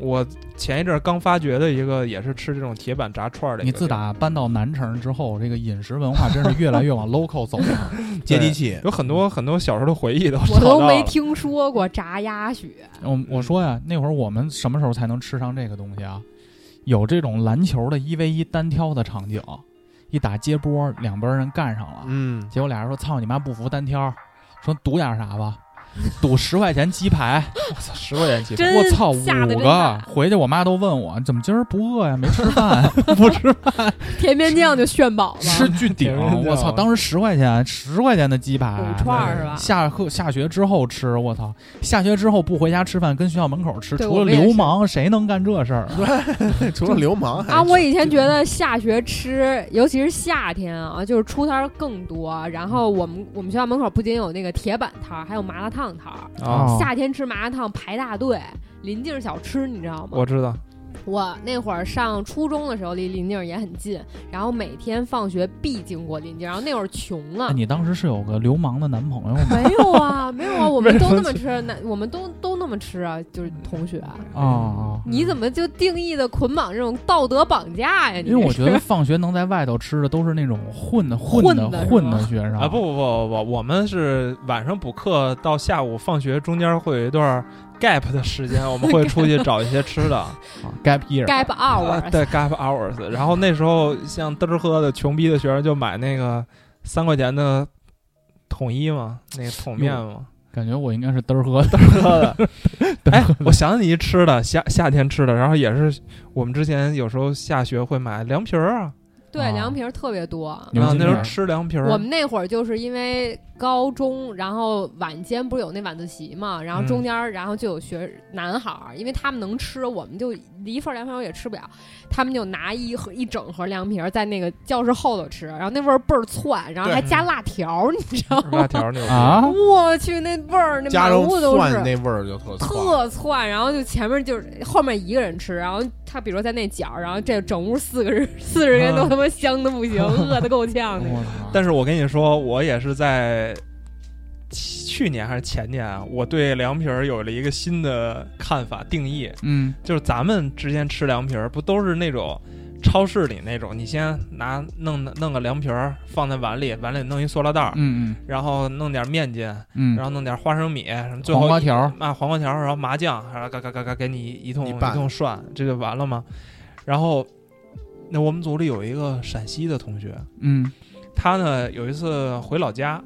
Speaker 4: 我前一阵儿刚发掘的一个，也是吃这种铁板炸串儿的一
Speaker 3: 你
Speaker 4: 个地儿。
Speaker 3: 自打搬到南城之后，这个饮食文化真是越来越往 local 走了。
Speaker 5: 接地气，
Speaker 4: 有很多很多小时候的回忆都找
Speaker 6: 我都
Speaker 4: 到
Speaker 6: 没
Speaker 4: 了
Speaker 6: 听说过炸鸭血，
Speaker 3: 我我说呀，那会儿我们什么时候才能吃上这个东西啊？有这种篮球的一 v 一单挑的场景，一打接波，两边人干上了，
Speaker 5: 嗯，
Speaker 3: 结果俩人说：“操你妈，不服单挑，说赌点啥吧，赌十块钱鸡排。” 我操，十块钱鸡排！
Speaker 6: 真
Speaker 3: 我操，
Speaker 6: 吓得真
Speaker 3: 五
Speaker 6: 大
Speaker 3: 个！回去我妈都问我，怎么今儿不饿呀？没吃饭， 不吃
Speaker 6: 甜面酱就炫饱 了，
Speaker 3: 吃巨顶！我操，当时十块钱，十块钱的鸡
Speaker 4: 哎
Speaker 3: 排，
Speaker 6: 五串儿是吧？
Speaker 3: 下课下学之后吃，我操！下学之后不回家吃饭，跟学校门口吃，
Speaker 6: 对
Speaker 3: 除
Speaker 6: 我
Speaker 3: 了
Speaker 6: 们也
Speaker 3: 流
Speaker 6: 是
Speaker 3: 氓，谁能干这事儿啊？
Speaker 5: 除了流氓还
Speaker 6: 啊，我以前觉得下学吃，尤其是夏天啊，就是出摊儿更多。然后我们我们学校门口不仅有那个铁板摊儿，还有麻辣烫摊儿。
Speaker 4: 啊，
Speaker 6: 夏天吃麻辣烫排大队，临近小吃，你知道吗？
Speaker 4: 我知道，
Speaker 6: 我那会儿上初中的时候，离临近也很近，然后每天放学必经过临近，然后那会儿穷啊
Speaker 3: 哎
Speaker 6: 了。
Speaker 3: 你当时是有个流氓的男朋友吗？
Speaker 6: 没有啊，没有 啊，我们
Speaker 4: 为什
Speaker 6: 都那
Speaker 4: 么
Speaker 6: 么吃，那我们都都那么吃啊，就是同学。
Speaker 3: 啊啊！
Speaker 6: 你怎么就定义的捆绑这种道德绑架呀？你
Speaker 3: 因为我
Speaker 6: 这
Speaker 3: 觉
Speaker 6: 是
Speaker 3: 得放学能在外头吃的都是那种混的混的
Speaker 6: 混的是
Speaker 3: 混的
Speaker 6: 吗
Speaker 3: 学生
Speaker 4: 啊，不不不不不，我们是晚上补课到下午放学中间会有一段 gap 的时间，我们会出去找一些吃的。
Speaker 3: 啊 gap year
Speaker 6: gap
Speaker 4: 啊
Speaker 6: hours，
Speaker 4: 对 gap hours，然后那时候像嘚儿喝的穷逼的学生就买那个三块钱的统一嘛，那个桶面嘛，
Speaker 3: 感觉我应该是嘚儿喝的。
Speaker 4: 喝的。哎，我想起一吃的，夏夏天吃的，然后也是我们之前有时候下学会买凉皮儿啊，
Speaker 6: 对
Speaker 3: 啊
Speaker 6: 凉皮儿特别多。
Speaker 3: 牛
Speaker 4: 然后
Speaker 3: 筋
Speaker 4: 那时
Speaker 3: 面
Speaker 4: 候
Speaker 3: 儿
Speaker 4: 吃凉皮儿，
Speaker 6: 我们那会儿就是因为高中，然后晚间不是有那晚自习嘛，然后中间儿，然后就有学男孩儿，因为他们能吃，我们就一份儿凉皮儿也吃不了，他们就拿一盒一整盒凉皮儿在那个教室后头吃，然后那味儿倍儿窜，然后还加辣条儿，你知道吗
Speaker 4: 辣？条 牛逼
Speaker 3: 啊，
Speaker 6: 我去，那味儿那
Speaker 5: 加
Speaker 6: 满
Speaker 5: 上
Speaker 6: 屋都是
Speaker 5: 蒜。那味儿就特窜
Speaker 6: 特窜，然后就前面就是后面一个人吃，然后他比如说在那角，然后这整屋四个人，四十人都他妈香的不行，饿的够
Speaker 4: 啊
Speaker 6: 呛那种。
Speaker 3: 我操！
Speaker 4: 但是我跟你说，我也是在去去年还是前年啊，我对凉皮儿有了一个新的看法定义，
Speaker 3: 嗯，
Speaker 4: 就是咱们之前吃凉皮儿不都是那种。超市里那种，你先拿弄弄个凉皮儿放在碗里，碗里弄一塑料袋儿，
Speaker 3: 嗯
Speaker 4: 然后弄点面筋，
Speaker 3: 嗯嗯，嗯
Speaker 4: 然后弄点花生米，什么最后
Speaker 3: 黄瓜
Speaker 4: 一
Speaker 3: 条儿
Speaker 4: 啊黄瓜条儿，然后麻酱，然后嘎嘎嘎嘎给你一通
Speaker 5: 一
Speaker 4: 一
Speaker 5: 拌
Speaker 4: 通涮，这就完了吗？然后，那我们组里有一个陕西的同学，
Speaker 3: 嗯
Speaker 4: 他呢有一次回老家，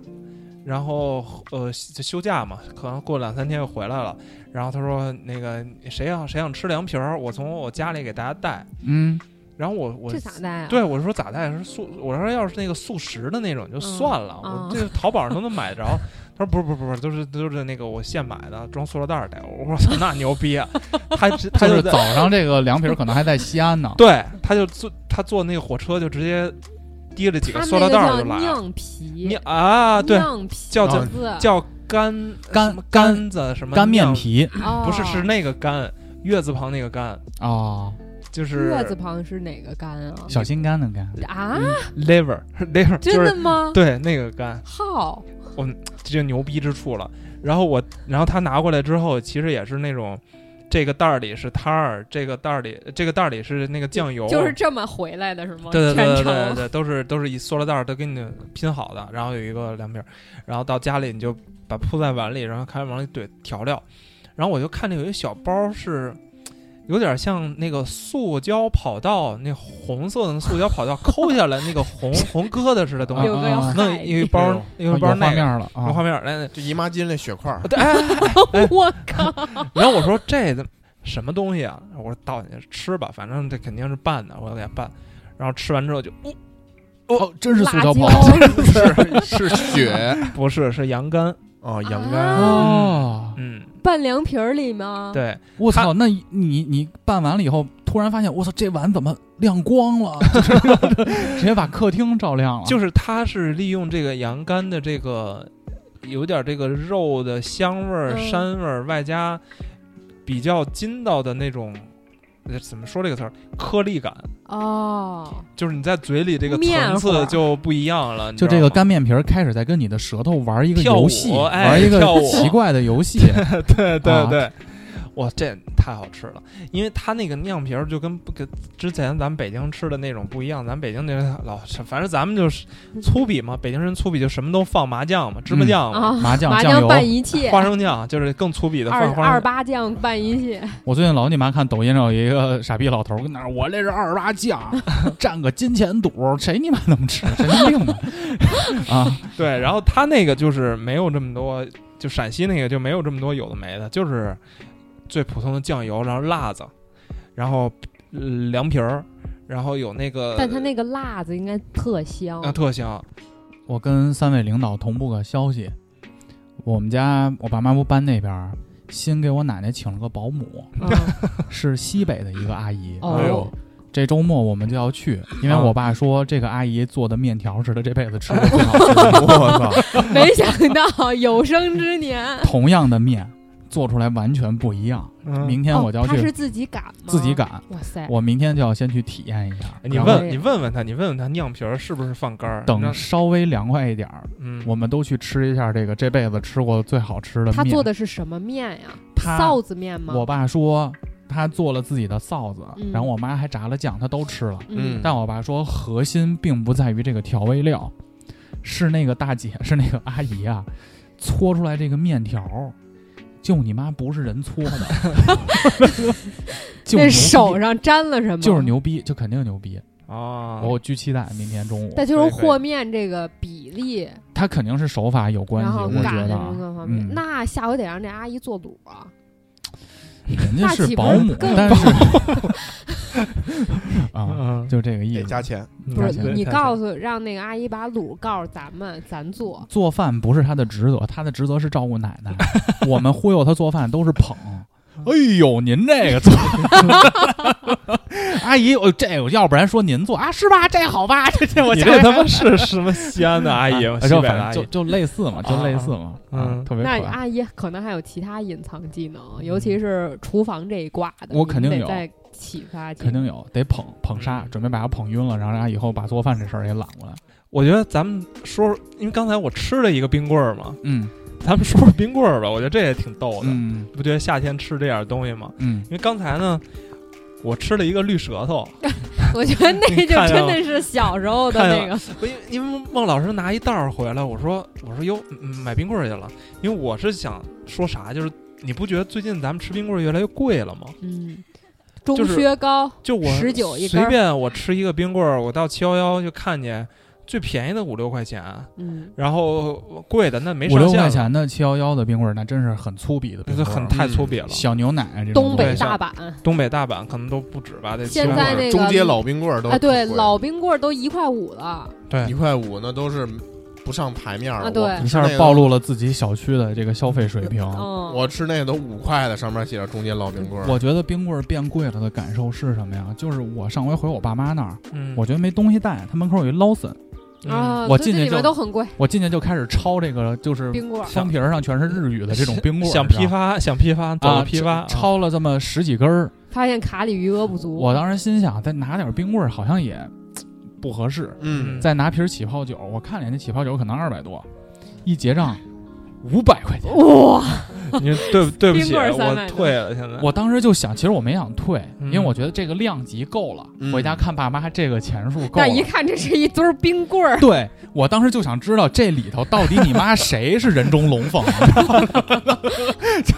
Speaker 4: 然后呃休休假嘛，可能过两三天又回来了。然后他说那个谁要谁想吃凉皮儿，我从我家里给大家带。
Speaker 3: 嗯
Speaker 4: 然后我我
Speaker 6: 这咋带啊？
Speaker 4: 对我说咋带是速，我说要是那个速食的那种就算了，
Speaker 6: 嗯
Speaker 4: 我这淘宝上都能买 着。他说不是不是不是，都是都是那个我现买的，装塑料袋儿带。我操，那牛 逼啊！他他
Speaker 3: 他
Speaker 4: 就是在。
Speaker 3: 早上这个凉皮儿可能还在西安呢
Speaker 4: 对，他就坐他坐那个火车就直接提了几
Speaker 6: 他
Speaker 4: 个
Speaker 6: 们
Speaker 4: 塑
Speaker 6: 那
Speaker 4: 料
Speaker 6: 个
Speaker 4: 袋
Speaker 6: 叫
Speaker 4: 儿就来了。
Speaker 6: 酿皮
Speaker 4: 你，啊，对，
Speaker 6: 酿皮
Speaker 4: 叫
Speaker 5: 叫
Speaker 6: 子
Speaker 4: 叫干
Speaker 3: 干
Speaker 4: 什么干子什么
Speaker 3: 干面
Speaker 4: 酿，
Speaker 3: 皮
Speaker 6: 哦
Speaker 4: 不是是那个干月字旁那个干，
Speaker 3: 啊，
Speaker 4: 就是
Speaker 6: 月字旁是哪个干啊？
Speaker 3: 小心肝的肝。
Speaker 6: 啊，
Speaker 4: liver liver，就
Speaker 6: 真的
Speaker 4: 是
Speaker 6: 吗？
Speaker 4: 对那个干，
Speaker 6: 好，
Speaker 4: 这就牛逼之处了。然后我，然后他拿过来之后，其实也是那种。这个袋儿里是汤儿，这个袋儿里，这个袋儿里是那个酱油，
Speaker 6: 就是这么回来的是吗？
Speaker 4: 啊对对对对
Speaker 6: 全
Speaker 4: 对
Speaker 6: 程
Speaker 4: 对，都是都是以塑料袋儿都给你拼好的，然后有一个凉皮儿，然后到家里你就把铺在碗里，然后开始往里怼调料，然后我就看见有一小包是。有点像那个塑胶跑道，那红色的塑胶跑道抠下来那个红 红疙瘩似的东西，
Speaker 6: 六哥要
Speaker 3: 啊
Speaker 4: 那
Speaker 6: 害
Speaker 4: 一
Speaker 6: 你
Speaker 4: 个，包一个包
Speaker 3: 有画
Speaker 4: 那
Speaker 3: 面
Speaker 4: 个，
Speaker 3: 了啊，
Speaker 4: 有画面儿来，
Speaker 5: 这姨妈巾那血块儿，
Speaker 4: 对，哎，
Speaker 6: 我靠！
Speaker 4: 然后我说这怎么什么东西啊？我说倒进去吃吧，反正这肯定是拌的，我给它拌。然后吃完之后就，哦、
Speaker 7: 哦，真是塑
Speaker 6: 辣
Speaker 7: 胶
Speaker 6: 椒
Speaker 7: 泡，
Speaker 5: 是血
Speaker 4: 不是，是羊肝。
Speaker 5: 哦，羊
Speaker 6: 啊
Speaker 5: 肝。
Speaker 3: 哦，
Speaker 4: 嗯，
Speaker 6: 拌凉皮儿里吗？，
Speaker 4: 对，
Speaker 3: 我操！那你你拌完了以后，突然发现，我操，这碗怎么亮光了？ 就是直接把客厅照亮了。
Speaker 4: 就是是它是利用这个羊肝的这个有点这个肉的香味儿、
Speaker 6: 嗯
Speaker 4: 膻味儿，外加比较筋道的那种，呃怎么说这个词儿？颗粒感，
Speaker 6: 哦，
Speaker 4: 就是你在嘴里这个
Speaker 6: 面
Speaker 4: 层
Speaker 6: 糊
Speaker 4: 次
Speaker 6: 儿
Speaker 4: 就不一样了。你
Speaker 3: 就
Speaker 4: 知
Speaker 3: 这
Speaker 4: 道
Speaker 3: 个
Speaker 4: 吗
Speaker 3: 干面皮儿开始在跟你的舌头玩一个
Speaker 4: 跳舞
Speaker 3: 游戏，
Speaker 4: 哎
Speaker 3: 玩一个
Speaker 4: 跳舞
Speaker 3: 奇怪的游 戏。
Speaker 4: 对
Speaker 3: 啊
Speaker 4: 对对，哇，这太好吃了！因为它那个酿皮儿就跟不跟之前咱们北京吃的那种不一样，咱们北京那老反正咱们就是
Speaker 6: 嗯
Speaker 4: 粗鄙嘛，北京人粗鄙就什么都放麻酱嘛，芝
Speaker 3: 嗯
Speaker 4: 麻酱嘛、
Speaker 6: 啊，
Speaker 3: 麻酱
Speaker 6: 麻
Speaker 3: 酱油
Speaker 6: 酱拌一切，
Speaker 4: 花生酱，就是更粗鄙的
Speaker 6: 二
Speaker 4: 放花
Speaker 6: 二
Speaker 4: 生。
Speaker 6: 八酱拌一切，
Speaker 3: 我最近老你妈看抖音上有一个傻逼老头儿跟那儿，我这是二八酱，占个金钱肚儿，谁你妈能吃？神经病吧！ 啊，
Speaker 4: 对，然后他那个就是没有这么多，就陕西那个就没有这么多有的没的，就是最普通的酱油，然后辣子，然后、呃凉皮儿，然后有那个，
Speaker 6: 但它那个辣子应该特香。
Speaker 4: 啊特香，
Speaker 3: 我跟三位领导同步个消息，我们家我爸妈不搬那边儿，新给我奶奶请了个保姆，
Speaker 6: 嗯
Speaker 3: 是西北的一个阿姨。
Speaker 4: 哎
Speaker 6: 哦
Speaker 4: 呦，
Speaker 3: 这周末我们就要去，因为
Speaker 4: 啊
Speaker 3: 我爸说这个阿姨做的面条是他这辈子吃过 最好吃的。
Speaker 5: 我操！
Speaker 6: 没想到有生之年。
Speaker 3: 同样的面做出来完全不一样。
Speaker 4: 嗯
Speaker 3: 明天我就要
Speaker 6: 哦他
Speaker 3: 去
Speaker 6: 是自己擀吗？
Speaker 3: 自己。擀，
Speaker 6: 哇塞！
Speaker 3: 我明天就要先去体验一下。
Speaker 4: 哎你嗯
Speaker 3: 然后
Speaker 4: 问你问问他，你问问他酿皮儿是不是放肝儿？你
Speaker 3: 等
Speaker 4: 让
Speaker 3: 稍微凉快一点儿，
Speaker 4: 嗯，
Speaker 3: 我们都去吃一下这个这辈子吃过最好吃的面。
Speaker 6: 他做的是什么面呀？
Speaker 3: 他
Speaker 6: 臊子面吗？
Speaker 3: 我爸说他做了自己的臊子，
Speaker 6: 嗯
Speaker 3: 然后我妈还炸了酱，他都吃了。
Speaker 6: 嗯，
Speaker 3: 但我爸说核心并不在于这个调味料，是那个大姐， 是那个阿姨啊，搓出来这个面条儿，就你妈不是人搓的，就
Speaker 6: 那
Speaker 3: 牛逼
Speaker 6: 手上沾了什么？
Speaker 3: 就是。牛逼，就肯定牛逼。
Speaker 4: 啊，
Speaker 3: 我巨期待明天中午，
Speaker 6: 但就是
Speaker 4: 可以可以
Speaker 6: 和面这个比例，
Speaker 3: 他肯定是手法有关
Speaker 6: 然
Speaker 3: 系，
Speaker 6: 后
Speaker 3: 我
Speaker 6: 擀
Speaker 3: 觉得
Speaker 6: 什么
Speaker 3: 啊，
Speaker 6: 各方面。
Speaker 3: 嗯
Speaker 6: 那下回得让这阿姨做卤啊。
Speaker 3: 人家
Speaker 6: 那岂
Speaker 3: 是
Speaker 6: 不
Speaker 3: 保
Speaker 6: 是
Speaker 3: 姆，
Speaker 6: 更
Speaker 3: 但是啊，
Speaker 4: 嗯，
Speaker 3: 就这个意
Speaker 5: 得
Speaker 3: 思。
Speaker 5: 加钱，
Speaker 6: 不是
Speaker 3: 加钱
Speaker 6: 你告诉让那个阿姨把卤告诉咱们，咱做。
Speaker 3: 做饭不是他的职责，他的职责是照顾奶 奶。我们忽悠他做饭都是捧。哎呦，您这个做， 阿姨，我这个要不然说您做啊，是吧？这好吧， 这这我
Speaker 4: 你
Speaker 3: 家
Speaker 4: 这他妈是什么西安的阿 姨？
Speaker 3: 啊
Speaker 4: 西
Speaker 3: 就
Speaker 4: 北的
Speaker 3: 反
Speaker 4: 阿
Speaker 3: 正就
Speaker 4: 姨，
Speaker 3: 就类似嘛，就类似嘛，
Speaker 4: 啊啊啊
Speaker 3: 嗯，
Speaker 4: 嗯
Speaker 3: 特别
Speaker 6: 那
Speaker 3: 可爱。
Speaker 6: 阿姨可能还有其他隐藏技能，尤其是厨房这一挂的，
Speaker 3: 嗯我肯定
Speaker 6: 你得
Speaker 3: 有
Speaker 6: 再启发技
Speaker 3: 肯
Speaker 6: 能。
Speaker 3: 定有，得捧捧杀，准备把他捧晕了，然后让他以后把做饭这事儿也揽过来。
Speaker 4: 我觉得咱们说，因为刚才我吃了一个冰棍儿嘛，
Speaker 3: 嗯
Speaker 4: 咱们说说冰棍儿吧，我觉得这也挺逗的。
Speaker 3: 嗯
Speaker 4: 不觉得夏天吃这点东西吗？
Speaker 3: 嗯，
Speaker 4: 因为刚才呢，我吃了一个绿舌头，
Speaker 6: 我觉得那 就
Speaker 4: 你看见
Speaker 6: 真
Speaker 4: 了吗
Speaker 6: 的是小时候的
Speaker 4: 看见
Speaker 6: 那个，
Speaker 4: 不因为因
Speaker 6: 嗯
Speaker 4: 为孟老师拿一袋儿回来，我说我说哟、嗯买冰棍儿去了，因为我是想说啥，就是你不觉得最近咱们吃冰棍儿越来越贵了吗？
Speaker 6: 嗯，中
Speaker 4: 就是
Speaker 6: 靴高，
Speaker 4: 就我
Speaker 6: 19一根
Speaker 4: 随
Speaker 6: 儿
Speaker 4: 便我吃一个冰棍儿，我到七幺幺就看见最便宜的五六块钱，
Speaker 6: 嗯，
Speaker 4: 然后贵的那没
Speaker 3: 五
Speaker 4: 上
Speaker 3: 六
Speaker 4: 限
Speaker 3: 块
Speaker 4: 了，
Speaker 3: 钱的七幺幺的冰棍儿，那真是很粗鄙的冰
Speaker 4: 就
Speaker 3: 棍儿，啊
Speaker 4: 很太
Speaker 5: 嗯
Speaker 4: 粗鄙了。
Speaker 3: 小牛奶这种
Speaker 4: 嗯
Speaker 6: 东
Speaker 3: 东
Speaker 6: 北
Speaker 3: 西。
Speaker 6: 大阪
Speaker 4: 东北大阪可能都不止吧，得
Speaker 6: 现在那个
Speaker 5: 中街老冰棍儿都
Speaker 6: 啊，对，
Speaker 5: 贵
Speaker 6: 老冰棍儿都一块五了，
Speaker 4: 对
Speaker 5: 一块五那都是不上台面儿
Speaker 6: 啊对
Speaker 5: 我
Speaker 3: 一
Speaker 5: 吃
Speaker 3: 下
Speaker 5: 那个
Speaker 3: 暴露了自己小区的这个消费水
Speaker 4: 哦
Speaker 3: 平。
Speaker 6: 嗯，
Speaker 5: 我吃那个都五块的，上面写着中间烙冰棍儿。
Speaker 3: 我觉得冰棍儿变贵了的感受是什么呀？就是我上回回我爸妈那儿，
Speaker 4: 嗯，
Speaker 3: 我觉得没东西带，他门口有一 Lawson，
Speaker 4: 啊
Speaker 6: 啊，
Speaker 3: 我
Speaker 6: 这
Speaker 3: 进去
Speaker 6: 这里面
Speaker 3: 就
Speaker 6: 都很贵，
Speaker 3: 我进去就开始抄这个，就是
Speaker 6: 冰棍儿，
Speaker 3: 封皮儿上全是日语的这种冰棍儿，
Speaker 4: 想
Speaker 3: 你知道
Speaker 4: 批
Speaker 3: 吗
Speaker 4: 发，想批发，走
Speaker 3: 啊，
Speaker 4: 着批发，
Speaker 3: 抄抄了这么十几根儿。
Speaker 6: 发现卡里余额不足，
Speaker 3: 我当时心想，再拿点冰棍儿好像也嘖不合适，
Speaker 5: 嗯，
Speaker 3: 再拿瓶起泡酒，我看人家起泡酒可能二百多，一结账五百块钱，
Speaker 6: 哇，
Speaker 4: 你对对不起，
Speaker 6: 冰棍儿三百
Speaker 4: 我
Speaker 6: 多
Speaker 4: 退了。现在
Speaker 3: 我当时就想，其实我没想退，
Speaker 4: 嗯
Speaker 3: 因为我觉得这个量级够了。
Speaker 5: 嗯
Speaker 3: 回家看爸妈，这个钱数够了。
Speaker 6: 但一看这是一堆儿冰棍儿，
Speaker 3: 对我当时就想知道这里头到底你妈谁是人中龙凤，啊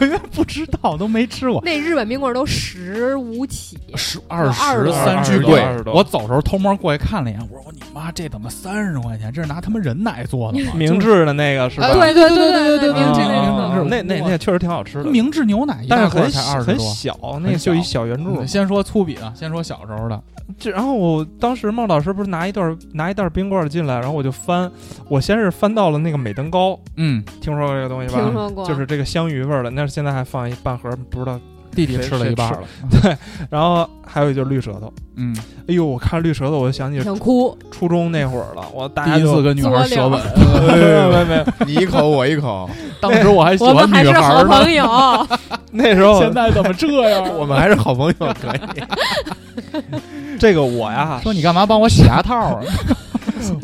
Speaker 3: 因为不知道都没吃过。
Speaker 6: 那日本冰棍儿都十五起，
Speaker 3: 十二
Speaker 6: 二
Speaker 3: 十
Speaker 6: 十
Speaker 3: 三
Speaker 4: 十
Speaker 3: 十
Speaker 4: 多
Speaker 3: 多，
Speaker 4: 二十多
Speaker 3: 我走时候偷摸过去看了一眼，我说我你妈这怎么三十块钱？这是拿他妈人奶做的吗？
Speaker 4: 明
Speaker 3: 治
Speaker 4: 治的那个是吧？
Speaker 6: 呃对对对对对，
Speaker 4: 啊，
Speaker 6: 明治
Speaker 3: 那
Speaker 6: 那
Speaker 4: 啊
Speaker 6: 种。
Speaker 3: 个
Speaker 4: 那那那确实挺好吃的，
Speaker 3: 明治牛奶一
Speaker 4: 但
Speaker 3: 大
Speaker 4: 是
Speaker 3: 盒
Speaker 4: 很
Speaker 3: 才
Speaker 4: 小
Speaker 3: 二十
Speaker 4: 很
Speaker 3: 多。
Speaker 4: 小，那个就一小圆柱
Speaker 3: 嗯。先说粗鄙的，先说小时候的，
Speaker 4: 这然后我当时孟老师不是拿一袋儿拿一袋儿冰棍儿进来，然后我就翻，我先是翻到了那个美登糕，
Speaker 3: 嗯，
Speaker 4: 听说过这个东西
Speaker 6: 听
Speaker 4: 吧？
Speaker 6: 说过，
Speaker 4: 就是这个香芋味儿的，那现在还放一半盒，不知道。
Speaker 3: 弟弟
Speaker 4: 谁
Speaker 3: 吃了一半
Speaker 4: 谁
Speaker 3: 了，
Speaker 4: 然后还有就是绿舌头，
Speaker 3: 嗯，
Speaker 4: 哎呦，我看绿舌头我就想起
Speaker 6: 想哭，
Speaker 4: 初中那会儿了，我大家
Speaker 3: 第一次
Speaker 4: 就
Speaker 3: 跟女孩舌吻，
Speaker 4: 没有没有 没有，
Speaker 5: 你一口我一口，
Speaker 3: 当时我还喜
Speaker 6: 我们
Speaker 3: 欢
Speaker 6: 还
Speaker 3: 女
Speaker 6: 是
Speaker 3: 孩
Speaker 6: 好
Speaker 3: 儿呢， 哦
Speaker 6: 朋 友。
Speaker 4: 那时候
Speaker 3: 现在怎么这 样？啊
Speaker 5: 我们还是好朋友，可以。
Speaker 4: 这个我呀，
Speaker 3: 说你干嘛帮我洗牙套啊？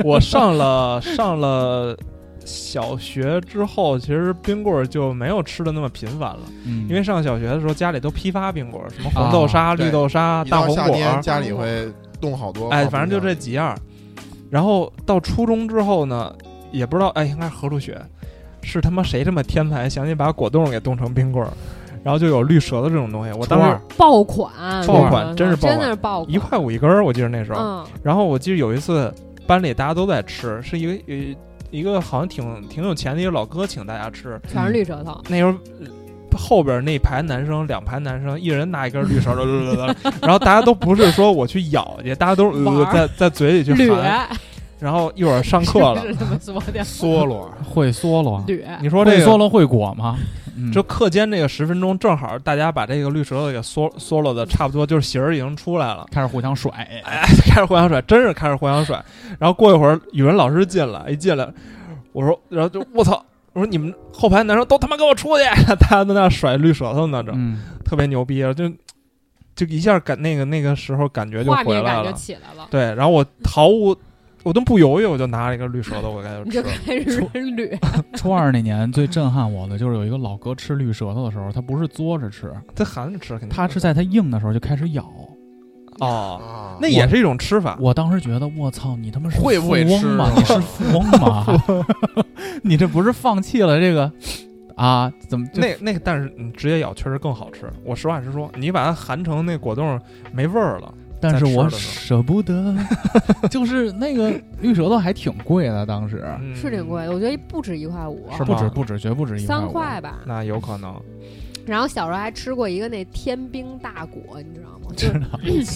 Speaker 4: 我上了上了小学之后，其实冰棍儿就没有吃的那么频繁了，
Speaker 3: 嗯
Speaker 4: 因为上小学的时候家里都批发冰棍儿，什么红豆沙、
Speaker 5: 啊对
Speaker 4: 绿豆沙、
Speaker 5: 一
Speaker 4: 啊大
Speaker 5: 到
Speaker 4: 红
Speaker 5: 夏
Speaker 4: 果
Speaker 5: 天
Speaker 4: 儿，
Speaker 5: 家里会冻好多，
Speaker 4: 哎，反正就这。几样儿。然后到初中之后呢，也不知道哎，应该是何处雪，是他妈谁这么天才，想起把果冻给冻成冰棍儿，然后就有绿舌头这种东西。我当时
Speaker 6: 爆款，
Speaker 4: 爆款
Speaker 6: 我
Speaker 4: 真是爆款
Speaker 6: 真的是爆款，
Speaker 4: 一块五一根儿，我记得那时候。
Speaker 6: 嗯，
Speaker 4: 然后我记得有一次班里大家都在吃，是一个呃一个好像挺挺有钱的一个老哥请大家吃，
Speaker 6: 全是绿舌头，
Speaker 4: 那时候。呃后边那排男生，两排男生，一人拿一根绿勺，然后大家都不是说我去咬去，大家都是、呃
Speaker 6: 玩儿
Speaker 4: 在在嘴里去含。
Speaker 6: 捋，
Speaker 4: 然后一会儿上课了，
Speaker 6: 是这么说的，
Speaker 5: 梭罗，
Speaker 3: 会嗦了，啊
Speaker 6: 捋，
Speaker 4: 你说
Speaker 3: 会
Speaker 4: 这
Speaker 3: 嗦
Speaker 4: 个
Speaker 3: 了会裹吗？嗯
Speaker 4: 这课间这个十分钟，正好大家把这个绿舌头给缩缩了的差不多，就是形儿已经出来了，
Speaker 3: 开始互相甩，
Speaker 4: 开始互相甩，真是开始互相甩。然后过一会儿，语文老师进来，一进来，我说，然后就我操，我说你们后排男生都他妈给我出去！ 大家都在那甩绿舌头呢，这、
Speaker 3: 嗯，
Speaker 4: 特别牛逼啊！就就一下感那个那个时候感觉就
Speaker 6: 画
Speaker 4: 回
Speaker 6: 面
Speaker 4: 来
Speaker 6: 感就
Speaker 4: 了。
Speaker 6: 起来了，
Speaker 4: 对，然后我毫无，我都不犹豫，我就拿了一个绿舌头，我开始
Speaker 6: 你
Speaker 4: 吃
Speaker 6: 就
Speaker 4: 了。
Speaker 6: 开始捋，
Speaker 3: 初二那年最震撼我的就是有一个老哥吃绿舌头的时候，他不是嘬着吃，
Speaker 4: 这含着吃肯定。
Speaker 3: 他是在他硬的时候就开始咬。
Speaker 4: 哦，
Speaker 5: 啊
Speaker 4: 那也是一种吃法。
Speaker 3: 我当时觉得，我操，你他妈是
Speaker 5: 会不会
Speaker 3: 富翁吗？
Speaker 5: 吃
Speaker 3: 你是富翁 吗？你这不是放弃了这个啊？怎么就
Speaker 4: 那那个，但是你直接咬确实更好吃。我实话实说，你把它含成那果冻没味儿了。
Speaker 3: 但是
Speaker 4: 在吃
Speaker 3: 我
Speaker 4: 的时候
Speaker 3: 舍不 得，就是那个绿舌头还挺贵的，当时
Speaker 4: 嗯
Speaker 6: 是挺贵的，我觉得不止一块五，
Speaker 4: 是
Speaker 3: 不
Speaker 4: 吗
Speaker 3: 止不止，绝不止一
Speaker 6: 三
Speaker 3: 五啊
Speaker 6: 块吧。
Speaker 4: 那有可能，
Speaker 6: 然后小时候还吃过一个那天冰大果，你知道吗？就
Speaker 3: 知
Speaker 6: 是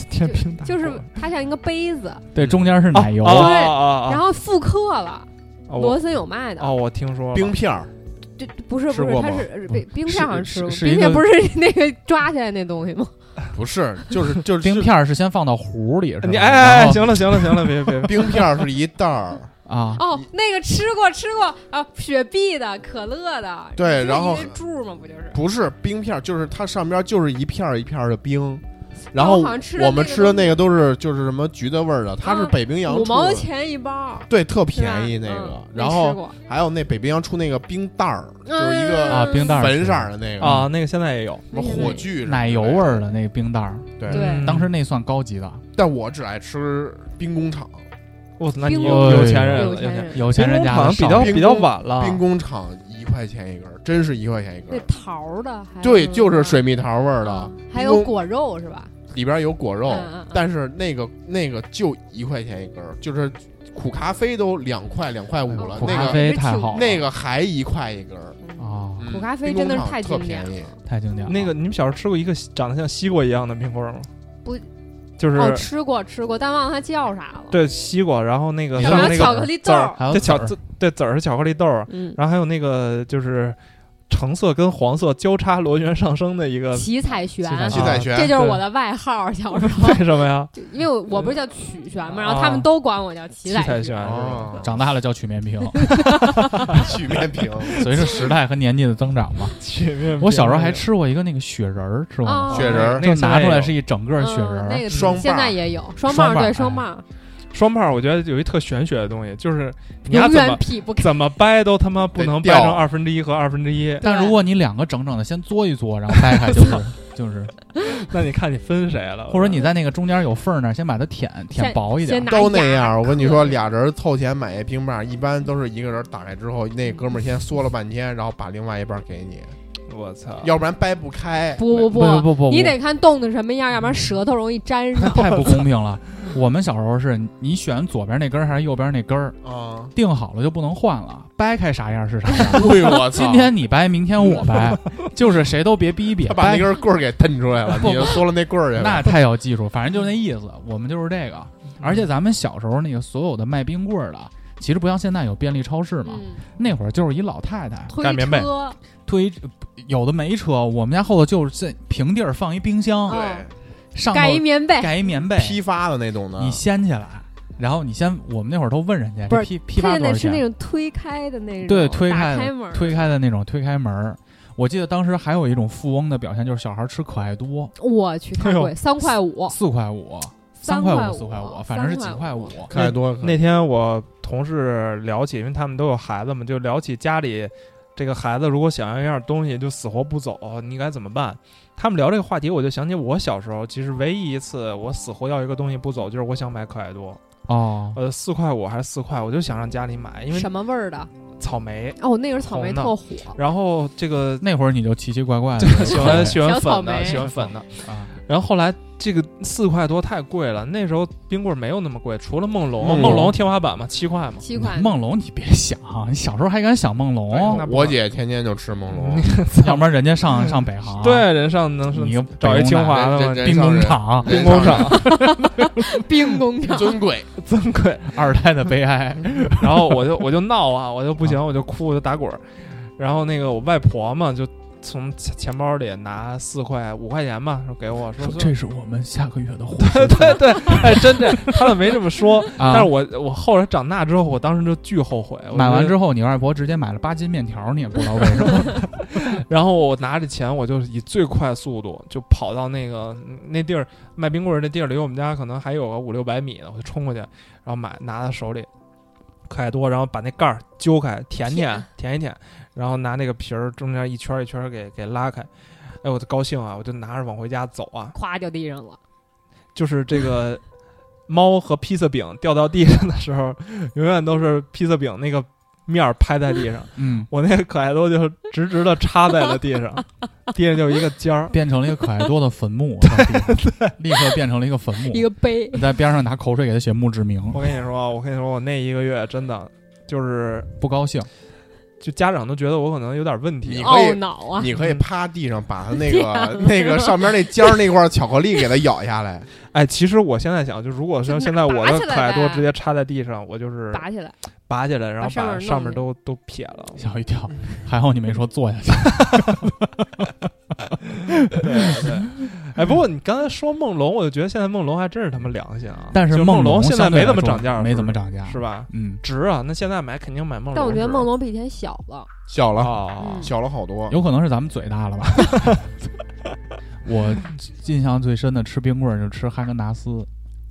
Speaker 3: 道？
Speaker 4: 天平大
Speaker 6: 就是
Speaker 4: 果
Speaker 6: 它像一个杯子，
Speaker 3: 对，中间是奶油
Speaker 4: 哦，哦
Speaker 6: 对
Speaker 4: 哦
Speaker 6: 然
Speaker 4: 哦
Speaker 6: 后啊复刻了，
Speaker 4: 哦，
Speaker 6: 罗
Speaker 4: 我
Speaker 6: 森有卖的，
Speaker 4: 哦，我听说了
Speaker 5: 冰片儿，
Speaker 6: 就不是
Speaker 5: 吃
Speaker 6: 不是，
Speaker 5: 过
Speaker 6: 它
Speaker 5: 吗
Speaker 6: 是冰冰片
Speaker 3: 是
Speaker 6: 好像吃过，
Speaker 3: 是是一
Speaker 6: 冰片
Speaker 3: 个
Speaker 6: 不是 那个抓起来那东西吗？
Speaker 5: 不是，就是就是
Speaker 3: 冰片儿是先放到壶里，是吧
Speaker 4: 你哎哎
Speaker 3: 然
Speaker 4: 哎，
Speaker 3: 后
Speaker 4: 行了行了行了，别 别，别
Speaker 5: 冰片儿是一袋儿，
Speaker 3: 啊，
Speaker 6: 哦，那个吃过吃过啊，雪碧的、可乐的，
Speaker 5: 对
Speaker 6: 就是
Speaker 5: 然后
Speaker 6: 一个柱嘛，不就是？
Speaker 5: 不是冰片儿，就是它上边就是一片儿一片儿的冰。
Speaker 6: 然
Speaker 5: 然
Speaker 6: 后
Speaker 5: 后
Speaker 6: 哦好像吃的
Speaker 5: 我们
Speaker 6: 那个
Speaker 5: 吃的那个都是就是什么橘子味儿的，它是
Speaker 6: 啊
Speaker 5: 北冰洋
Speaker 6: 五
Speaker 5: 出
Speaker 6: 毛
Speaker 5: 的
Speaker 6: 钱一包，
Speaker 5: 对，特
Speaker 6: 是吧
Speaker 5: 便宜那个
Speaker 6: 嗯。
Speaker 5: 然
Speaker 6: 没吃
Speaker 5: 后
Speaker 6: 过
Speaker 5: 还有那北冰洋出那个冰袋儿，就是一
Speaker 6: 嗯
Speaker 5: 个
Speaker 3: 啊，冰袋儿
Speaker 5: 粉
Speaker 3: 是
Speaker 5: 色儿的那个，
Speaker 4: 啊，那个现在也有，
Speaker 5: 什
Speaker 6: 那
Speaker 5: 么
Speaker 6: 个
Speaker 5: 火炬什么
Speaker 3: 奶油味儿的那个冰袋儿，
Speaker 5: 之类的。
Speaker 6: 对
Speaker 5: 对，
Speaker 4: 嗯
Speaker 3: 当时那算高级的，
Speaker 5: 但我只爱吃兵工厂，
Speaker 4: 我操，那你
Speaker 6: 冰
Speaker 4: 有
Speaker 3: 棍
Speaker 4: 有钱人了，
Speaker 6: 有钱
Speaker 4: 呃有钱。
Speaker 6: 人
Speaker 3: 有钱人
Speaker 4: 冰
Speaker 3: 家
Speaker 4: 好
Speaker 3: 的
Speaker 4: 像比较
Speaker 3: 少
Speaker 5: 冰
Speaker 4: 比较
Speaker 5: 棍
Speaker 4: 晚了，
Speaker 5: 兵工厂一块钱一根儿，真是一块钱一根
Speaker 6: 那
Speaker 5: 儿。
Speaker 6: 桃儿的，还
Speaker 5: 对，
Speaker 6: 什么
Speaker 5: 就是水蜜桃味儿的
Speaker 6: 啊，还
Speaker 5: 冰
Speaker 6: 有
Speaker 5: 棍
Speaker 6: 果肉是吧？
Speaker 5: 里边有果肉
Speaker 6: 嗯嗯嗯，
Speaker 5: 但是那个那个就一块钱一根儿，就是苦咖啡都两块两块五了，
Speaker 3: 苦
Speaker 5: 那
Speaker 3: 咖
Speaker 5: 个
Speaker 3: 啡太好了，
Speaker 5: 那个还一块一根儿。
Speaker 6: 嗯
Speaker 3: 啊
Speaker 5: 嗯
Speaker 6: 苦咖啡真的是太
Speaker 5: 冰工厂特
Speaker 6: 经典
Speaker 5: 便宜
Speaker 6: 了，
Speaker 3: 太经典了。
Speaker 4: 那个你们小时候吃过一个长得像西瓜一样的冰棍儿吗？
Speaker 6: 不，
Speaker 4: 就是
Speaker 6: 哦，吃过吃过，但忘了它叫啥了。，
Speaker 4: 对西瓜，然后那个
Speaker 3: 你
Speaker 4: 上
Speaker 3: 看
Speaker 4: 面
Speaker 6: 然
Speaker 4: 那
Speaker 6: 后巧
Speaker 4: 个
Speaker 6: 克力
Speaker 4: 籽
Speaker 6: 豆
Speaker 4: 儿
Speaker 6: 儿，
Speaker 3: 还有
Speaker 4: 这
Speaker 3: 籽
Speaker 4: 巧
Speaker 3: 儿
Speaker 4: 这对嗯籽儿是巧克力豆儿，
Speaker 6: 嗯，
Speaker 4: 然后还有那个就是橙色跟黄色交叉螺旋上升的一个，
Speaker 6: 七彩旋，
Speaker 3: 七彩
Speaker 5: 七彩旋
Speaker 6: 这就是
Speaker 4: 对
Speaker 6: 我的外号，小时候
Speaker 4: 为什么呀？
Speaker 6: 就因为我我不是叫曲旋嘛，然后
Speaker 4: 啊
Speaker 6: 他们都管我叫七
Speaker 4: 七彩
Speaker 6: 旋。
Speaker 4: 旋是吧？
Speaker 5: 哦，
Speaker 3: 长大了叫曲面屏，
Speaker 5: 曲面屏，
Speaker 3: 随着时代和年纪的增长嘛。
Speaker 4: 曲面
Speaker 3: 我小时候还
Speaker 4: 吃。
Speaker 3: 吃过一个那个雪人儿，吃过吗？
Speaker 6: 哦
Speaker 5: 雪人儿
Speaker 4: 那
Speaker 3: 就
Speaker 4: 个
Speaker 3: 拿出来是
Speaker 4: 一
Speaker 3: 一整个
Speaker 6: 嗯
Speaker 3: 雪人儿，
Speaker 6: 那个
Speaker 5: 双
Speaker 6: 现
Speaker 5: 棒
Speaker 6: 在
Speaker 5: 儿
Speaker 6: 也有双棒
Speaker 3: 双
Speaker 6: 儿，
Speaker 3: 棒儿
Speaker 6: 对双
Speaker 3: 哎
Speaker 6: 棒儿，
Speaker 4: 双泡，我觉得有一特玄学的东西，就是你要
Speaker 6: 永
Speaker 4: 怎
Speaker 6: 远
Speaker 4: 么
Speaker 6: 劈不开。
Speaker 4: 怎么掰都他妈不能
Speaker 5: 得
Speaker 4: 掰
Speaker 5: 掉
Speaker 4: 成二分之一和二分之 一，
Speaker 3: 但
Speaker 6: 对
Speaker 3: 如果你两个整整的先嘬一嘬，然后掰开就是 就是，
Speaker 4: 那你看你分谁了？
Speaker 3: 或者你在那个中间有缝儿那儿先把它舔舔
Speaker 6: 先
Speaker 3: 薄一点
Speaker 6: 先。拿
Speaker 5: 都
Speaker 6: 牙
Speaker 5: 那样。我跟你
Speaker 6: 磕
Speaker 5: 说，俩人凑钱买一冰棒，一般都是一个人打开之后，那哥们儿先缩了半天，然后把另外一半给你，
Speaker 4: 我操，
Speaker 5: 要不然掰不开。
Speaker 6: 不哦不
Speaker 3: 不不不不，
Speaker 6: 你
Speaker 3: 我
Speaker 6: 得看冻的什么样，要不然舌头容易粘 上。
Speaker 3: 太不公平了。我们小时候是你选左边那根儿还是右边那根儿，
Speaker 5: 啊！
Speaker 3: 定好了就不能换了，掰开啥样是 啥样。
Speaker 5: 哎呦我操！
Speaker 3: 今天你掰，明天我掰，就是谁都别逼逼
Speaker 5: 他把
Speaker 3: 掰
Speaker 5: 那。根棍儿给抻出来了，
Speaker 3: 不
Speaker 5: 你就缩了那棍儿去了。
Speaker 3: 那太有技术，反正就是那意思。我们就是这个，
Speaker 6: 嗯
Speaker 3: 而且咱们小时候那个所有的卖冰棍儿的，其实不像现在有便利超市嘛，
Speaker 6: 嗯，
Speaker 3: 那会儿就是一老太太
Speaker 6: 推
Speaker 4: 盖棉被
Speaker 6: 车
Speaker 3: 推，有的没车，我们家后头就是在平地儿放一冰箱，
Speaker 6: 嗯
Speaker 5: 对，
Speaker 3: 上头
Speaker 6: 盖一棉被，
Speaker 3: 盖一棉被，
Speaker 5: 批发的那种
Speaker 4: 啊
Speaker 5: 的，
Speaker 3: 你掀起来，然后你先，我们那会儿都问人家，
Speaker 6: 不是
Speaker 3: 这批批
Speaker 6: 推
Speaker 3: 发
Speaker 6: 荐
Speaker 3: 多
Speaker 6: 那
Speaker 3: 少
Speaker 6: 是那
Speaker 3: 钱？
Speaker 6: 种推开的那种，
Speaker 3: 对，推
Speaker 6: 打
Speaker 3: 开
Speaker 6: 开
Speaker 3: 的
Speaker 6: 门，
Speaker 3: 推开的那种推开门儿。我记得当时还有一种富翁的表现，就是小孩吃可爱多，
Speaker 6: 我去，
Speaker 3: 哎
Speaker 6: 太贵，三块五，
Speaker 3: 四块五、
Speaker 6: 哦三
Speaker 3: 块
Speaker 6: 块
Speaker 3: 四块
Speaker 6: 五
Speaker 3: 反正是几
Speaker 6: 三
Speaker 3: 块
Speaker 6: 块
Speaker 3: 五
Speaker 6: 五。
Speaker 5: 看多了
Speaker 4: 那天我同事聊起，因为他们都有孩子嘛，就聊起家里这个孩子如果想要一样东西就死活不走，你该怎么办？他们聊这个话题，我就想起我小时候，其实唯一一次我死活要一个东西不走，就是我想买可爱多，
Speaker 3: 哦，
Speaker 4: 呃，四块五还是四块，我就想让家里买，因为
Speaker 6: 什么味儿的？
Speaker 4: 草莓，
Speaker 6: 哦，那个草莓
Speaker 4: 红的
Speaker 6: 特火，
Speaker 4: 然后这个
Speaker 3: 那会儿你就奇奇怪怪的
Speaker 4: 喜欢喜欢
Speaker 6: 小草
Speaker 4: 粉
Speaker 6: 莓
Speaker 4: 的，喜欢粉的，
Speaker 3: 啊，
Speaker 4: 然后后来这个四块多太贵了，那时候冰棍没有那么贵，除了梦龙，
Speaker 5: 梦龙
Speaker 4: 梦龙天花板嘛，七块嘛。
Speaker 6: 七块。
Speaker 3: 梦龙，你别想，你小时候还敢想梦
Speaker 4: 哎
Speaker 3: 龙
Speaker 4: 呦，那不
Speaker 5: 我
Speaker 4: 可
Speaker 5: 姐天天就吃梦龙，
Speaker 3: 要不然人家上上北航，，
Speaker 4: 对，人上能
Speaker 3: 啊你
Speaker 4: 是
Speaker 3: 又
Speaker 4: 找一清华的
Speaker 5: 这
Speaker 4: 嘛，
Speaker 5: 这
Speaker 3: 兵工厂，
Speaker 4: 兵工厂
Speaker 6: 冰工厂，
Speaker 5: 尊贵，
Speaker 4: 真贵。
Speaker 3: 二代的悲哀，
Speaker 4: 然后我就我 就闹啊，我就不行，我就哭，我就打滚儿。然后那个我外婆嘛，就从钱钱包里拿四块五块钱嘛，说 给我说说。
Speaker 3: 是我们下个月的活
Speaker 4: 对 对，哎，真的，他们没这么说，
Speaker 3: 啊
Speaker 4: 但是我我后来长大之后，我当时就巨后悔。我
Speaker 3: 买
Speaker 4: 觉
Speaker 3: 完
Speaker 4: 得
Speaker 3: 之后，你外婆直接买了八斤面条，你也不知道为什么。
Speaker 4: 然后我拿着钱，我就以最快速度就跑到那个那地儿卖冰棍儿那地儿，离我们家可能还有个五六百米呢，我就冲过去，然后买拿到手里，可爱多，然后把那盖儿揪开，舔舔舔一舔，然后拿那个皮儿中间一圈儿一圈儿给给拉开。哎，我就高兴啊，我就拿着往回家走啊，
Speaker 6: 咵掉地上了。
Speaker 4: 就是这个猫和披萨饼掉到地上的时候，永远都是披萨饼那个面儿拍在地上。
Speaker 3: 嗯，
Speaker 4: 我那个可爱多就是直直的插在了地上，地上就一个尖儿。
Speaker 3: 变成了一个可爱多的坟墓，啊到底立刻变成了一个坟墓
Speaker 6: 一。个杯，
Speaker 3: 在边上拿口水给他写墓志铭，
Speaker 4: 我跟你说，啊我跟你说，我那一个月真的就是，
Speaker 3: 不高兴。
Speaker 4: 就家长都觉得我可能有点问题
Speaker 5: 你。可以
Speaker 6: 懊恼啊！
Speaker 5: 你可以趴地上把它那个 那个上边那尖儿那块巧克力给它咬下来，
Speaker 4: 哎，其实我现在想，就如果说
Speaker 6: 就
Speaker 4: 现在我
Speaker 6: 拔
Speaker 4: 的
Speaker 6: 起
Speaker 4: 可
Speaker 6: 来
Speaker 4: 爱多
Speaker 6: 呗
Speaker 4: 直接插在地上，我就是
Speaker 6: 拔起来，
Speaker 4: 拔起来，然后
Speaker 6: 上面
Speaker 4: 把
Speaker 6: 弄
Speaker 4: 上面
Speaker 6: 去
Speaker 4: 都都撇了。
Speaker 3: 吓我一跳，还好你没说坐下 去。
Speaker 4: 对对。哎，不过你刚才说梦龙，我就觉得现在梦龙还真是他妈良心啊。
Speaker 3: 但
Speaker 4: 就是梦
Speaker 3: 龙
Speaker 4: 现在
Speaker 3: 相对
Speaker 4: 没
Speaker 3: 来
Speaker 4: 怎么
Speaker 3: 说
Speaker 4: 涨价，
Speaker 3: 没
Speaker 4: 是
Speaker 3: 怎
Speaker 4: 不
Speaker 3: 么
Speaker 4: 是
Speaker 3: 涨价，
Speaker 4: 是吧？
Speaker 3: 嗯，
Speaker 4: 值啊！那现在买肯定买梦龙值。
Speaker 6: 但我觉得梦
Speaker 3: 啊
Speaker 6: 龙比以前小了。
Speaker 5: 小了
Speaker 4: 啊
Speaker 6: 嗯，
Speaker 5: 小了好多。
Speaker 3: 有可能是咱们嘴 大了吧。 我印象最深的吃冰棍儿就吃哈根达斯，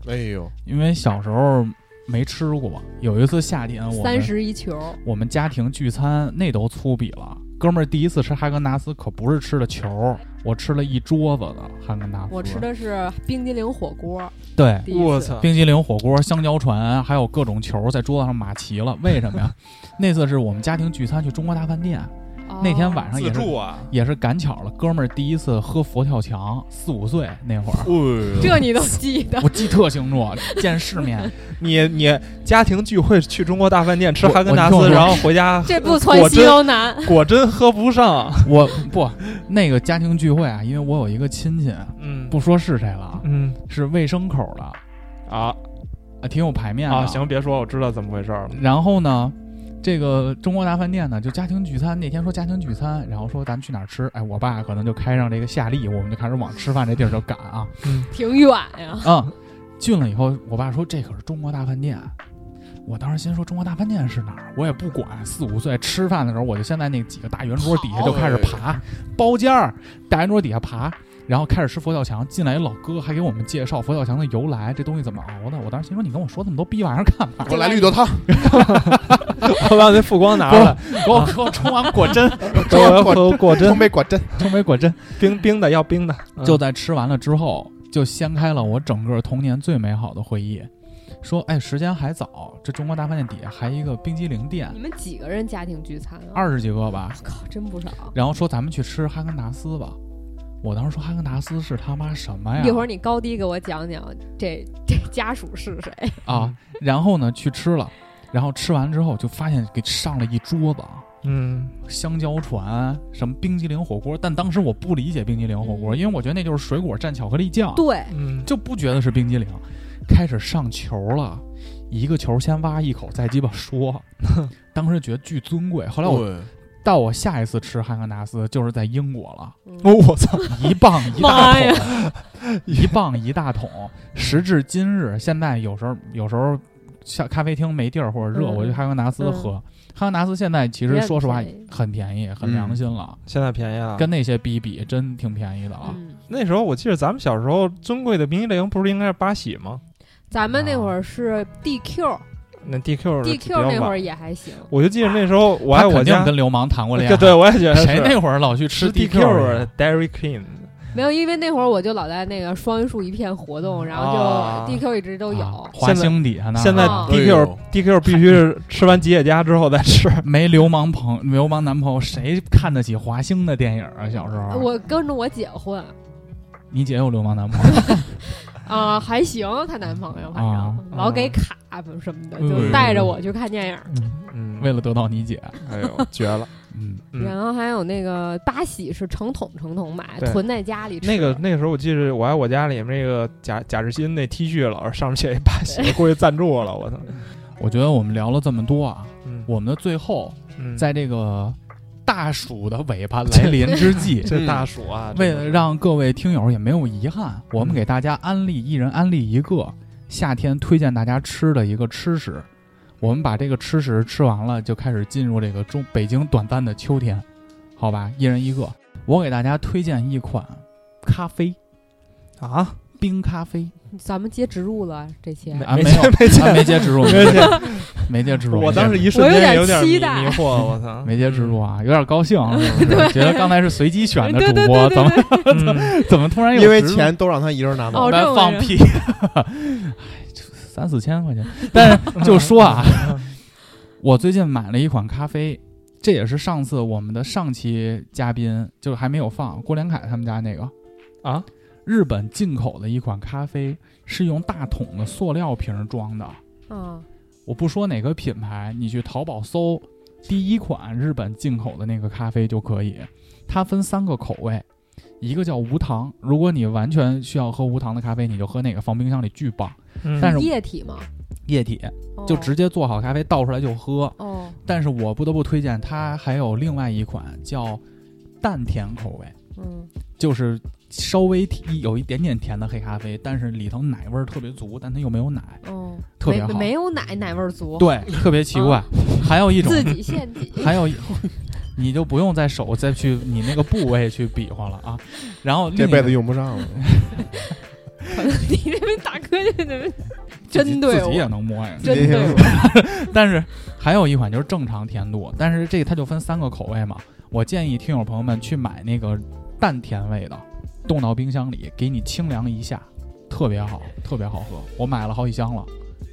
Speaker 5: 哎呦，
Speaker 3: 因为小时候没吃过。有一次夏天，我
Speaker 6: 三
Speaker 3: 们
Speaker 6: 十一球，
Speaker 3: 我们家庭聚餐那都粗鄙了。哥们儿第一次吃哈根达斯可不是吃的球儿，我吃了一桌子的哈根达斯。
Speaker 6: 我吃的是冰激凌火锅。
Speaker 3: 对
Speaker 6: 嗯第一
Speaker 4: 我
Speaker 6: 次
Speaker 4: 操！
Speaker 3: 冰激凌火锅、香蕉船，还有各种球儿在桌子上码齐了。为什么呀？ 那次是我们家庭聚餐去中国大饭店，
Speaker 6: 哦
Speaker 3: 那天晚上
Speaker 4: 自
Speaker 3: 也是
Speaker 4: 助啊，
Speaker 3: 也是赶巧了，哥们儿第一次喝佛跳墙，四五岁那会儿，
Speaker 6: 哦这你都记 得，
Speaker 3: 我记特清楚，见世面。
Speaker 4: 你你家庭聚会去中国大饭店吃哈根达
Speaker 3: 我我
Speaker 4: 斯，然后回家
Speaker 6: 这不穿
Speaker 4: 果
Speaker 6: 西
Speaker 4: 真
Speaker 6: 游男。
Speaker 4: 果真喝不上。啊
Speaker 3: 我不那个家庭聚会啊，因为我有一个亲戚，啊
Speaker 4: 嗯
Speaker 3: 不说是谁了啊，
Speaker 4: 嗯
Speaker 3: 是卫生口的，
Speaker 4: 啊
Speaker 3: 啊，挺有排面的。
Speaker 4: 啊，行，别说，我知道怎么回事了。
Speaker 3: 然后呢，这个中国大饭店呢，就家庭聚餐那天说家庭聚餐，然后说咱们去哪儿吃？哎，我爸可能就开上这个夏利，我们就开始往吃饭这地儿就赶啊，
Speaker 6: 挺远 呀，
Speaker 3: 嗯，进了以后，我爸说这可是中国大饭店。啊我当时心说中国大饭店是哪儿，我也不管。四五岁吃饭的时候，我就先在那几个大圆桌底下就开始爬，包间儿，大圆桌底下爬。然后开始吃佛跳墙，进来一老哥还给我们介绍佛跳墙的由来，这东西怎么熬的。我当时心说，你跟我说那么多逼玩意儿干嘛？
Speaker 5: 给我来绿豆汤，
Speaker 4: 我把那副光
Speaker 3: 啊
Speaker 4: 拿来，
Speaker 3: 给我给我冲完 果真，
Speaker 4: 我喝果
Speaker 5: 东
Speaker 4: 真，
Speaker 5: 北果真。
Speaker 3: 冲杯果真。
Speaker 4: 冰冰的要冰的，嗯
Speaker 3: 就在吃完了之后，就掀开了我整个童年最美好的回忆。说，哎，时间还早，这中国大饭店底下还一个冰激凌店
Speaker 6: 你，们几个人家庭聚餐啊？
Speaker 3: 二十几个吧。
Speaker 6: 靠，真不少。
Speaker 3: 然后说咱们去吃哈根达斯吧。我当时说哈根达斯是他妈什哎么呀？
Speaker 6: 一会儿你高低给我讲讲这这家属是谁？
Speaker 3: 啊，然后呢去吃了，然后吃完之后就发现给上了一桌子啊，
Speaker 4: 嗯，
Speaker 3: 香蕉船，什么冰激凌火锅，但当时我不理解冰激凌火锅，因为我觉得那就是水果蘸巧克力酱，
Speaker 6: 嗯对，
Speaker 4: 嗯，
Speaker 3: 就不觉得是冰激凌。开始上球了，一个球先挖一口，再鸡巴 说，当时觉得巨尊贵。后来我
Speaker 5: 对
Speaker 3: 到我下一次吃汉根达斯就是在英国了，
Speaker 6: 嗯
Speaker 4: 哦，我操，
Speaker 3: 一磅一大
Speaker 6: 妈呀
Speaker 3: 桶， 一磅一大桶。时至今日，现在有时候有时候像咖啡厅没地儿或者热，
Speaker 6: 嗯
Speaker 3: 我就哈根达斯喝。哈根达斯现在其
Speaker 6: 也
Speaker 3: 实
Speaker 6: 很
Speaker 3: 说实话
Speaker 6: 便宜
Speaker 3: 很便宜，很
Speaker 5: 嗯
Speaker 3: 良心了，
Speaker 4: 现在便宜了。
Speaker 3: 跟那些比比真挺便宜的啊。
Speaker 6: 嗯，
Speaker 4: 那时候我记得咱们小时候尊贵的冰激凌不是应该是八喜吗？
Speaker 6: 咱们那会儿是 DQ，DQ
Speaker 4: 那 DQ 是比较
Speaker 6: 那会儿
Speaker 4: 晚
Speaker 6: 也还行，
Speaker 4: 我就记得那时候我爱
Speaker 3: 他
Speaker 4: 我
Speaker 3: 肯定
Speaker 4: 家，
Speaker 3: 跟流氓谈过恋
Speaker 4: 对
Speaker 3: 爱，
Speaker 4: 对，我也觉得
Speaker 3: 谁
Speaker 4: 是
Speaker 3: 那会儿老去吃
Speaker 4: 吃啊
Speaker 3: DQ？
Speaker 4: Dairy Queen，
Speaker 6: 没有，因为那会儿我就老在那个双榆树一片活动，然
Speaker 4: 啊
Speaker 6: 后就 DQ 一直都有。
Speaker 3: 啊华兴底下呢，
Speaker 4: 现在
Speaker 6: 啊
Speaker 5: 哎
Speaker 4: DQ DQ 必须是吃完吉野家之后再吃。
Speaker 3: 没流氓朋流氓男朋友，谁看得起华兴的电影啊？小时候，
Speaker 6: 我跟着我姐啊混
Speaker 3: 你姐有流氓男朋友，
Speaker 6: 啊、还行，她男朋友反正、
Speaker 3: 啊
Speaker 6: 老给卡什么的，
Speaker 3: 嗯
Speaker 6: 就带着我去看电影。
Speaker 4: 嗯
Speaker 3: 为了得到你姐，
Speaker 5: 哎呦，绝 了！
Speaker 3: 嗯，
Speaker 4: 嗯
Speaker 6: 然后还有那个八喜是成桶成桶买，
Speaker 4: 对
Speaker 6: 囤在家里吃。
Speaker 4: 那个那个时候，我记得我爱我家里面那个贾贾志新那 T 恤，老是上面写一八喜，过去赞助我了，我操！
Speaker 3: 我觉得我们聊了这么多啊，
Speaker 4: 嗯，
Speaker 3: 我们的最后，
Speaker 4: 嗯，
Speaker 3: 在这个大暑的尾巴来临之际
Speaker 4: 这大暑啊，
Speaker 3: 为了让各位听友也没有遗憾，我
Speaker 4: 嗯
Speaker 3: 们给大家安利一人安利一个夏天推荐大家吃的一个吃食。我们把这个吃食吃完了，就开始进入这个中北京短暂的秋天，好吧，一人一个。我给大家推荐一款咖啡，
Speaker 4: 啊，
Speaker 3: 冰咖啡
Speaker 6: 咱们接植入了这些，
Speaker 3: 啊，
Speaker 4: 没
Speaker 3: 没有，
Speaker 4: 没
Speaker 3: 啊
Speaker 4: 见
Speaker 3: 没接植入，
Speaker 4: 没见，
Speaker 3: 没接植入。
Speaker 4: 我
Speaker 3: 没接
Speaker 4: 当时
Speaker 3: 植入
Speaker 4: 一瞬
Speaker 6: 我有
Speaker 4: 间
Speaker 6: 点
Speaker 4: 有点迷
Speaker 6: 期待
Speaker 4: 迷惑，我操！
Speaker 3: 没接植入啊，有点高 兴啊，是不是觉得刚才是随机选的
Speaker 6: 嗯对
Speaker 3: 主
Speaker 6: 对
Speaker 3: 播，
Speaker 6: 对
Speaker 3: 怎
Speaker 6: 对
Speaker 3: 么
Speaker 6: 对，
Speaker 4: 嗯，
Speaker 3: 怎么突然有
Speaker 5: 因为
Speaker 3: 植入
Speaker 5: 钱都让他一人拿走
Speaker 6: 哦
Speaker 5: 了，
Speaker 3: 我在
Speaker 6: 这么
Speaker 3: 放
Speaker 6: 着
Speaker 3: 屁， 哎，就三四千块钱。但是就 说啊，我最近买了一款咖啡，这也是上次我们的上期嘉宾就是还没有放郭连凯他们家那个
Speaker 4: 啊，
Speaker 3: 日本进口的一款咖啡，是用大桶的塑料瓶装的。
Speaker 6: 嗯，
Speaker 3: 我不说哪个品牌，你去淘宝搜第一款日本进口的那个咖啡就可以。它分三个口味，一个叫无糖，如果你完全需要喝无糖的咖啡，你就喝那个，放冰箱里巨棒。
Speaker 4: 嗯
Speaker 3: 但是
Speaker 6: 液体嘛，
Speaker 3: 液体
Speaker 6: 哦
Speaker 3: 就直接做好咖啡倒出来就喝。
Speaker 6: 哦，
Speaker 3: 但是我不得不推荐它还有另外一款叫淡甜口味，
Speaker 6: 嗯，
Speaker 3: 就是稍微提有一点点甜的黑咖啡，但是里头奶味儿特别足，但它又没有奶，
Speaker 6: 哦，
Speaker 3: 特别
Speaker 6: 没
Speaker 3: 好
Speaker 6: 没哦有奶奶味儿足，
Speaker 3: 对，特别奇怪。还有一种
Speaker 6: 自己现挤。
Speaker 3: 还有一， 你就不用再手再去你那个部位去比划了啊。然后另
Speaker 5: 这
Speaker 3: 一
Speaker 5: 辈子
Speaker 3: 个
Speaker 5: 用不上了。
Speaker 6: 你那边大哥就那边
Speaker 3: 自己
Speaker 6: 针对
Speaker 3: 自己也
Speaker 6: 我，
Speaker 3: 能摸呀。
Speaker 6: 针对我，
Speaker 3: 但是还有一款就是正常甜度，但是这个它就分三个口味嘛。我建议听友朋友们去买那个淡甜味的，冻到冰箱里，给你清凉一下，特别好，特别好喝。我买了好几箱了。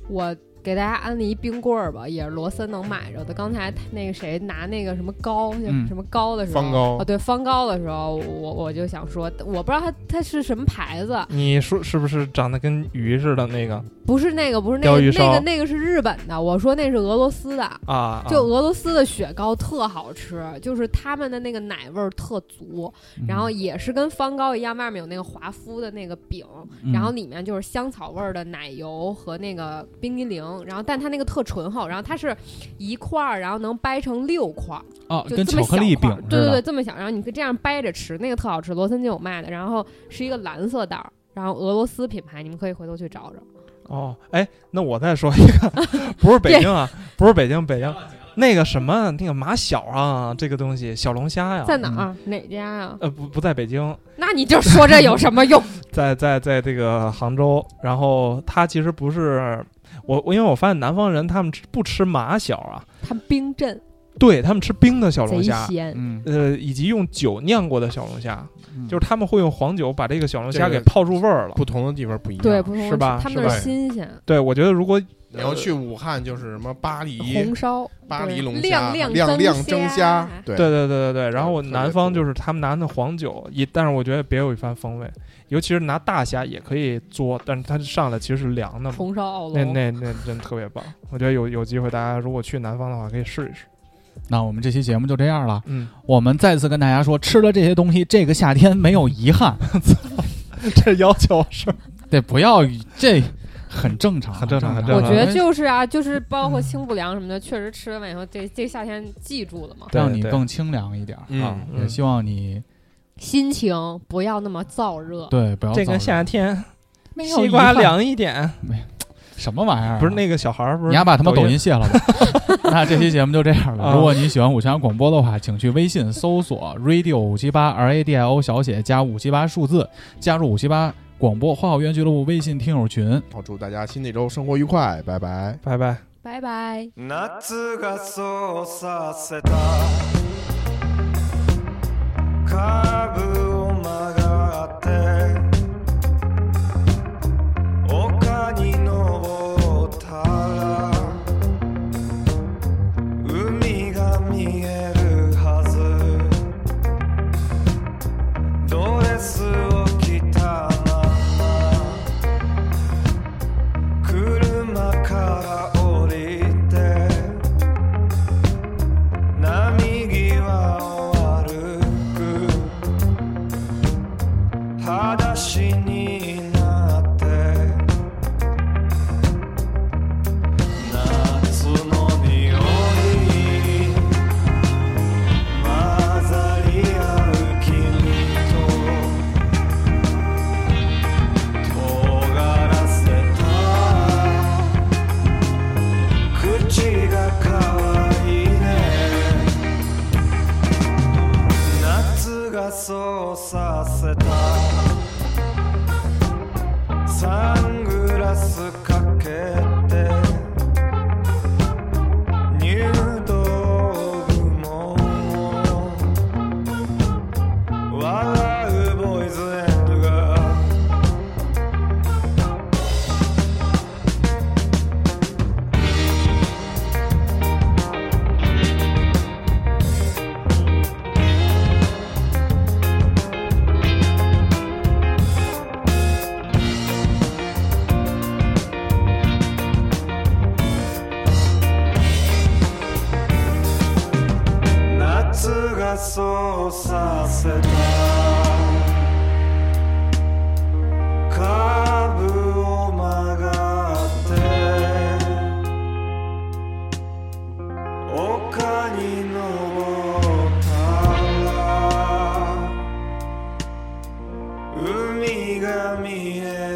Speaker 6: 我给大家安利一冰棍儿吧，也是罗森能买着的。刚才那个谁拿那个什么糕，叫
Speaker 3: 嗯
Speaker 6: 什么糕的时候，
Speaker 5: 方糕
Speaker 6: 哦，对，方糕的时候，我我就想说，我不知道它它是什么牌子，
Speaker 4: 你说是不是长得跟鱼似的那个
Speaker 6: 不是那个，不是那
Speaker 4: 鲷
Speaker 6: 个，
Speaker 4: 鱼
Speaker 6: 那
Speaker 4: 烧
Speaker 6: 个那个是日本的，我说那是俄罗斯的。
Speaker 4: 啊？
Speaker 6: 就俄罗斯的雪糕特好吃，就是他们的那个奶味儿特足，
Speaker 3: 嗯
Speaker 6: 然后也是跟方糕一样，外面有那个华夫的那个饼，
Speaker 3: 嗯
Speaker 6: 然后里面就是香草味儿的奶油和那个冰激凌，然后但它那个特醇厚，然后它是一块儿，然后能掰成六块儿，
Speaker 3: 啊，
Speaker 6: 就
Speaker 3: 跟
Speaker 6: 这么
Speaker 3: 巧
Speaker 6: 小
Speaker 3: 克力饼
Speaker 6: 块儿
Speaker 3: 似的。
Speaker 6: 对对对，这么小，然后你可以这样掰着吃，那个特好吃，罗森就有卖的，然后是一个蓝色袋儿，然后俄罗斯品牌，你们可以回头去找找。
Speaker 4: 哦，哎，那我再说一个，不是北京啊，不是北京，北京。那个什么，那个马小啊，这个东西，小龙虾
Speaker 3: 啊
Speaker 4: 呀，
Speaker 6: 在
Speaker 3: 嗯
Speaker 6: 哪儿？哪家啊？
Speaker 4: 呃，不不在北京，
Speaker 6: 那你就说这有什么用？
Speaker 4: 在在在这个杭州，然后它其实不是我，我因为我发现南方人他们吃不吃马小啊，
Speaker 6: 他们冰镇
Speaker 4: 对他们吃冰的小龙
Speaker 6: 贼
Speaker 4: 虾，
Speaker 6: 鲜，
Speaker 3: 嗯，
Speaker 4: 呃，以及用酒酿过的小龙虾，就是
Speaker 3: 是
Speaker 4: 他们会用黄酒把这个小龙虾
Speaker 5: 这个
Speaker 4: 给泡出味儿了。
Speaker 5: 不同的地方不一样。
Speaker 6: 对，不同
Speaker 4: 嗯是吧
Speaker 6: 他
Speaker 4: 是
Speaker 6: 们
Speaker 4: 吧
Speaker 6: 那儿新鲜
Speaker 4: 对，我觉得如果
Speaker 5: 你要去武汉就是什么巴黎
Speaker 6: 红烧
Speaker 5: 巴
Speaker 6: 对
Speaker 5: 黎龙虾
Speaker 6: 亮亮
Speaker 5: 亮亮蒸
Speaker 6: 虾，
Speaker 5: 对
Speaker 4: 对对对对对，然后我
Speaker 5: 特别
Speaker 4: 南方
Speaker 5: 多
Speaker 4: 就是他们拿那黄酒，也但是我觉得别有一番风味，尤其是拿大虾也可以做，但是它上来其实是凉的嘛，
Speaker 6: 红烧奥
Speaker 4: 那
Speaker 6: 龙。
Speaker 4: 那那真特别棒，我觉得有有机会大家如果去南方的话可以试一试。
Speaker 3: 那我们这期节目就这样了。
Speaker 4: 嗯，
Speaker 3: 我们再次跟大家说，吃了这些东西，这个夏天没有遗憾。
Speaker 4: 这要求是
Speaker 3: 对，不要这很正常，
Speaker 4: 很正常很
Speaker 6: 我
Speaker 4: 正
Speaker 6: 觉
Speaker 4: 常
Speaker 6: 得就是啊，就是包括清补凉什么的，确实吃完饭以后，这这夏天记住了嘛，
Speaker 4: 对
Speaker 3: 让你
Speaker 4: 对
Speaker 3: 更清凉一点儿。
Speaker 5: 嗯
Speaker 4: 啊，
Speaker 3: 也希望你
Speaker 6: 心情不要那么燥热。
Speaker 3: 对不要
Speaker 4: 这
Speaker 3: 燥热
Speaker 4: 个夏天
Speaker 3: 没有
Speaker 4: 西
Speaker 3: 遗
Speaker 4: 瓜
Speaker 3: 憾
Speaker 4: 凉一点，
Speaker 3: 什么玩意儿啊？
Speaker 4: 不是那个小孩儿不是
Speaker 3: 你丫把他妈抖
Speaker 4: 音
Speaker 3: 音卸了 吧！那这期节目就这样了。
Speaker 4: 啊
Speaker 3: 如果你喜欢五七八广播的话，请去微信搜索 radio 五七八 r a d i o 小写加五七八数字，加入五七八广播花好园俱乐部微信听友群。
Speaker 5: 好，祝大家新的一周生活愉快，拜拜。
Speaker 4: 拜拜。
Speaker 6: 拜拜。
Speaker 2: 夏がそうさせたカーブを曲がって丘に登ったら海が見えるはずドレスを着たまま車から降りて波際を歩く裸足になって夏の匂い混ざり合う君と尖らせた口が可愛いね夏がそうさせたサングラスかけて入道雲を笑うボーイズエンドが夏がそうさせたカーブを曲がって丘に登ったら海が見える